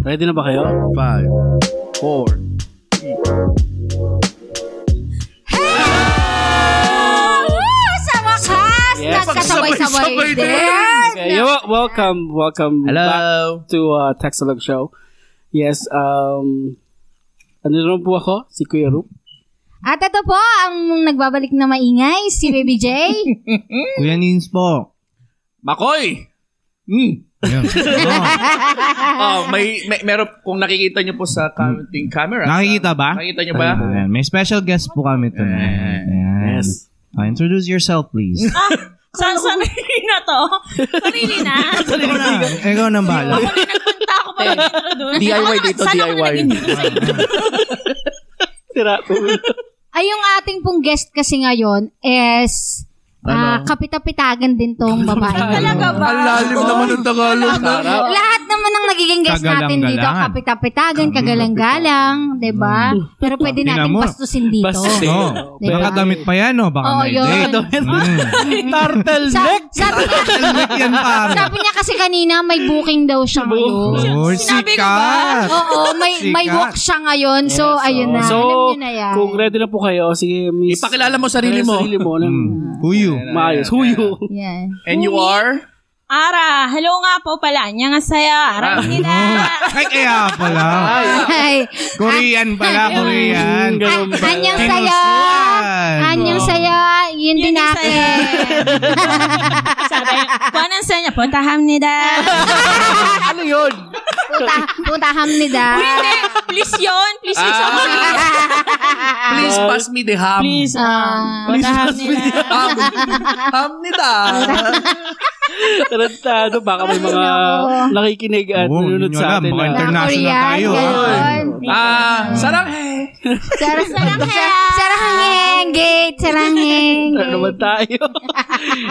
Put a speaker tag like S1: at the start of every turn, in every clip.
S1: Ready na ba kayo? 5, 4,
S2: Ah, Sa wakas!
S1: Yes.
S2: Nagkasabay-sabay
S3: Pagsabay-sabay
S2: din!
S1: Okay, you wa- welcome, welcome back
S3: Hello.
S1: to uh, Texalog Show. Yes, um, ano naman po ako? Si Kuya Rup.
S2: At ito po, ang nagbabalik na maingay, si Baby J.
S4: Kuya Nins po.
S3: Makoy! Mm.
S4: Ayun. So,
S3: Oh, may, may meron kung nakikita niyo po sa counting camera.
S4: nakikita ba?
S3: Nakikita niyo ba?
S4: Ayan, May special guest po kami tonight. Ayan.
S1: Yes.
S4: Uh, introduce yourself, please.
S5: Sa sarili Ah, na to. Sarili na.
S4: Ikaw na. Ikaw na bala.
S5: Nagpunta ako pa yung introduce.
S3: DIY dito,
S5: Saan ako
S3: DIY.
S5: naging dito?
S1: Tira.
S2: Ay, yung ating pong guest kasi ngayon is ah, kapitapitagan Ah. din tong babae.
S5: Talaga ba?
S3: Ang lalim naman ng Tagalog na.
S2: Lahat naman ng nagiging guest natin
S4: Kagalang-galangan.
S2: dito, kapitapitagan, kagalang-galang, di ba? Pero pwede
S4: Tingnan
S2: natin
S4: mo.
S2: bastusin dito.
S1: Bastusin.
S4: No.
S2: Diba?
S4: Baka damit pa yan, no? Baka
S2: Oo,
S4: may
S2: yun.
S4: date. Mm.
S2: Sa,
S1: Turtleneck!
S2: sabi, niya,
S4: Helmet yan, pare.
S2: sabi niya kasi kanina may booking daw siya ngayon.
S4: Oh,
S5: Sinabi ko ba?
S4: sikat.
S2: Oo, may may
S4: Sikat.
S2: walk siya ngayon. So, ayun na.
S1: So,
S2: Alam niyo na yan.
S1: kung ready na po kayo, sige, miss.
S3: Ipakilala mo sarili mo.
S1: Sarili mo. ng
S4: Mm. Kuyo.
S1: Maayos. Who you?
S2: Yeah.
S3: And you are?
S5: Ara, hello nga po pala. Nya nga saya.
S3: Ah.
S5: Ara, hindi
S4: Oh.
S5: na.
S4: Ay, kaya pala.
S2: Ay, Ah,
S4: Korean pala, Korean.
S1: Ganun ba?
S2: anyang saya.
S4: Tinusuan.
S2: Anyang saya. Yun din
S5: yung
S2: akin.
S5: Sabi, kuha ng saya niya. Punta ham ni da.
S1: ano yun?
S2: Puta, putaham ni Da.
S5: Hindi, please yun. Please yun sa mga.
S3: Please pass me the
S1: Um,
S3: ham.
S5: Please.
S2: Ah.
S5: Punta ham ni da.
S3: Ham. ham nita.
S1: Tarantado. Baka may mga
S2: Ay,
S1: nakikinig at
S4: Oo, hindi
S1: nanonood
S4: nyo
S1: sa
S4: alam.
S1: atin.
S4: Baka
S1: ah.
S4: international
S2: Korean,
S4: tayo, ah.
S2: ganun.
S3: Ah, sarang eh.
S2: Sarang Sarangheng. Gate. Sarangheng.
S1: Ano naman tayo?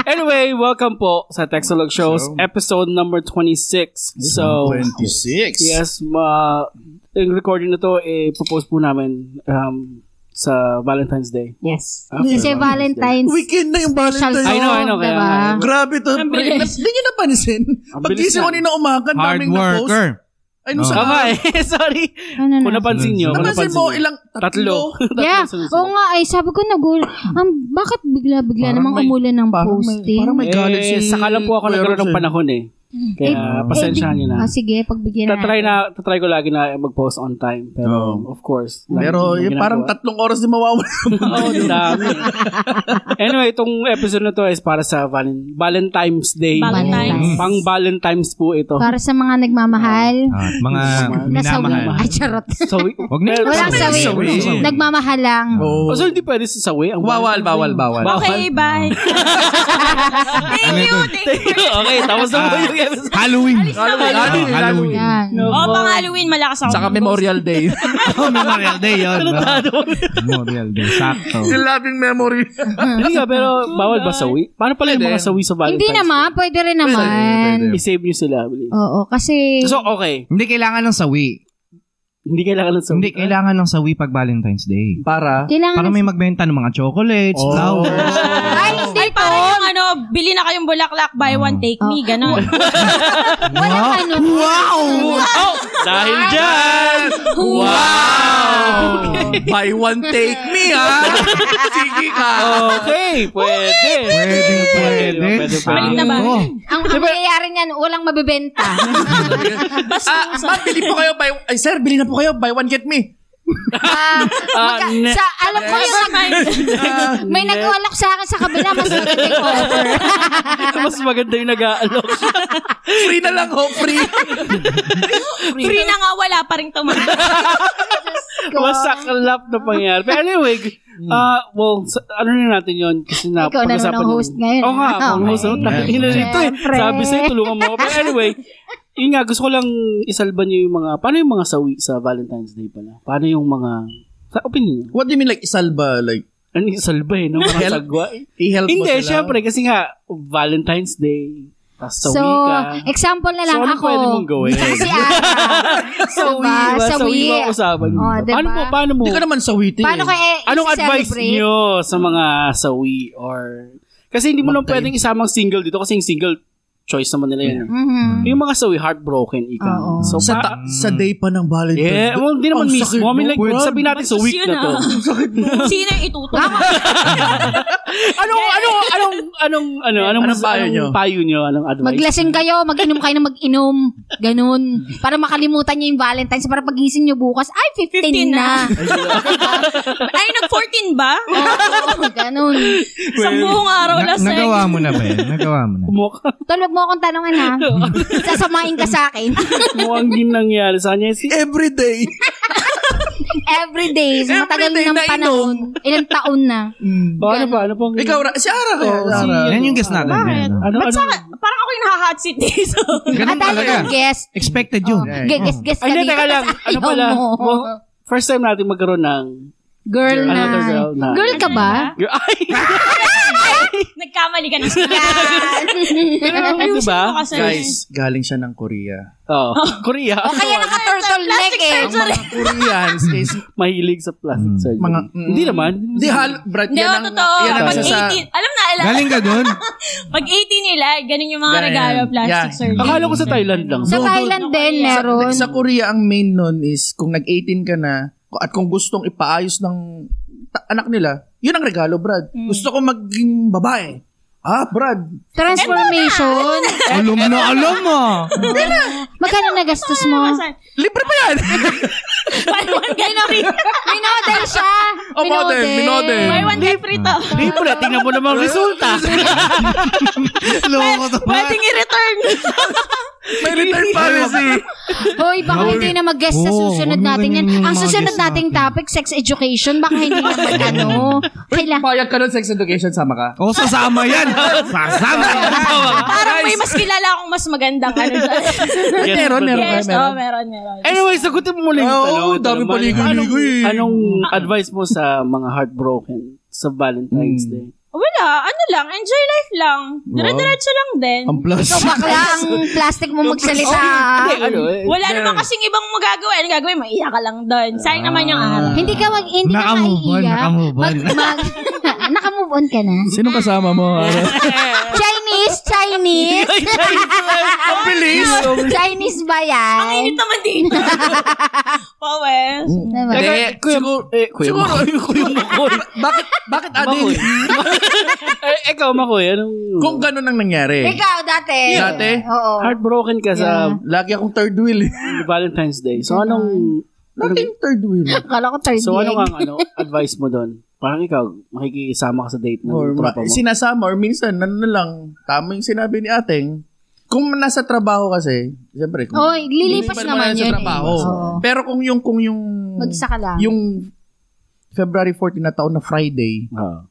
S1: anyway, welcome po sa Texalog Shows, episode number 26. So,
S3: 26.
S1: yes, ma yung recording na to, eh, propose po namin um, sa Valentine's Day.
S2: Yes.
S1: Okay.
S2: Kasi Valentine's.
S3: Weekend na yung
S2: Social
S1: I
S3: Valentine's.
S1: know, I know,
S2: song,
S1: kaya
S2: diba?
S1: nga.
S3: Grabe to. pre. Hindi nyo napansin.
S1: Ang bilis
S3: Pagkisip ko
S1: lang.
S3: nina umaga, ang
S4: Hard
S3: daming na-post.
S4: worker.
S3: Ay, nung
S4: Oh.
S3: sa
S1: Tama eh, sorry.
S2: Ano
S1: Kung
S2: na?
S1: napansin nyo, kung
S3: Napansin
S1: napansin
S3: mo,
S1: nyo.
S3: ilang
S1: Tatlo. Oh
S3: tatlo.
S1: Tatlo
S2: Yeah.
S1: sunod-sunod.
S2: Oo nga, ay sabi ko nagul. Um, bakit bigla-bigla
S4: Parang
S2: namang
S4: may-
S2: umulan ng posting?
S3: parang may galit
S1: Eh,
S3: si-
S1: saka lang po ako
S3: Kuya
S1: nagkaroon ng
S3: Rosel.
S1: panahon eh.
S3: Mm.
S1: Kaya, pasensyahan nyo na.
S2: Ah, sige, pagbigyan na.
S1: Tatry na, tatry ko lagi na mag-post on time. Pero,
S3: Oo.
S1: of course. lagi
S3: Pero
S1: kong
S3: yung parang
S1: ginagawa.
S3: tatlong oras din mawawala.
S1: Oo, oh, dami. anyway, itong episode na to is para sa Valen- Valentine's Day.
S5: Valentine's.
S1: Pang Valentine's po ito.
S2: Para sa mga nagmamahal,
S4: Ah, mga
S2: nasawi.
S4: minamahal.
S2: Ay, charot.
S1: Sawi.
S4: Huwag na
S1: Pero-
S2: Walang sawi.
S3: Sawi.
S2: Nagmamahal lang.
S1: Oh,
S3: Oo.
S1: so hindi pwede sa sawi? Ang
S3: Bawal, bawal, bawal.
S5: Okay, bye.
S4: Ano
S5: Thank you.
S4: yun?
S5: Thank you.
S1: okay, tapos na po yung episode.
S4: Halloween.
S3: Halloween.
S4: Halloween. Halloween.
S2: Yan.
S1: No,
S5: Oh,
S1: boy.
S5: pang Halloween, malakas ako.
S3: Saka Memorial Day.
S4: Oh, Memorial Day yun. Memorial Day. Sakto.
S3: Yung loving memory.
S1: Hindi nga, pero bawal ba sawi? Paano pala yung
S3: Pwede.
S1: mga sawi sa Valentine's?
S2: Hindi naman, pwede rin naman.
S1: I-save nyo sila.
S2: Oo, kasi...
S1: So, okay.
S4: Hindi kailangan ng sawi.
S1: Hindi kailangan ng sawi.
S4: Hindi kailangan ng sawi pag Valentine's Day.
S3: Para.
S2: Kailangan...
S4: Para may magbenta ng mga chocolates,
S3: Oh.
S4: flowers.
S2: Ay, hindi
S5: Ay, Ah.
S2: to.
S5: para yung ano, bili na kayong bulaklak, buy one, take me, ganon.
S2: Walang ano.
S4: Wow!
S1: Oh, dahil dyan!
S3: Wow! Buy one, take me, ha? Sige ka.
S1: Okay, pwede.
S4: Pwede, pwede.
S1: Pwede, pwede.
S5: Balik na ba?
S4: Sakto.
S2: Ang, ang mangyayari niyan, walang mabibenta.
S3: Ah, ma'am, bili po kayo. Buy, ay, sir, bili na po kayo. Buy one, get me.
S2: Ah, magka-
S1: ne-
S2: sa, alam ko yung nag,
S3: Ah,
S2: may nag-ualok sa akin sa kabila, mas magiging offer.
S1: Mas maganda yung nag-aalok.
S3: free na lang, ho. Free.
S5: Free na nga, wala pa rin tumakas.
S1: Masaklap na pangyayari. Pero anyway, ah well, sa- ano na natin yon kasi na
S2: Hmm. Ikaw na naman
S1: pag-usapan
S2: ang host
S1: natin.
S2: ngayon. Ah,
S1: Oo nga, ako ang
S2: Okay.
S1: host. Ang tagal na rito eh.
S2: Siyempre.
S1: Sabi sa'yo, tulungan mo ako. Pero anyway, yun nga, gusto ko lang isalba niyo yung mga, paano yung mga sawi sa Valentine's Day pala? Paano yung mga, sa opinion niyo?
S3: What do you mean, like, isalba? Like,
S1: Ano yung salba eh, no? Mga
S3: help?
S1: sagwa eh.
S3: I-help mo
S1: Hindi,
S3: sila?
S1: syempre, kasi nga, Valentine's Day, tapos sawi
S2: so,
S1: ka.
S2: example na lang
S1: so, ano
S2: ako.
S1: pwede mong gawin?
S2: Kasi Ara.
S1: sawi,
S2: diba?
S1: ba? Sawi
S2: Sawi.
S1: ba usapan niyo?
S2: Oh, diba?
S1: Paano mo, paano mo?
S3: Hindi ka naman sawitin.
S2: Paano
S3: eh.
S2: kaya
S1: Anong advice
S2: i-celebrate?
S1: niyo sa mga sawi or kasi hindi mo lang
S3: Magtayo.
S1: pwedeng isamang single dito kasi yung single choice naman nila yun. eh.
S2: Mhm.
S1: Yung mga sawi, heartbroken, ika.
S2: Oo.
S1: So,
S3: Sa,
S1: pa-
S3: ta- sa day pa ng Valentine's
S1: Yeah, well, hindi naman
S3: Ang
S1: mismo.
S3: sakit
S1: I mean,
S3: mo,
S1: like,
S3: Brad.
S1: sabihin natin sa week na
S2: ah.
S1: to.
S5: Sino yung itutulong?
S1: Ano, ano, anong, anong, ano, anong,
S3: Anong payo nyo?
S1: Anong payo nyo? Anong advice?
S2: Maglasing kayo, mag-inom kayo ng mag-inom. Ganun. Para makalimutan niyo yung Valentine's. Para pagising niyo bukas, ay, 15,
S5: 15
S2: na.
S5: na. Ay, nag-14 ba?
S2: Oo, ganun.
S5: Sa buong araw
S4: Na-
S5: lasing.
S4: nagawa mo na ba yan? Nagawa mo na.
S1: Mukha,
S2: Tol, wag mo akong tanungan ha. Sasamain ka sa akin.
S1: mukhang din nangyari sa kanya. Si,
S3: Every day.
S2: Every day. So, matagal
S3: Every day
S2: ng
S3: na
S2: panahon. Ilang taon na.
S1: paano ba? Ano pang...
S3: Ikaw, Ra- si Ara kaya.
S1: Oo,
S3: Ara.
S1: si-
S4: Yan yung guess natin.
S5: Bakit?
S4: Yan, oh.
S1: Ano,
S5: Ba't
S1: ano?
S5: sa Parang ako yung nahahot seat dito.
S4: Ganun
S2: At dahil
S4: talaga.
S2: yung Oh. guest,
S4: Expected yun.
S2: Ge- Guess, guess
S1: Ay,
S2: ka
S1: hindi,
S2: dito.
S1: teka lang.
S2: tas
S1: Ano
S2: ayaw
S1: pala?
S2: mo.
S1: Mo- First time natin magkaroon ng...
S2: Girl na.
S1: Another girl na.
S2: Girl ka ba?
S1: Ay!
S5: Nagkamali ka na siya.
S1: Ay, diba?
S5: Ayusin mo kasi.
S3: Guys, galing siya ng Korea.
S1: Oh, Korea.
S2: o kaya naka-turtle neck eh.
S3: Ang mga Koreans is
S1: Mahilig sa plastic
S4: Mm.
S1: surgery.
S3: Mga- mm.
S1: Hindi naman.
S3: Hindi, hal, Brad,
S5: Hindi,
S3: yan
S5: oh,
S3: ang,
S5: totoo.
S3: yan ang
S5: Pag
S3: isa sa...
S5: 18, alam na, alam.
S4: Galing ka dun?
S5: Pag 18 nila, ganun yung mga
S3: Ganun.
S5: regalo, plastic
S3: Yeah.
S5: surgery.
S1: Akala ko sa
S3: Mm.
S1: Thailand lang. Oh,
S2: Sa
S3: Budol.
S2: Thailand din, meron.
S3: Sa Korea, ang main nun is kung nag-18 ka na at kung gustong ipaayos ng ta- anak nila, yun ang regalo, Brad. Gusto ko maging babae. Ah, Brad.
S2: Transformation.
S4: Alam na, alam mo.
S2: Magkano nagastos mo?
S3: Libre pa yan!
S5: Buy one, get free.
S2: Minodel siya.
S3: Oh, model, minodel.
S5: Buy one, get free to.
S1: Hindi po na, tingnan mo naman ang resulta.
S4: Loko to.
S5: Pwedeng i-return.
S3: May return policy.
S2: Hoy, baka
S4: Hoy.
S2: hindi na mag-guest sa
S4: Oo,
S2: susunod
S4: huwag na
S2: natin yan.
S4: ganyan yung
S2: Ang
S4: mga
S2: susunod
S4: guest
S2: nating
S4: natin.
S2: topic, sex education, baka hindi na mag-ano. Kaila-
S3: Payag ka nun, sex education, sama ka.
S4: O, Oh, sasama yan. Sasama yan.
S5: Parang may mas kilala akong mas magandang ano dyan.
S1: Yes,
S3: meron, meron,
S5: Yes,
S3: meron.
S5: oo, meron, meron.
S1: Anyway, sagutin mo muli yung
S3: Oo,
S1: tanong. Ito
S3: dami
S1: naman.
S3: paligoy-ligoy.
S1: Anong- Anong advice mo sa mga heartbroken sa Valentine's Day?
S5: Wala, ano lang, enjoy life lang. Dire-diretso lang din.
S3: Ang plus.
S2: Bakla ang plastic mo magsalita.
S1: Hindi,
S2: Um,
S1: ano eh.
S5: Wala naman kasing ibang magagawa. Ano gagawin? Maiyak ka lang doon. Sayang naman yung araw.
S2: Hindi ka mag hindi ka
S4: Nakamove on,
S2: maiiyak.
S4: nakamove on.
S2: Mag, mag, nakamove on ka na.
S3: Sino kasama mo?
S2: Chinese, Chinese.
S3: Ang bilis!
S2: Chinese ba
S5: Ang init
S2: yan?
S5: naman dito. Pawes.
S2: Diba?
S1: Teka,
S3: Eh,
S1: kuya,
S3: siguro-
S1: eh, kuya,
S3: siguro-
S1: Makoy, kuya Makoy.
S3: bakit, bakit
S1: Makoy.
S3: Adil?
S1: eh, ikaw, Makoy, anong...
S3: Kung ganun ang nangyari.
S2: Ikaw, dati.
S3: Dati?
S2: Diba? Oo.
S1: Heartbroken ka sa
S3: Lagi akong third wheel. eh.
S1: Valentine's Day.
S2: Diba?
S1: So, anong...
S3: Lagi yung third wheel.
S2: Kala ko third
S1: So, ano
S2: leg.
S1: ang ano, advice mo doon? Parang ikaw, makikisama ka sa date ng
S3: Or ma-
S1: tropa mo.
S3: sinasama or minsan ano na lang tama yung sinabi ni ating kung nasa trabaho kasi siyempre kung
S2: Oy, lilipas
S3: Hindi pa
S2: naman
S3: nasa
S2: yun eh.
S3: trabaho.
S2: Oo.
S3: pero kung yung kung yung
S2: Mag-isa ka lang.
S3: yung February 14 na taon na Friday
S1: Ah.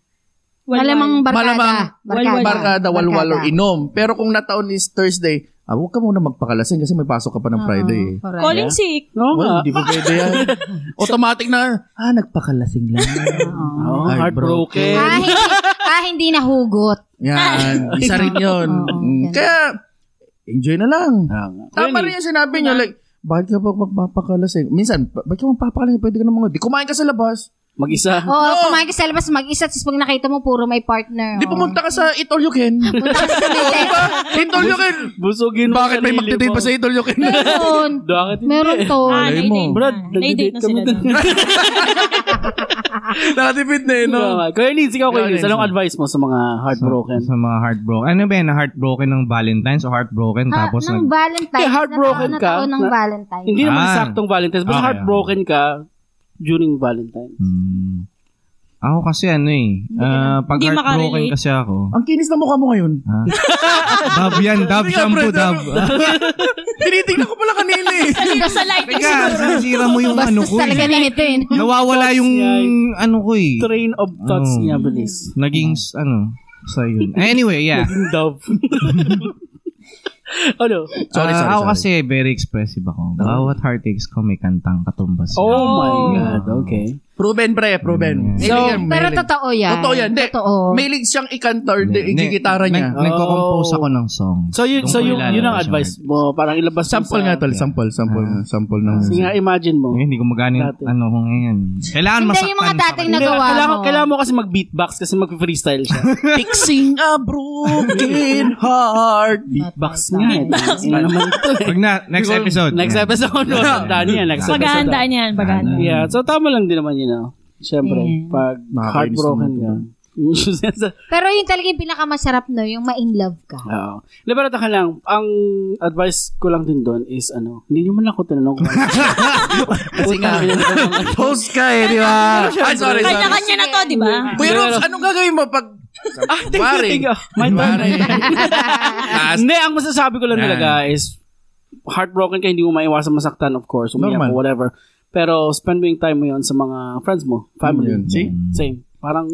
S2: Malamang barkada.
S3: Malamang
S2: barkada.
S3: barkada walwal or inom pero kung na taon is Thursday ah, huwag ka muna magpakalasing kasi may pasok ka pa ng Friday eh.
S5: Calling sick.
S1: No,
S3: Well,
S1: nga.
S3: hindi pa pwede yan. Automatic na, ah, nagpakalasing lang.
S1: Oh,
S3: Heartbroken.
S1: heartbroken.
S2: Ah, hindi, ah, hindi nahugot.
S3: Yan, isa rin yun.
S2: Oo,
S3: Mm,
S2: ganun.
S3: Kaya, enjoy na lang.
S1: Ah, nga.
S3: Tama rin
S1: Really?
S3: yung sinabi nyo, like, bakit ka ba magpapakalasing? Minsan, ba- bakit ka magpapakalasing? Pwede ka na mga, di kumain ka sa labas.
S1: Mag-isa.
S2: Oo, oh, kumain ka sa labas mag-isa, tapos pag nakita mo, puro may partner.
S3: Di
S2: Oo.
S3: pumunta ka sa Eat All You Can.
S2: Punta ka sa
S3: diba? Eat All You Can.
S1: Busugin mo
S3: Bakit may
S1: sarili
S3: magdidate
S1: mo.
S3: pa sa Eat All You Can?
S2: Meron.
S1: Bakit hindi?
S2: Meron to.
S5: Ah,
S3: Malay
S5: nai-date na.
S3: mo.
S1: Oh, Brad,
S5: Nai-date
S1: nag-date
S5: na
S1: kami
S5: sila.
S1: dun.
S5: doon.
S3: Nakatipid na yun, no?
S1: Tama. Kaya Liz, ikaw
S3: Ikaw,
S1: kay Liz,
S3: Liz.
S1: anong advice mo sa mga heartbroken?
S4: Sa mga heartbroken. Ano ba yan? Heartbroken ng Valentine's o heartbroken
S2: Ah,
S4: tapos
S2: ng
S4: nag...
S2: Valentine's.
S1: Eh, heartbroken
S2: na
S1: ka?
S2: taon ng
S1: Na-
S2: Valentine's.
S1: Hindi naman
S4: Ah.
S1: saktong Valentine's. Basta
S4: Okay,
S1: heartbroken ka during Valentine's.
S4: Hmm. Ako kasi ano eh. ah, pag
S5: Hindi
S4: heartbroken
S5: makarelate.
S4: kasi ako.
S3: Ang kinis ng mukha mo ngayon.
S4: Ah. dab yan, dab,
S3: Sige,
S4: shampoo,
S3: pre,
S4: dab.
S3: Tinitingnan ko pala kanina eh.
S5: Kanina sa light.
S4: Teka, sinisira mo yung ano
S2: Bastos
S4: ko
S2: talaga
S4: eh.
S2: na ito eh.
S4: Nawawala yung
S1: niya
S4: ano ko eh.
S1: Train of thoughts
S4: Oh.
S1: niya, bilis.
S4: Naging, s- ano, so yun. Anyway, yeah.
S1: Naging dove. ano?
S4: Ah,
S3: Sorry, sorry,
S4: Ako
S3: sorry.
S4: kasi very expressive ako. Bawat heartaches ko may kantang katumbas.
S1: Oh,
S4: yan.
S1: my God. Okay.
S3: Proven, pre, proven.
S4: Mm.
S3: Mahilig
S1: So,
S3: yan,
S2: Pero
S3: mahilig.
S2: totoo yan.
S3: Totoo yan. Hindi.
S2: Totoo.
S3: Mahilig siyang ikanta or di-
S4: Hindi,
S3: igigitara niya.
S4: nag- Nagko-compose
S1: Oh.
S4: ako ng song.
S1: So, yun,
S4: Doon
S1: so
S4: ko
S1: yun,
S4: nilalabas
S1: yun ang
S4: yung
S1: advice mo. Parang ilabas mo
S3: Oh, Sample
S1: sa-
S3: nga, tol. Sample, sample.
S4: Ah.
S3: Sample ng
S1: Sige nga, imagine mo.
S4: Eh, hindi ko magana
S1: Dati.
S4: ano ko ngayon. Kailangan
S2: Hindi, yung
S4: masaktan.
S2: mga dating
S4: pa-
S2: nag- nagawa
S1: kailangan,
S2: mo.
S1: kailangan mo kasi mag-beatbox kasi mag-freestyle siya.
S3: Fixing a broken heart.
S1: Beatbox nga. eh. Ano naman ito eh.
S4: Pag na, next episode.
S1: Next
S4: Yan.
S1: episode. No, tandaan niya. Next episode. ah.
S5: Paghahanda niyan, paghahanda.
S1: Yeah. So, tama lang din naman yun. ah. Siyempre, pag
S3: Nakakainis
S1: heartbroken
S3: naman
S1: ka. Yun.
S2: Pero yun talaga yung pinakamasarap no, yung ma-in love ka.
S1: Oo. Hindi, pero taka lang. Ang advice ko lang din doon is ano, hindi nyo man ako tinanong kung ano. Kasi nga.
S3: Host ka eh, di ba? Ay, sorry, sorry.
S5: Kanya-kanya na to, di ba?
S3: Kuya Robs, anong gagawin mo pag...
S1: Ah, teka,
S3: Mare.
S1: teka. My
S3: Mare.
S1: bad.
S3: Taas.
S1: Hindi, ang masasabi ko lang talaga is heartbroken ka, hindi mo maiwasan masaktan, of course. Umiyak
S3: Normal.
S1: o whatever. Pero spend mo yung time mo yun sa mga friends mo, family.
S4: Mm,
S3: Yun, see?
S1: Same. Parang,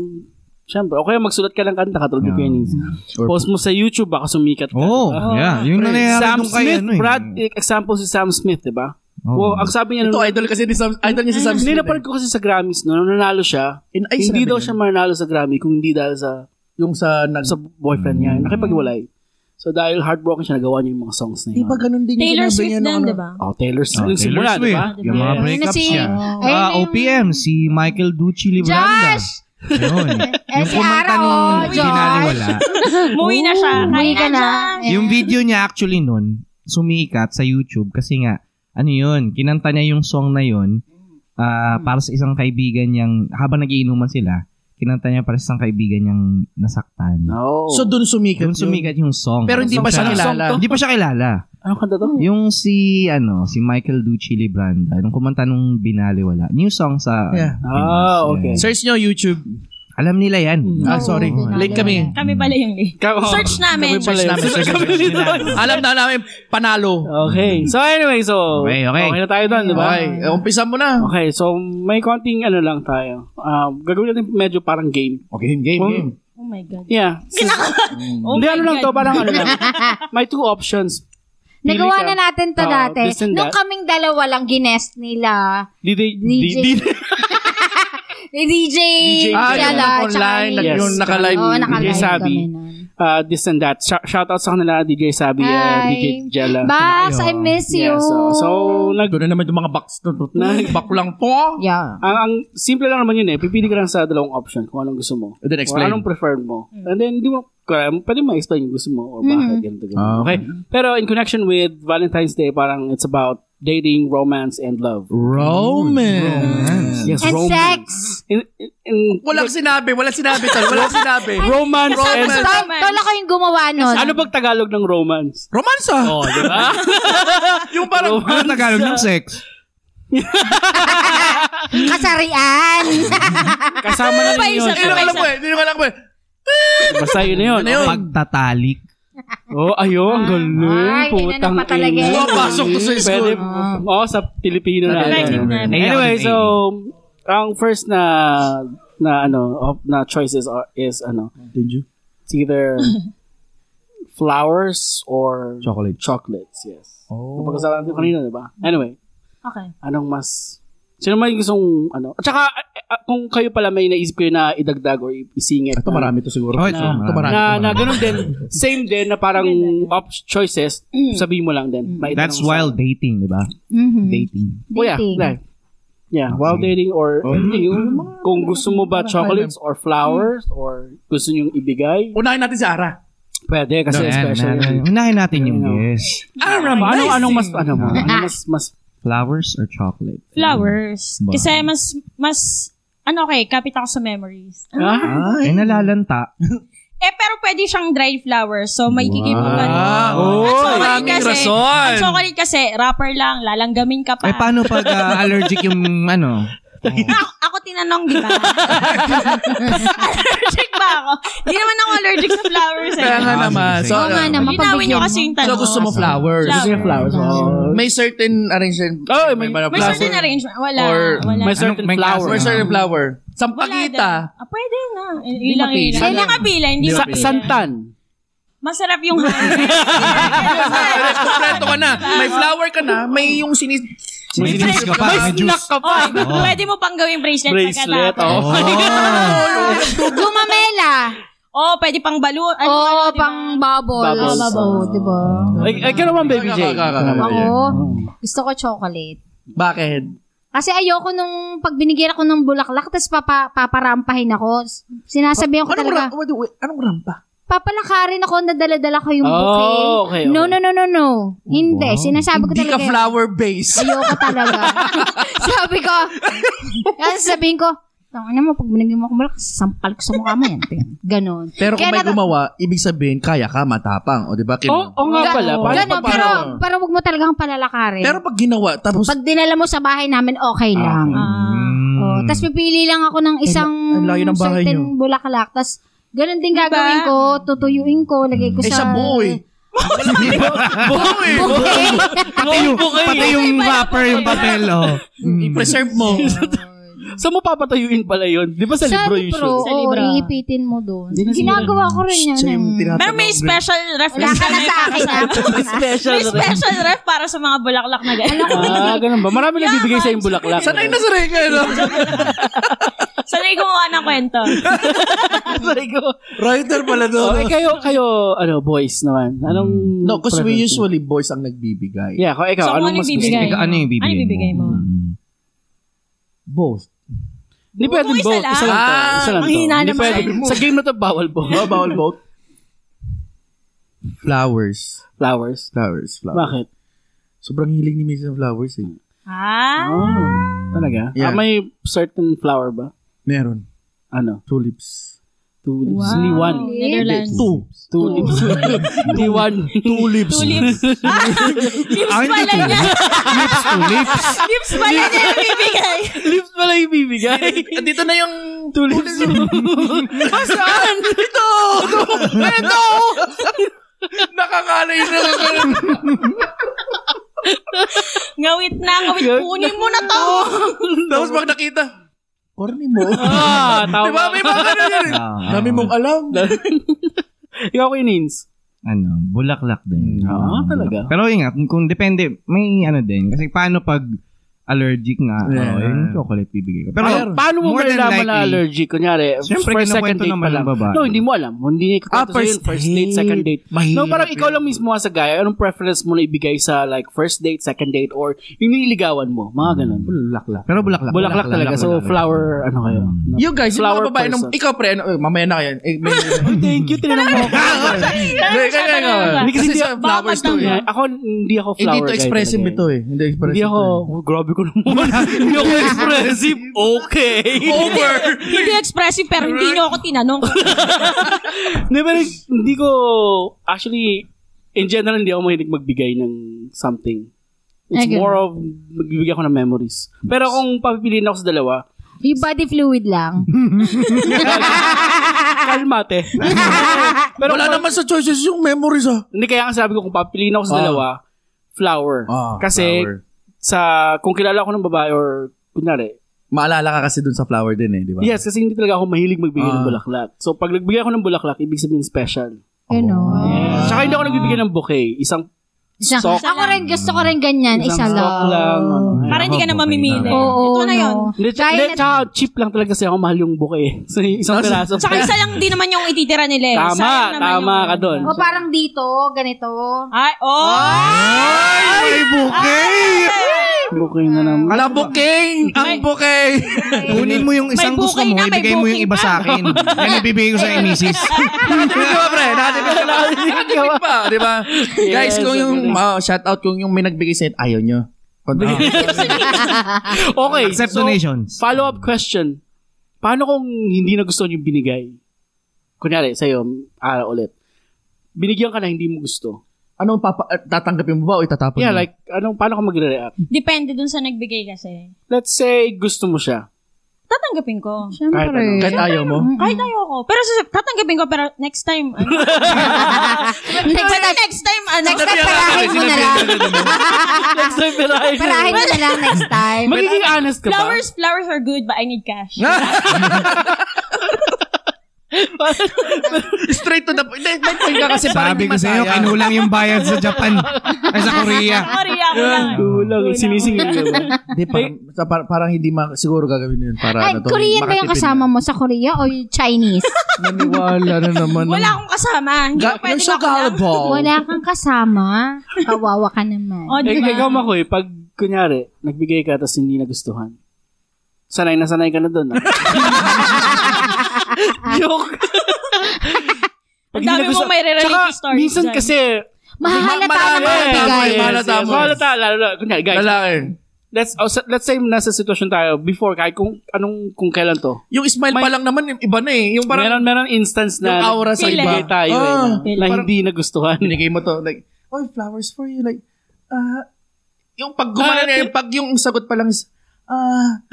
S1: syempre. O kaya magsulat ka ng kanta, katulad ni
S4: Yeah.
S1: Kenny's.
S3: Or-
S1: Post mo sa YouTube, baka sumikat ka.
S4: Oo,
S1: diba?
S4: Oh, yeah. Yun na nangyari
S1: Sam
S4: nung kay
S1: Smith,
S4: ano eh. Oh.
S1: Brad, oh, example si Sam Smith, di ba?
S4: Oo.
S1: Well, ang sabi niya
S3: Ito,
S1: nun,
S3: idol kasi ni Sam, idol niya si Sam Smith. eh.
S1: nilapad ko kasi sa Grammys no, nung nanalo siya,
S3: In, ay,
S1: hindi
S3: sinabi
S1: daw
S3: niya.
S1: siya mananalo sa Grammy kung hindi dahil sa
S3: Yung sa nag...
S1: sa boyfriend
S4: Hmm.
S1: niya. Nakipaghiwalay. So dahil heartbroken siya, nagawa niya yung mga songs na
S3: Di
S1: yun.
S3: ba ganun din
S5: Taylor
S3: yung sinabi niya?
S5: Swift
S3: nung
S5: din,
S3: ano?
S5: di ba?
S1: Oh, Taylor Swift.
S4: Ah,
S1: yung
S4: Taylor
S1: simula, di
S4: Swift.
S1: ba?
S4: Yung mga
S1: Yeah.
S4: breakups
S2: Ayun na si-
S4: niya.
S2: ayun na
S4: Ah,
S2: yung-
S4: OPM, si Michael Ducci Libranda.
S2: Josh!
S4: Ayun.
S2: Eh,
S4: Yung
S2: si
S4: kumanta
S2: Ara,
S4: nung
S2: oh, Josh.
S4: binaliwala.
S5: Muwi na siya.
S2: Umuwi ka na. Eh,
S4: Yung video niya actually nun, sumikat sa YouTube kasi nga, ano yun, kinanta niya yung song na yun ah, para sa isang kaibigan niyang, habang nagiinuman sila, kinanta niya para sa isang kaibigan niyang nasaktan.
S1: No.
S3: So, Oh. dun sumikat.
S4: Yung sumikat yung song.
S3: Pero hindi
S4: Song
S3: pa siya
S4: siya-
S3: kilala.
S4: Hindi pa siya kilala.
S1: ano kanta to?
S4: Yung si, ano, si Michael Ducci Libranda, nung kumanta nung Binaliwala. New song sa
S3: Yeah.
S4: Pinas,
S1: Ah, okay.
S4: yeah.
S3: Search niyo YouTube.
S4: Alam nila yan.
S3: Ah, sorry.
S2: Oo.
S3: Late kami.
S5: Kami pala yung late.
S1: Come on.
S4: oh.
S5: Search namin.
S1: Kami pala
S5: Search
S1: yun.
S3: namin.
S1: Search kami
S3: Search
S1: dito.
S3: Alam na namin, panalo.
S1: Okay. So anyway, so
S4: Okay, okay.
S1: na tayo doon, di ba?
S3: Okay, eh, umpisa mo na.
S1: Okay, so may konting ano lang tayo. Ah, gagawin natin medyo parang game.
S3: Okay, game, game, game.
S5: Oh my God.
S1: Yeah.
S4: Hmm.
S5: Oh
S1: Hindi,
S5: my
S1: ano lang
S5: God.
S1: to, parang ano lang. May two options. Pili
S2: Nagawa
S1: ka.
S2: na natin to
S1: Oo,
S2: dati.
S1: this and
S2: Nung
S1: that.
S2: kaming dalawa lang ginest nila.
S1: Di, di, di,
S2: DJ.
S1: di-
S2: Ni DJ,
S1: DJ
S3: Ah,
S2: siya
S3: yung
S2: la,
S3: online,
S2: tsaka ni-
S1: yes.
S3: yung nakalive.
S2: Oo,
S1: DJ
S2: nakalive
S1: Sabi.
S2: kami nun.
S1: uh, this and that. Sh- shout out sa kanila, DJ Sabi, uh,
S2: Hi.
S1: DJ Jella.
S2: Bax, I miss you.
S1: Yeah, so, so nag,
S3: Doon na naman yung mga box na to.
S1: Nag-
S3: Back lang to.
S2: yeah.
S1: ang, ang simple lang naman yun eh. Pipili ka lang sa dalawang option kung anong gusto mo.
S3: And then explain.
S1: Or anong preferred mo.
S2: Mm.
S1: And then, hindi mo, kaya, pwede mo explain yung gusto mo or
S2: Mm-hmm.
S1: bakit. ganito, ganito.
S3: Ah.
S1: okay. Pero in connection with Valentine's Day, parang it's about dating, romance, and love.
S3: Romance.
S1: Yes,
S2: And sex.
S1: romance. In, in, in-
S3: Walang sinabi, walang sinabi, tol. Walang sinabi.
S1: romance and...
S3: Romance.
S2: Tol, tol ako yung gumawa nun.
S1: Ano bang Tagalog ng romance?
S3: Romansa.
S1: Oh, di ba?
S3: yung parang,
S4: Ano ang Tagalog ng sex?
S2: Kasarian.
S1: Kasama
S2: Ano
S1: na rin yun.
S5: isa-
S3: hindi ko alam ko eh, hindi ko alam ko eh.
S1: Basta yun na yun.
S3: Ano yun?
S4: Pagtatalik.
S1: Oh, ayun.
S2: Ay,
S1: Galing.
S2: ganun
S1: Putang
S2: pa talaga
S1: ina.
S2: eh.
S3: Pumapasok to sa school.
S1: Pwede. Oo, sa Pilipino na.
S5: Right,
S1: ano.
S5: right.
S1: Anyway, so ang first na na ano op, na choices are, is ano
S3: Did you?
S1: it's either flowers or
S4: Chocolate.
S1: chocolates yes
S4: Oh.
S1: napag-usapan natin kanina di ba anyway
S5: Okay.
S1: anong mas sino may gustong ano at saka eh, eh, kung kayo pala may naisip kayo na idagdag or i- isingit
S3: Ito
S1: na-
S3: marami to siguro.
S4: Oh, ito,
S1: na,
S4: marami.
S3: ito marami.
S1: na,
S4: ito
S1: na
S4: marami.
S1: ganun din same din na parang op choices sabihin mo lang din Maitanong
S4: That's
S1: sa-
S4: wild dating, di ba?
S2: Mhm.
S4: Dating.
S1: Oh, yeah.
S2: Dating.
S1: yeah. Yeah, while dating or anything. Yung- Mm-hmm. Oh. Kung gusto mo ba chocolates or flowers or gusto nyo ibigay,
S3: Unahin natin si Ara.
S1: pwede kasi special. yun. Ah,
S4: Unahin natin yung yes.
S3: Ara,
S1: Paano,
S3: amazing.
S1: anong mas, ano mo? Ano mas, mas,
S4: Flowers or chocolate?
S5: Flowers.
S4: Ba-
S5: Kasi mas, mas, ano okay, kapit ako sa memories.
S1: ah?
S4: Ay, nalalanta.
S5: Eh, pero pwede siyang dried flowers. So, may kikip mo pa rin.
S3: Ah, oh,
S5: Ang chocolate
S3: maraming
S5: kasi-
S3: rason.
S5: Ang chocolate kasi, wrapper lang, lalanggamin ka pa.
S4: Ay, paano pag ah, allergic yung ano?
S5: ako, ako tinanong, di ba? allergic ba ako? Di naman ako allergic sa flowers. Eh.
S3: Kaya nga
S4: Ah,
S3: naman.
S4: sige,
S3: So,
S4: sige.
S2: Oo nga naman.
S5: Linawin nyo
S2: Pagbigyan
S5: kasi
S2: mo.
S5: yung tanong.
S3: So, gusto mo
S5: Kasi-
S3: flowers?
S1: gusto nyo flowers? Oh.
S3: May certain arrangement.
S1: Oh, may-
S3: mga
S5: May
S3: flower.
S5: certain arrangement. Wala.
S3: Or-
S5: wala.
S1: May certain
S4: Anong- may
S1: flower.
S3: May certain flower.
S5: Wala
S3: Sampakita.
S5: din. Ah, pwede na. Yun lang yun.
S3: mapili.
S5: Hindi na kabila, hindi
S1: Sa,
S5: mapila.
S1: santan.
S5: Masarap yung honey.
S3: Kompleto ka na. May flower ka na. May yung sinis...
S4: May
S5: Siyempre,
S4: juice ka pa. May
S5: Knock
S4: juice.
S5: ka pa.
S4: Oo.
S5: Pwede mo pang gawing bracelet,
S1: Bracelet,
S5: pagkatapos.
S1: oh.
S4: Oh.
S2: Gumamela.
S5: Oo, Oh, pwede pang balloon. Ano, ano,
S2: Oo,
S5: di ba?
S2: pang bubbles.
S1: Bubbles.
S2: Ah, bubble, di ba?
S1: Ay, ay, ka Eh, naman, Baby
S3: Kaka-
S1: J.
S3: kaka-
S1: Ka naman.
S2: Ako,
S1: Mm.
S2: gusto ko chocolate.
S3: Bakit?
S2: Kasi ayoko nung pag binigyan ako ng bulaklak, tapos papa, paparampahin ako. Sinasabihan ko
S1: Ano
S3: Anong,
S2: talaga,
S3: ra- wait, wait, anong rampa?
S2: papalakarin ako, nadala-dala ko yung
S1: Oh,
S2: bouquet.
S1: okay, Oh, okay.
S2: No, no, no, no, no. Hindi, sinasabi ko
S3: Hindi
S2: talaga.
S3: ka flower base.
S2: Ayoko talaga. Sabi ko, kasi sabihin ko, "Tang ina mo, pag binigyan mo ako ng bulaklak, sampal ko sa mukha mo yan. Ganon.
S3: Pero kung
S2: Kaya
S3: may
S2: nata-
S3: gumawa, ibig sabihin, kaya ka, matapang. O, diba? di ba? Kim?
S1: Oh, oh nga
S2: Ga-
S1: pala. Paano
S2: Ganon,
S1: pag-
S2: pero,
S3: paano?
S2: pero huwag mo talagang palalakarin.
S3: Pero Ah, pag ginawa, tapos,
S2: pag dinala mo sa bahay namin, okay lang.
S5: Ah.
S4: Mm.
S2: Oh, tapos pipili lang ako ng isang
S3: Hmm. Eh, ang layo ng bahay
S2: certain
S3: niyo.
S2: bulaklak. Tapos ganun din
S5: Diba?
S2: gagawin ko, tutuyuin ko, lagay ko
S3: eh,
S2: sa...
S3: sa buoy.
S2: Buhay!
S4: Pati yung, pati yung wrapper, yung papel. Oh. Mm.
S3: I-preserve mo.
S1: Saan mo papatayuin pala yun? Di ba sa
S2: sa
S1: libro
S2: libro,
S1: usually?
S2: oo,
S5: Sa libro.
S2: iipitin mo doon.
S1: Hindi na
S2: Ginagawa ko rin yan.
S3: Siya yung
S2: eh.
S3: tinatanong.
S5: Pero may special ref.
S2: Wala ka na sa akin. ah.
S1: Special.
S5: May special ref para sa mga bulaklak na ganyan.
S1: Ah, ganun ba? Marami na bibigay sa yung bulaklak.
S3: Sanay na sanay ka, no?
S5: Sanay gumawa ng kwento.
S1: Sanay ko.
S3: Writer pala to.
S1: Okay, eh, kayo, kayo, ano, boys naman. Anong...
S3: Mm. No, because we
S1: preference mo?
S3: usually boys ang nagbibigay.
S1: Yeah, kung ikaw,
S5: So,
S1: anong mas
S5: ano
S1: gusto? mo?
S5: bibigay?
S4: Ikaw, ano yung bibigay,
S5: Ano yung bibigay mo?
S4: Mm.
S3: Both.
S1: Hindi pwedeng
S5: isa
S1: both.
S5: lang.
S1: Isa lang to.
S3: Ah,
S1: Isa lang to.
S5: manghina
S1: Hindi
S5: naman.
S1: pwede. Sa game na to, bawal po.
S3: Oh, bawal both. Flowers.
S1: Flowers.
S3: Flowers, flowers.
S1: Bakit?
S3: Sobrang hiling ni Mason Flowers eh.
S5: Ah,
S1: Oh, talaga?
S3: Yeah.
S1: Ah, may certain flower ba?
S3: Meron.
S1: Ano?
S3: Tulips.
S1: Tulips. Ni one.
S5: Netherlands.
S3: Two.
S1: Tulips. Ni one. Tulips.
S5: Tulips. Lips
S4: Ay,
S5: pala
S4: hindi
S5: niya.
S4: Lips to lips.
S5: Lips pala niya yung bibigay.
S1: Tulips pala yung bibigay.
S3: Dito na yung...
S1: Tulips. Ah,
S3: Saan? Ito! Ito! Nakakalay na
S5: Ngawit na, ngawit. Kunin mo na to.
S3: Tapos pag nakita, corny mo.
S1: ah,
S3: Di ba?
S1: tama.
S3: May mga ganun yun. eh.
S4: Ah,
S3: Dami mong alam.
S1: Ikaw ko inins.
S4: ano, bulaklak din.
S1: Mm. Ah, talaga?
S4: Pero yun nga, kung depende, may ano din. Kasi paano pag allergic nga, oh,
S3: Yeah.
S4: yung chocolate bibigay ko. Pero,
S1: Pero, paano mo
S4: more than
S1: malalaman na
S4: likely-
S1: allergic? Kunyari,
S4: Siyempre,
S1: first, second
S4: kinukwento
S1: date
S4: naman
S1: pa lang.
S4: ng babae.
S1: No, hindi mo alam. Hindi ko
S3: Ah,
S1: kwento sa'yo yun.
S3: first
S1: First date,
S3: date.
S1: second date.
S3: Mahirap
S1: no, parang ikaw
S3: yun.
S1: lang mismo as a guy, anong preference mo na ibigay sa like first date, second date, or yung nililigawan mo? Mga ganun.
S3: Bulaklak.
S4: pero Hmm. bulaklak. Hmm.
S1: Bulaklak talaga. So, flower, ano kayo? No.
S3: You guys, yung
S1: Flower
S3: mga babae, nung,
S1: person.
S3: ikaw pre, ano, eh, mamaya na kayo. Eh, may,
S1: Thank you, tinanong mo ako.
S3: Kaya- kaya- kaya- kaya-
S1: Hindi kasi
S3: Kasi
S1: hindi
S3: sa flowers to eh.
S1: Yeah, Ako, hindi ako flower
S3: Hindi to
S1: guy
S3: expressive
S1: talaga
S3: ito eh. Hindi
S1: eh. Hindi
S3: expressive.
S1: ako, oh, grabe ko naman. hindi ako expressive. Okay.
S3: Over!
S5: Hindi expressive pero hindi niyo ako tinanong.
S1: Hindi, pero hindi ko, actually, in general, hindi ako mahilig magbigay ng something. It's
S2: Okay.
S1: more of, magbibigay ako ng memories. Pero kung papipiliin ako sa dalawa,
S2: Yung body fluid lang.
S1: kalmate. pero
S3: Wala
S1: kung-
S3: naman sa choices yung memories ah.
S1: Hindi, kaya ang sabi ko, kung papiliin ako sa
S3: Ah.
S1: dalawa, flower. Kasi, sa, kung kilala ako ng babae or, kunyari,
S3: Maalala ka kasi dun sa flower din eh, di ba?
S1: yes, kasi hindi talaga ako mahilig magbigay ng
S3: Ah.
S1: bulaklak. So, pag nagbigay ako ng bulaklak, ibig sabihin special.
S2: Ganon.
S3: Ah.
S1: Saka hindi ako nagbibigay ng bouquet. Isang
S2: Isa-
S1: Sock.
S2: Ako rin, gusto ko rin ganyan. Isa
S1: isang stock lang. ano.
S2: lang.
S5: Para hindi ka na mamimili. Oh.
S2: Oo,
S5: Ito na yun.
S2: no.
S1: Hindi, tsaka-
S2: Dahil
S1: hindi, tsaka cheap lang talaga kasi ako mahal yung bouquet. So, yung isang piraso.
S5: Tsaka isa lang din naman yung ititira nila. eh.
S1: Tama,
S5: Sayang naman
S1: tama
S5: yung-
S1: ka doon.
S2: O parang dito, ganito.
S5: Ay, oh!
S4: Ay, bouquet!
S1: Bouquet na naman.
S3: Ala booking! Ang booking!
S4: Kunin mo yung isang
S5: Ah, May
S4: gusto
S5: bouquet
S4: mo,
S5: na, may
S4: ibigay mo yung
S5: booking
S4: iba sa akin. Yan ang bibigay ko sa imisis.
S3: Nakatipid ka ba, pre? Nakatipid ka ba? Nakatipid pa, di ba? Guys, kung yung, oh, shout out kung yung may nagbigay sa'yo, ayaw nyo. ano, Kontra.
S1: Okay,
S4: Accept
S1: so,
S4: donations.
S1: follow-up question. Paano kung hindi na gusto yung binigay? Kunyari, sa'yo, araw ulit. Binigyan ka na hindi mo gusto.
S3: Anong papa, eh, tatanggapin mo ba o itatapon
S1: Yeah,
S3: mo?
S1: like, anong, paano ka magre-react?
S5: Depende dun sa nagbigay kasi.
S1: Let's say, gusto mo siya.
S5: Tatanggapin
S1: Kahit ano.
S5: ko.
S2: Siyempre.
S3: Kahit ayaw mo?
S5: Kahit ayoko. Pero sa, tatanggapin ko, pero next time. Ano?
S2: Next
S5: Pwede
S2: time,
S5: next time, ano?
S2: next time, parahin mo na lang.
S1: Next time, pirahin.
S2: Parahin mo na lang next time.
S1: Magiging honest ka ba?
S5: Flowers, flowers are good, but I need cash.
S3: Straight to the point. Hindi, may point ka kasi parang
S4: Sabi
S3: hindi
S4: ko sa
S3: masaya.
S4: kinulang yung bayad sa Japan. Ay, sa Korea.
S5: Korea ko lang.
S1: Kulang. Sinisingil ka ba?
S3: Hindi, parang, sa- par- parang hindi ma- siguro gagawin yun para
S2: Ay,
S3: ano to,
S2: Korean ba yung
S3: makatipid
S2: kasama
S3: na.
S2: mo sa Korea o yung Chinese?
S3: Maniwala na naman.
S5: Wala akong kasama. Hindi
S3: Ga-
S5: ko pwede
S3: you're so
S5: ako lang.
S3: gullible.
S2: Wala kang kasama. Kawawa ka naman.
S5: O,
S1: Eh,
S5: Oh, di
S1: ikaw
S5: ba?
S1: makoy, pag kunyari, nagbigay ka tapos hindi nagustuhan. Sanay na sanay ka na ah. doon. Joke.
S5: Ang dami mong may re-relative stories
S1: minsan
S5: dyan.
S1: kasi,
S2: Mahalata
S3: Ma-
S2: ng mga
S3: malalaman.
S2: bigay.
S3: Yes, Mahalata mo.
S1: Mahalata, lalo, lalo. Kunyari, guys,
S3: Lalaki.
S1: let's, oh, sa- let's say nasa sitwasyon tayo before, kahit kung anong, kung kailan to.
S3: Yung smile pa lang naman, iba na eh. Yung parang,
S1: meron, meron instance na
S3: yung aura sa
S5: Feel
S3: iba.
S1: nagbigay tayo eh,
S3: Ah,
S1: na- na, hindi nagustuhan.
S3: binigay mo to. Like, oh, flowers for you. Like, ah, yung pag gumana na yun, pag yung sagot pa lang is, ah.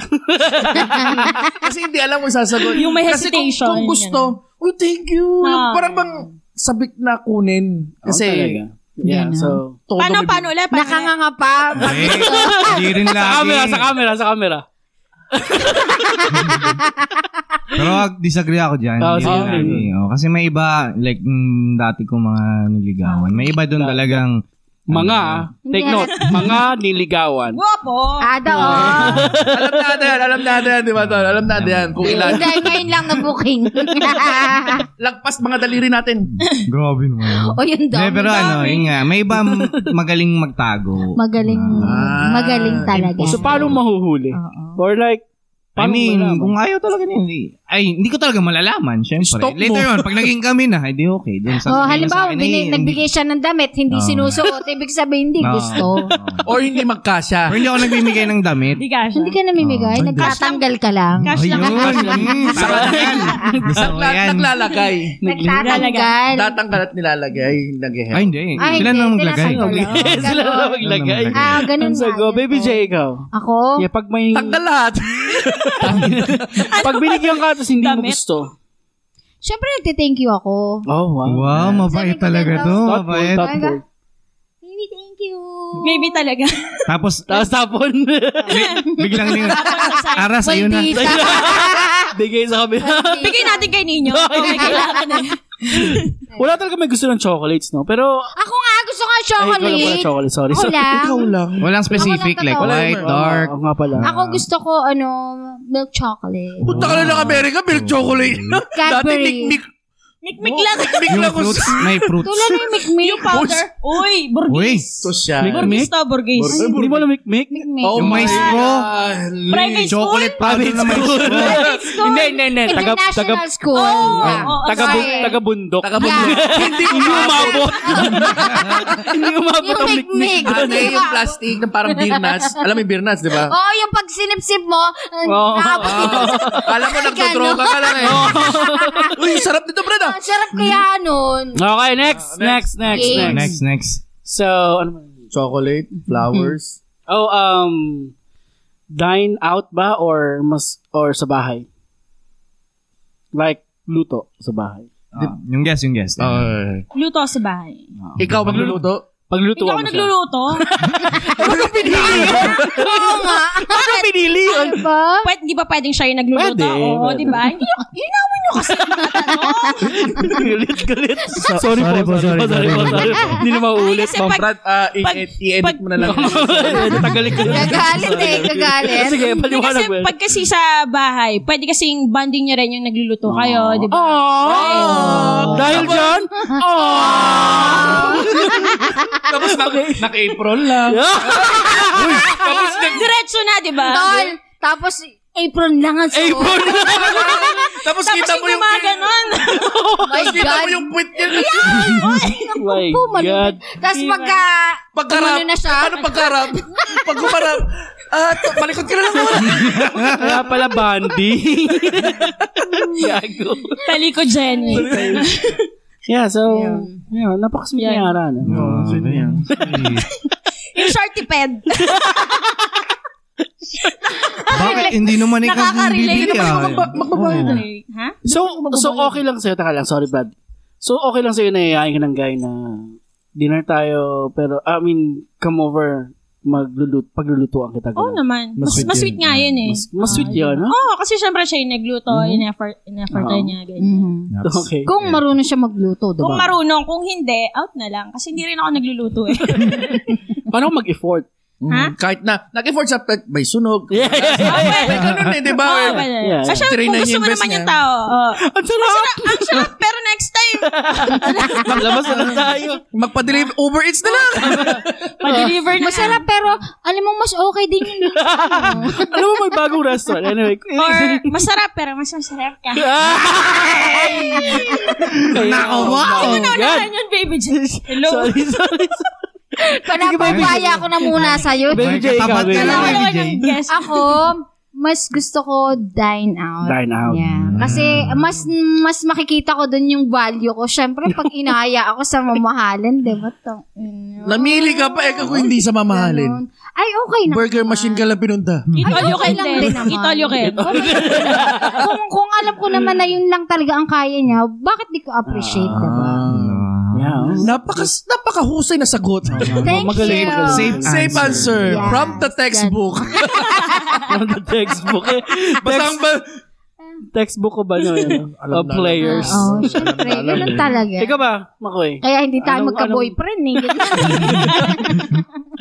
S3: kasi hindi alam kung sasagot.
S5: Yung may
S3: Kasi kung-
S5: hesitation,
S3: Kung, gusto, oh, thank you.
S5: Ah.
S3: parang bang sabik na kunin.
S1: Oo, talaga.
S3: Kasi,
S1: Yeah,
S2: Yan,
S1: so...
S3: todo
S5: Paano,
S3: may-
S5: paano ulit? Paano ulit?
S2: Nakanganga pa.
S4: Eh, Hindi rin
S1: Sa camera,
S4: lagi.
S1: sa camera, sa camera.
S4: Pero wag, disagree ako dyan.
S3: Ah,
S1: Oo,
S4: Hindi
S1: sige.
S4: rin lagi. Oh, kasi may iba, like, mm, dati ko mga niligawan. May iba doon talagang,
S1: Mga, take
S2: Hindi,
S1: note, mga niligawan.
S5: Guwapo.
S2: Ada o.
S3: alam natin yan, alam natin yan, di ba, Tol? Alam natin yan. Kung ilan.
S2: Hindi, ngayon lang na booking.
S3: Lagpas mga daliri natin.
S4: grabe naman.
S2: o yun
S4: Hindi,
S2: daw.
S4: pero ano, yun nga, may iba m- magaling magtago.
S2: Magaling. magaling talaga.
S1: So, paano mahuhuli?
S2: Oo.
S1: Or like,
S4: I
S1: paano
S4: mean,
S1: malalaman?
S4: kung ayaw talaga niya, hindi. Ay, hindi ko talaga malalaman, syempre.
S3: Stop mo.
S4: Later on, pag naging kami na, hindi okay. Dun sa
S2: Oh,
S4: sabihin
S2: halimbawa,
S4: na sa akin, eh,
S2: bini-
S4: hindi-
S2: nagbigay siya ng damit, hindi
S4: Oo.
S2: sinusuot. Ibig sabihin, hindi
S4: Oo.
S2: gusto.
S4: Oo.
S3: Or hindi magkasya.
S4: Pero hindi ako nagbibigay ng damit.
S5: Hindi ka siya.
S2: Hindi ka namimigay.
S4: Oo.
S2: Nagtatanggal ka lang.
S5: Cash lang.
S4: Ayun. Mm, tama na yan. Gusto ko
S3: Nagla-
S4: yan.
S3: naglalagay.
S2: Nagtatanggal.
S3: Tatanggal at nilalagay.
S4: Ay,
S3: Nag-help.
S4: hindi. Sila na maglagay.
S2: tinatanggol.
S1: Sila na maglagay.
S2: Ah,
S1: Ang
S2: ganun nga.
S1: sago. Baby J, ikaw.
S2: Ako?
S1: Yeah, pag may...
S3: Tanggal lahat.
S1: pag binigyan ka, tapos hindi mo
S5: Damit?
S1: gusto.
S2: Siyempre, nagte-thank you ako.
S1: Oh, wow.
S4: Wow,
S2: Sabi
S4: mabait
S2: ko
S4: talaga
S2: din
S4: to.
S2: daw,
S1: Thoughtful,
S4: Mabait.
S1: thoughtful.
S2: Baby, thank you.
S5: Maybe talaga.
S4: Tapos,
S1: Tapos tapon.
S4: biglang ning Ara, sa'yo na.
S2: Maldita.
S1: Bigay sa kabila.
S5: Bigay natin kay Ninyo. Kung may kailangan eh.
S1: Wala talaga may gusto ng chocolates, no? Pero,
S2: Ako nga, gusto ko ng
S1: ay, ikaw lang pala
S2: chocolate.
S1: chocolate. Sorry.
S2: Ako
S1: Sorry.
S2: lang.
S3: lang.
S4: Walang specific,
S2: Ako lang
S4: like
S2: totoo.
S4: white,
S3: Wala,
S4: dark.
S1: Oo nga pala.
S2: Ako gusto ko, ano, milk chocolate.
S3: Punta ka na ng Amerika, milk
S4: Mm.
S3: chocolate. Dati
S2: Cadbury.
S3: mikmik.
S5: Mikmik lang.
S3: Mikmik
S4: Yung
S3: lang ko
S4: fruits,
S3: sa...
S4: may fruits.
S2: Tulad ng mikmik.
S5: Yung powder.
S4: Uy,
S5: Uy, burgis.
S3: siya.
S5: Burgis to, burgis.
S3: Burgis.
S1: Hindi mo alam, Mick?
S2: Mikmik.
S3: Oh
S4: Yung
S3: my
S4: may straw.
S5: Private school?
S4: chocolate powder na may straw.
S1: Hindi, hindi, hindi. Taga, taga,
S2: International school.
S5: Oo,
S2: Yeah.
S5: Ah, oo,
S1: taga,
S5: sorry.
S1: bu- taga bundok.
S3: Taga Hindi ko
S1: umabot. Hindi umabot
S2: Yung
S1: ang
S2: mikmik.
S1: mikmik.
S3: Ano yung plastic na parang beer nuts? Alam mo yung beer nuts, di ba?
S2: Oo, oh, yung pag sinip-sip mo, uh,
S1: Oo.
S2: nakabot dito.
S3: Alam mo, nagdodroga ka lang eh. Uy, sarap nito, Brad ah.
S2: Ang sarap kaya nun.
S1: Okay, Ah, next, next, next,
S2: Okay.
S1: next.
S4: Next, next.
S1: So, ano man?
S3: Chocolate, flowers.
S1: Oh, um, dine out ba or mas, or sa bahay? Like, luto sa bahay.
S4: Ah, yung guess, yung guess.
S3: Ay.
S5: Luto sa bahay.
S3: Mm. Ah, eh. Ikaw, magluluto?
S1: Pagluto
S5: Hindi ako nagluluto.
S3: Ano pinili?
S2: Oo nga.
S1: Ano pinili yun?
S2: Ano ba?
S5: Pwede, di ba pwedeng siya yung nagluluto?
S1: Pwede,
S5: Oo,
S1: pwede.
S5: di ba? Hindi ako, hinawin nyo kasi yung mga tanong.
S1: galit, galit. sorry, po, sorry, po, sorry, po, sorry po. Hindi na mauulit.
S5: Kasi pag,
S3: Brad, ah, i-edit i-edit mo na lang.
S1: Tagalit ka lang.
S2: Gagalit eh, gagalit.
S1: Sige,
S5: hindi kasi
S1: paliwanag mo.
S5: pag kasi sa bahay, pwede kasing bonding nyo rin yung nagluluto kayo, di ba?
S1: Aww! Dahil dyan? Aww!
S3: Tapos nak- naka-April lang.
S5: Tapos Diretso na, di ba?
S2: Tol, tapos apron lang ang suot.
S1: Apron!
S3: Tapos
S5: Tapos
S3: kita
S5: yung
S3: mo yung
S5: gumaganon.
S2: My
S3: Tapos kita
S2: God.
S3: mo yung puwit niya.
S1: My
S2: Po, malupit.
S1: God.
S2: Tapos pagka,
S3: Pagkarap.
S2: Ano na siya?
S3: Ano pagkarap? Pag gumarap. Ah, to- malikot ka na lang muna.
S1: Kaya pala Bandy. Gago.
S5: Taliko Jenny.
S1: Yeah, so, yeah. napakasweet
S5: Yeah.
S1: niya ara. No?
S4: Ah,
S3: sino yan?
S4: sweet.
S5: Yung shorty ped.
S4: Bakit hindi naman ikaw
S5: Nakaka-relate.
S4: bibili ah?
S5: Ha?
S1: So, so okay lang sa'yo. Taka lang, sorry Brad. So, okay lang sa'yo na yayain ka ng guy na dinner tayo, pero, I mean, come over, maglulut, paglulutuan kita.
S5: Oo
S1: ganun.
S5: naman. Mas, mas
S3: Mas sweet
S5: sweet nga yun eh.
S1: Mas, mas sweet yun, ha?
S5: Oo, oh, kasi syempre siya yung nagluto,
S1: Mhm.
S5: in-effort, in-effort
S1: Oo.
S5: niya. Ganyan.
S2: Mhm.
S3: Naps.
S1: Okay.
S2: Kung marunong siya magluto, diba?
S5: Kung marunong, kung hindi, out na lang. Kasi hindi rin ako nagluluto eh.
S1: Paano ako mag-effort?
S3: Mm,
S5: Ha?
S3: Kahit na, nag-effort siya, but may sunog.
S1: Yeah, yeah, yeah.
S3: May ganun eh, di ba?
S5: Oo,
S3: Eh,
S5: ganyan.
S1: Yeah, yeah.
S5: Kasi
S3: Trinay
S5: kung
S3: niya
S5: gusto
S3: yung
S5: mo
S3: best
S5: naman
S3: niya.
S5: yung tao, oo.
S1: Ang sarap!
S5: Ang sarap, pero next time,
S1: Labas na lang tayo.
S3: Magpa-deliver, Uber Eats na lang.
S5: pa-deliver na.
S2: Masarap pero alam mo mas okay din yung
S1: Alam mo, may bagong restaurant. Anyway.
S5: Or masarap, pero mas masarap ka.
S1: Oh, Nako,
S5: Hindi ko naunahan Ano yun, baby. Just, hello.
S1: Sorry, sorry. sorry.
S2: Panapapaya ko na muna sa'yo.
S1: Baby J,
S4: Katapat
S1: ikaw,
S4: ka
S1: baby.
S4: lang, Baby
S5: Wala ka
S4: J.
S5: ng guess.
S2: Ako, mas gusto ko dine out.
S1: Dine out. Mm.
S2: Yeah. Kasi mas mas makikita ko doon yung value ko. Siyempre, pag inaya ako sa mamahalin, di ba? Tang- ina.
S3: Namili ka pa, eh kung hindi sa mamahalin.
S2: Ganun. Ay, okay na.
S3: Burger machine ka lang pinunta.
S5: Eat all you
S2: okay
S5: can
S2: lang
S5: then.
S2: din naman. Diba?
S5: Eat all you can.
S2: kung, kung alam ko naman na yun lang talaga ang kaya niya, bakit di ko appreciate, diba? di ba?
S4: Ah.
S1: Yeah.
S3: Napaka, napakahusay na sagot.
S2: Thank
S1: Magaling,
S2: you.
S1: magaling.
S4: Safe
S3: Safe answer.
S2: Yeah.
S3: From the textbook.
S1: From the textbook. Eh.
S3: Basta ang ba...
S1: textbook ko ba yun? Of
S3: Alam na, alam.
S1: players.
S2: Oo, syempre. Ganun talaga.
S1: Ikaw ba, Makoy?
S2: Kaya hindi
S1: Anong-
S2: tayo magka-boyfriend eh.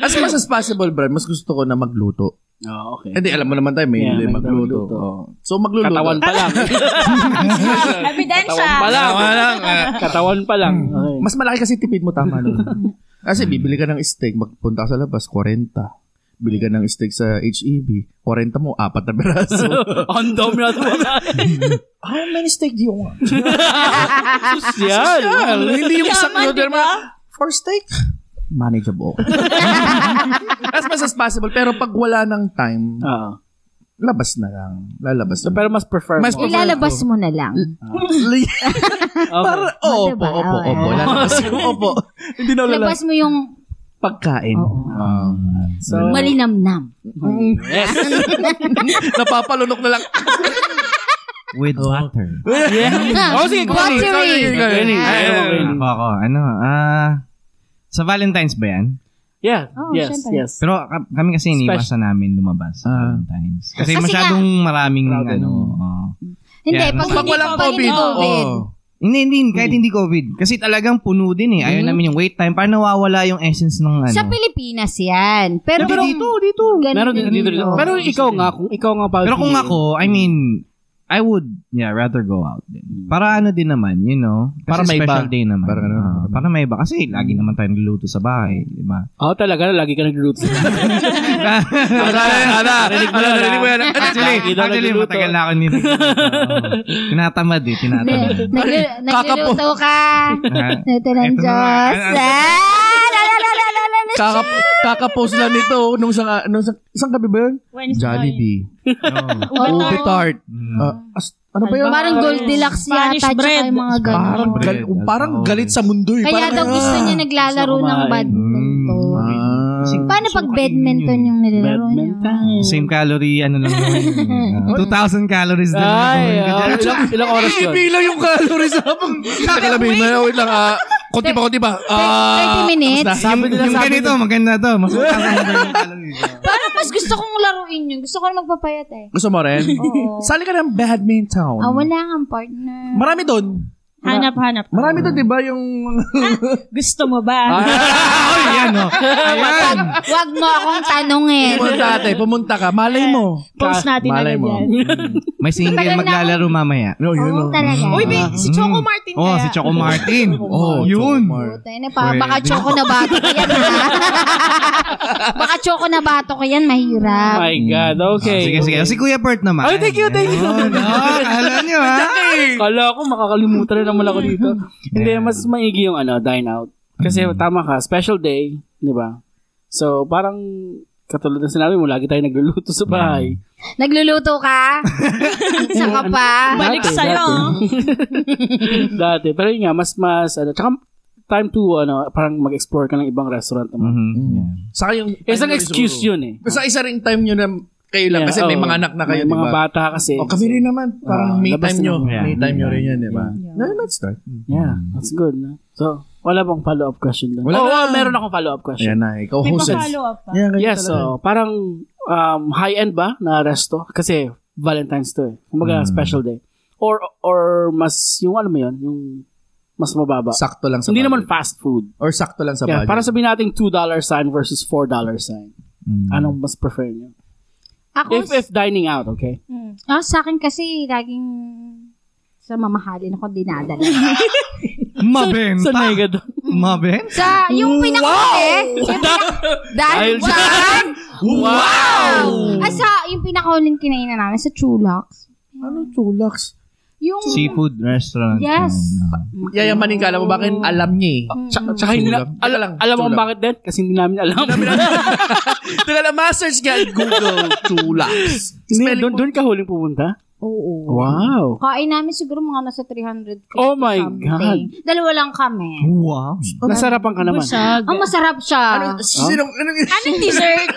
S3: As much as possible, Brad, mas gusto ko na magluto.
S1: Oh, okay.
S3: Hindi, alam mo naman tayo, may
S1: Yeah,
S3: hindi
S1: may
S3: magluto.
S1: magluto.
S3: Oo. So, magluluto.
S1: Katawan pa lang.
S5: Ebidensya. ah.
S1: Katawan pa lang.
S3: Tama lang. ah.
S1: Katawan pa lang.
S4: Hmm.
S1: Okay.
S3: Mas malaki kasi tipid mo, tama nun. kasi bibili ka ng steak, magpunta ka sa labas, 40. Bili ka ng steak sa HEB, 40 mo, apat na peraso.
S1: On dome na ito.
S3: How many steak do you want?
S1: Yan.
S3: Ah, hindi yung isang
S5: Yaman,
S3: order
S5: di
S3: mo.
S5: ba?
S3: For steak? Manageable. as much as possible. Pero pag wala ng time,
S1: Oo.
S3: labas na lang. Lalabas na.
S1: Pero mas prefer
S3: Mas
S1: mo.
S3: prefer-
S2: Ilalabas mo na lang.
S1: Okay.
S3: Para, oh,
S2: diba?
S3: opo, opo,
S2: Oo,
S3: opo.
S2: oo.
S3: Lalabas yung opo. Hindi na lalabas.
S2: Labas mo yung
S3: Pagkain. Ah.
S1: So,
S2: malinamnam.
S1: yes.
S3: Napapalunok na lang.
S4: With water.
S1: yeah. Oh, sige.
S2: Watery.
S1: Sorry, sorry, sorry.
S3: Ay,
S1: Sorry.
S4: Ako, ako, ano, ah, sa Valentine's ba yan?
S1: Yeah.
S2: Oh,
S1: Yes,
S2: syempre.
S1: yes.
S4: Pero ka- kami kasi iniwasan namin lumabas sa
S3: Ah.
S4: Valentine's.
S2: Kasi
S4: Kasi masyadong maraming
S1: Crowded.
S4: ano. oo.
S2: Hindi,
S4: Yeah,
S2: pag,
S3: Pag
S2: hindi,
S3: walang
S2: pag hindi
S3: COVID.
S2: COVID.
S3: oo.
S4: Hindi, hindi. Kahit hindi COVID. Kasi talagang puno din eh.
S3: Mm-hmm.
S4: Ayaw namin yung wait time. Para nawawala yung essence ng ano.
S2: Sa Pilipinas yan. Pero,
S4: Pero dito, dito.
S2: ganun
S1: Meron din
S2: din
S1: dito dito.
S2: yun.
S1: Pero ikaw nga, kung ikaw nga pa.
S4: Oh, Pero kung ako, I mean, I would, yeah, rather go out din. Para ano din naman, you know?
S3: Mm-hmm.
S4: Para
S3: Para may
S4: may special
S3: iba.
S4: day naman.
S3: Para ano, Mm-hmm.
S4: Ah, para may iba. Kasi lagi naman tayong luluto sa bahay, di ba?
S1: Oo, Oh, talaga. Lagi ka nagluluto.
S3: Ala, ala,
S1: Narinig mo na,
S3: narinig mo yan.
S4: Actually,
S1: Lagi daw
S4: actually,
S1: nagluluto.
S4: matagal na ako nito. Tinatamad eh, tinatamad.
S2: Nag- nag-
S3: Kakapo.
S2: Nagluluto ka.
S4: Ah,
S2: Ito ng
S4: Ito na.
S2: Diyos. Ah, la, la, la, la, la, la, la.
S3: Kaka, kakapost lang nito nung sa, nung sa, isang gabi ba yun?
S5: Wednesday.
S3: Jollibee. Oh.
S4: no.
S3: Ube
S5: tart.
S3: tart.
S4: Mm.
S3: Ah, as- ano ba yun?
S2: Parang gold deluxe yata.
S5: Spanish
S2: Tsaka
S5: bread.
S2: yung mga ganun.
S3: Parang, gal-
S4: Bread,
S3: parang
S4: alcohol.
S3: galit sa mundo eh.
S2: Kaya
S3: Parang,
S2: daw gusto niya naglalaro
S1: Gusto
S2: ng
S1: kumain.
S2: badminton.
S3: Ah.
S4: Kasi-
S2: Paano
S4: gusto
S2: pag
S4: ko kainin
S2: badminton
S4: Mm. yun.
S2: yung nilalaro niya?
S1: Badminton.
S4: Same calorie, ano lang naman yun. Ah, 2,000 calories na lang.
S1: Ay,
S4: naman.
S1: ah, ilang, ilang oras yun?
S3: Ibilang yung calories habang nakalabi na wait lang ah konti pa konti pa ah
S2: 30 minutes?
S1: Sabi nila
S4: Yung
S1: sa akin,
S4: ganito, maganda to. Mas 2,000 na yung calories.
S2: Parang mas gusto kong laruin yun. Gusto ko na magpapayat eh.
S3: gusto mo rin
S2: Oo.
S3: sali ka ng badminton
S2: Ah, wala nga partner.
S3: marami doon
S5: Hanap, hanap.
S3: marami doon di ba yung
S5: Gusto mo ba?
S4: Ay, yan o. Ayan.
S2: Wag mo akong tanungin.
S3: pumunta ate Ano pumunta ka malay mo
S5: Post natin agad
S3: malay mo
S5: yan.
S4: May single maglalaro mamaya.
S3: no yun
S2: Oo,
S3: oh.
S2: talaga.
S5: Uy, be, si Choco Martin
S4: Oh,
S5: kaya.
S4: Mm-hmm. si Choco Martin.
S3: Oh,
S4: oh, yun.
S3: Chocomar.
S2: Puta, na pa,
S4: Pwede.
S2: baka choco na bato ko yan, ha? baka choco na bato ko yan, mahirap.
S1: My
S3: Hmm.
S1: God, okay.
S4: Ah, sige, sige. Si Kuya Bert naman.
S1: Ay, thank you, thank you.
S4: Yun, oh, kala nyo, ha?
S1: Kala ko makakalimutan na naman ako dito. Hindi,
S4: Yeah.
S1: mas maigi yung ano, dine out. Kasi
S3: Hmm.
S1: tama ka, special day, di ba? So, parang katulad ng sinabi mo, lagi tayo nagluluto sa bahay.
S2: Nagluluto ka? Saka pa?
S5: Balik
S1: Dati,
S5: sa'yo.
S1: dati. Dati. Pero yun nga, mas, mas, ano, tsaka time to, ano, parang mag-explore ka ng ibang restaurant naman.
S4: Mhm. Yeah.
S3: saka yung
S1: Isang excuse yun eh.
S3: sa Hmm. isa ring time nyo na kayo lang
S1: Yeah,
S3: kasi may
S1: oo.
S3: mga anak na kayo
S1: May
S3: di
S1: mga
S3: ba
S1: bata kasi.
S3: o kami rin naman
S1: Ah,
S3: parang may
S1: labas
S3: time
S1: na
S3: nyo
S4: naman.
S3: may
S4: Yeah.
S3: time nyo rin yan di ba
S2: Yeah.
S3: no let's start
S1: Yeah, that's good. No? So, Wala bang follow-up question doon?
S3: Mm. Wala
S1: Oo,
S3: na.
S1: meron akong follow-up question.
S3: Ayan na, ikaw
S5: May
S3: hosted.
S5: pa-follow-up pa.
S3: Yeah, ganyan
S1: Yes, oh.
S3: talaga.
S1: so parang um, high-end ba na resto? Kasi Valentine's to eh. Kumbaga
S4: Hmm.
S3: Mm.
S1: special day. Or or mas, yung ano mo yun, yung mas mababa.
S3: Sakto lang sa
S1: Hindi naman
S3: budget.
S1: fast food.
S3: Or sakto lang sa
S1: Yeah,
S3: budget.
S1: para sabihin natin $2 sign versus $4 sign.
S4: Mm.
S1: Anong mas prefer niyo?
S2: Ako,
S1: If, if dining out, okay?
S5: Mm.
S2: ah, sa akin kasi, laging sa mamahalin ako dinadala.
S4: Mabenta.
S1: Sa negative.
S4: Mabenta.
S2: sa, yung pinakahuli, yung pinak- dahil
S1: Dahil
S2: dyan,
S1: Wow!
S2: ah, sa, yung pinakahuling kinainan namin, sa Chulax.
S3: Ano, Chulax?
S2: Yung,
S4: Seafood restaurant.
S2: Yes.
S3: Yayamanin ka, alam mo bakit? Alam niya eh.
S1: Tsaka, tsaka hindi na,
S3: Sulam.
S1: ala-
S3: Lang,
S1: alam mo
S3: sulam.
S1: kung bakit din? Kasi hindi namin alam.
S3: Teka lang, ma-search ka at Google Chulax.
S1: Hindi,
S3: Spelling
S1: doon, doon ka huling pumunta?
S2: oo.
S1: Wow.
S2: Kain namin siguro mga nasa 300.
S1: Oh my
S2: God. Dalawa lang kami.
S4: Wow.
S1: Nasarapan ka naman.
S5: Busag.
S2: Ang masarap siya.
S3: Ano, sinong, ano,
S5: Anong dessert?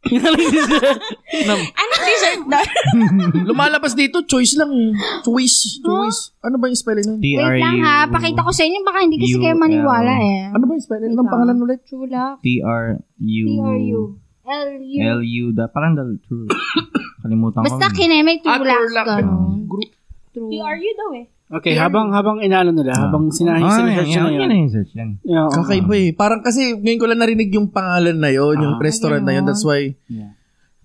S5: Anong dessert na?
S3: lumalabas dito, choice lang eh. Choice, choice. Ano ba yung spelling nun?
S2: Wait lang ha, pakita ko sa inyo. Baka hindi kasi kayo maniwala eh.
S3: Ano ba yung spelling ng
S2: Ikaw.
S3: pangalan ulit?
S2: Chula.
S4: T-R-U.
S2: T-R-U. L-U.
S4: L-U. Da, parang the true. Kalimutan
S2: Basta
S4: ko.
S2: kine, may
S3: Ah,
S2: tulak.
S3: tulak.
S4: Oh.
S2: Ganun.
S3: Group.
S2: True.
S5: PRU daw eh.
S1: Okay, habang habang inaano nila, habang sinahin
S4: Ah,
S1: sila na
S4: yan, yan,
S1: yun.
S4: yan, yung search yan.
S1: Yeah, oo.
S3: Kakaiba eh. Parang kasi ngayon ko lang narinig yung pangalan na yon, yung restaurant na yon. That's why,
S1: Ah, Yeah.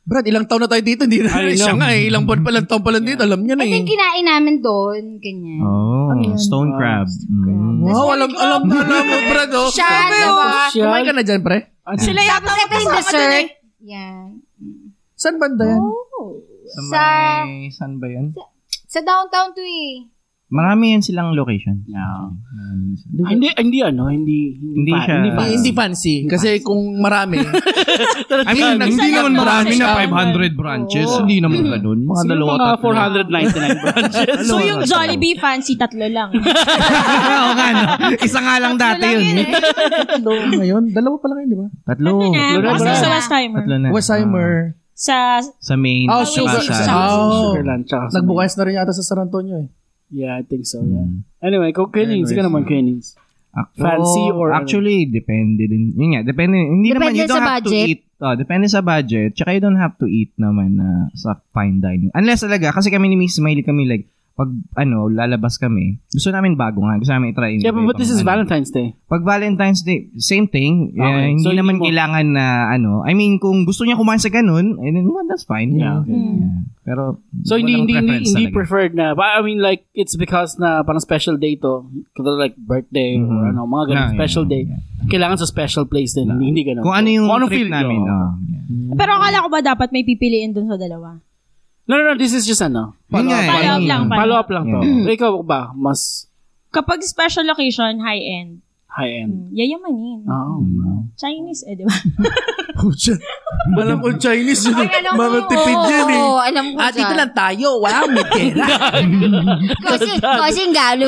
S3: Brad, ilang taon na tayo dito, hindi na
S1: I
S3: siya
S1: know.
S3: nga eh. Ilang buwan pala, taon pala dito, alam niya na
S2: Ito
S3: eh.
S2: yung kinain namin doon. Ganyan.
S4: Oh, stone crab. Mm.
S3: Wow, alam, alam na alam mo, Brad, oh.
S2: Siya,
S3: Sabi, oh.
S2: diba?
S3: Kumain ka na dyan, pre?
S1: Ano?
S5: Sila yata
S2: Tapos ito yung
S5: magkasama dun
S2: dessert.
S5: eh.
S2: Yan.
S3: Saan banda yan?
S1: Oh.
S4: Sa
S2: Sa-
S4: may, saan ba yan?
S2: Sa downtown to eh.
S4: Marami yan silang location.
S1: Yeah.
S4: Marami sila.
S1: Ah, hindi hindi ano, hindi
S4: Hindi
S1: pa-
S4: siya-
S1: Hindi pa.
S3: Hindi, hindi fancy. Kasi kung marami,
S4: I mean,
S3: Isa
S4: hindi naman
S5: lang branch
S4: marami na
S5: siya.
S4: 500 branches. Hindi naman ganun. Mga
S1: Siguro
S4: dalawa,
S1: mga
S4: tatlo.
S1: 499 branches.
S5: So yung Jollibee fancy, tatlo lang.
S4: Oo nga, no? Isa nga lang dati yun. eh.
S3: tatlo ngayon. Dalawa pa lang yun, di ba?
S4: Tatlo.
S5: na,
S1: Luna
S5: basta
S1: Brad.
S5: sa last timer.
S4: Tatlo na.
S3: Westheimer.
S5: Sa,
S4: Ah, Sa main.
S3: Oh,
S5: Ah,
S3: sugar.
S5: Westheimer.
S4: Sa-
S3: Oh.
S1: Sugarland, tsaka sa-
S3: Nagbukas na rin yata sa San Antonio eh.
S1: Yeah, I think so,
S4: Oh.
S1: yeah. Anyway, kung Kenny's, ka naman Kenny's.
S4: Ako,
S1: Fancy or- ano?
S4: Actually, depende din. Yun nga, depende. Hindi naman,
S2: Depende
S4: you don't
S2: sa
S4: have
S2: budget.
S4: to eat. Oh, depende sa budget. Tsaka you don't have to eat naman na sa fine dining. Unless talaga, kasi kami ni Miss Smiley kami like, pag ano, lalabas kami, gusto namin bago nga. Gusto namin i-try.
S1: Yeah, but, but this is Valentine's Day.
S4: ano. Pag Valentine's Day, same thing.
S1: Okay.
S4: Eh, hindi
S1: So, hindi
S4: naman
S1: mo-
S4: kailangan na ano. I mean, kung gusto niya kumain sa ganun, eh, then, well, that's fine.
S1: Yeah, okay.
S4: Yeah. Pero,
S1: So hindi
S4: walang
S1: hindi hindi,
S4: preference
S1: hindi
S4: talaga.
S1: preferred na. But I mean like it's because na parang special day to, katulad like birthday or
S4: Mhm.
S1: ano, mga ganun
S4: Yeah,
S1: special
S4: yeah,
S1: day.
S4: yeah.
S1: Kailangan sa special place din.
S4: Yeah.
S1: Hindi, hindi ganun.
S4: Kung ano yung
S1: anong
S4: trip
S1: feel nyo.
S4: namin. Oh, yeah.
S5: pero akala ko ba dapat may pipiliin dun sa dalawa?
S1: No, no, no, this is just ano.
S4: Yun nga eh.
S5: Follow-up lang.
S1: Follow up lang to.
S4: Yeah.
S1: Ikaw ba mas
S5: Kapag special location, high-end,
S1: high end?
S5: mm, yayamanin.
S1: Oh, wow.
S5: Chinese eh, di ba?
S3: Pucha. Alam ko Chinese yun.
S2: Ay, alam ko.
S3: Mga tipid
S2: oo,
S3: yan eh.
S2: oo, alam ko
S3: Ah,
S2: dyan.
S3: dito lang tayo. Walang mitera.
S2: Kasi, kasi galo.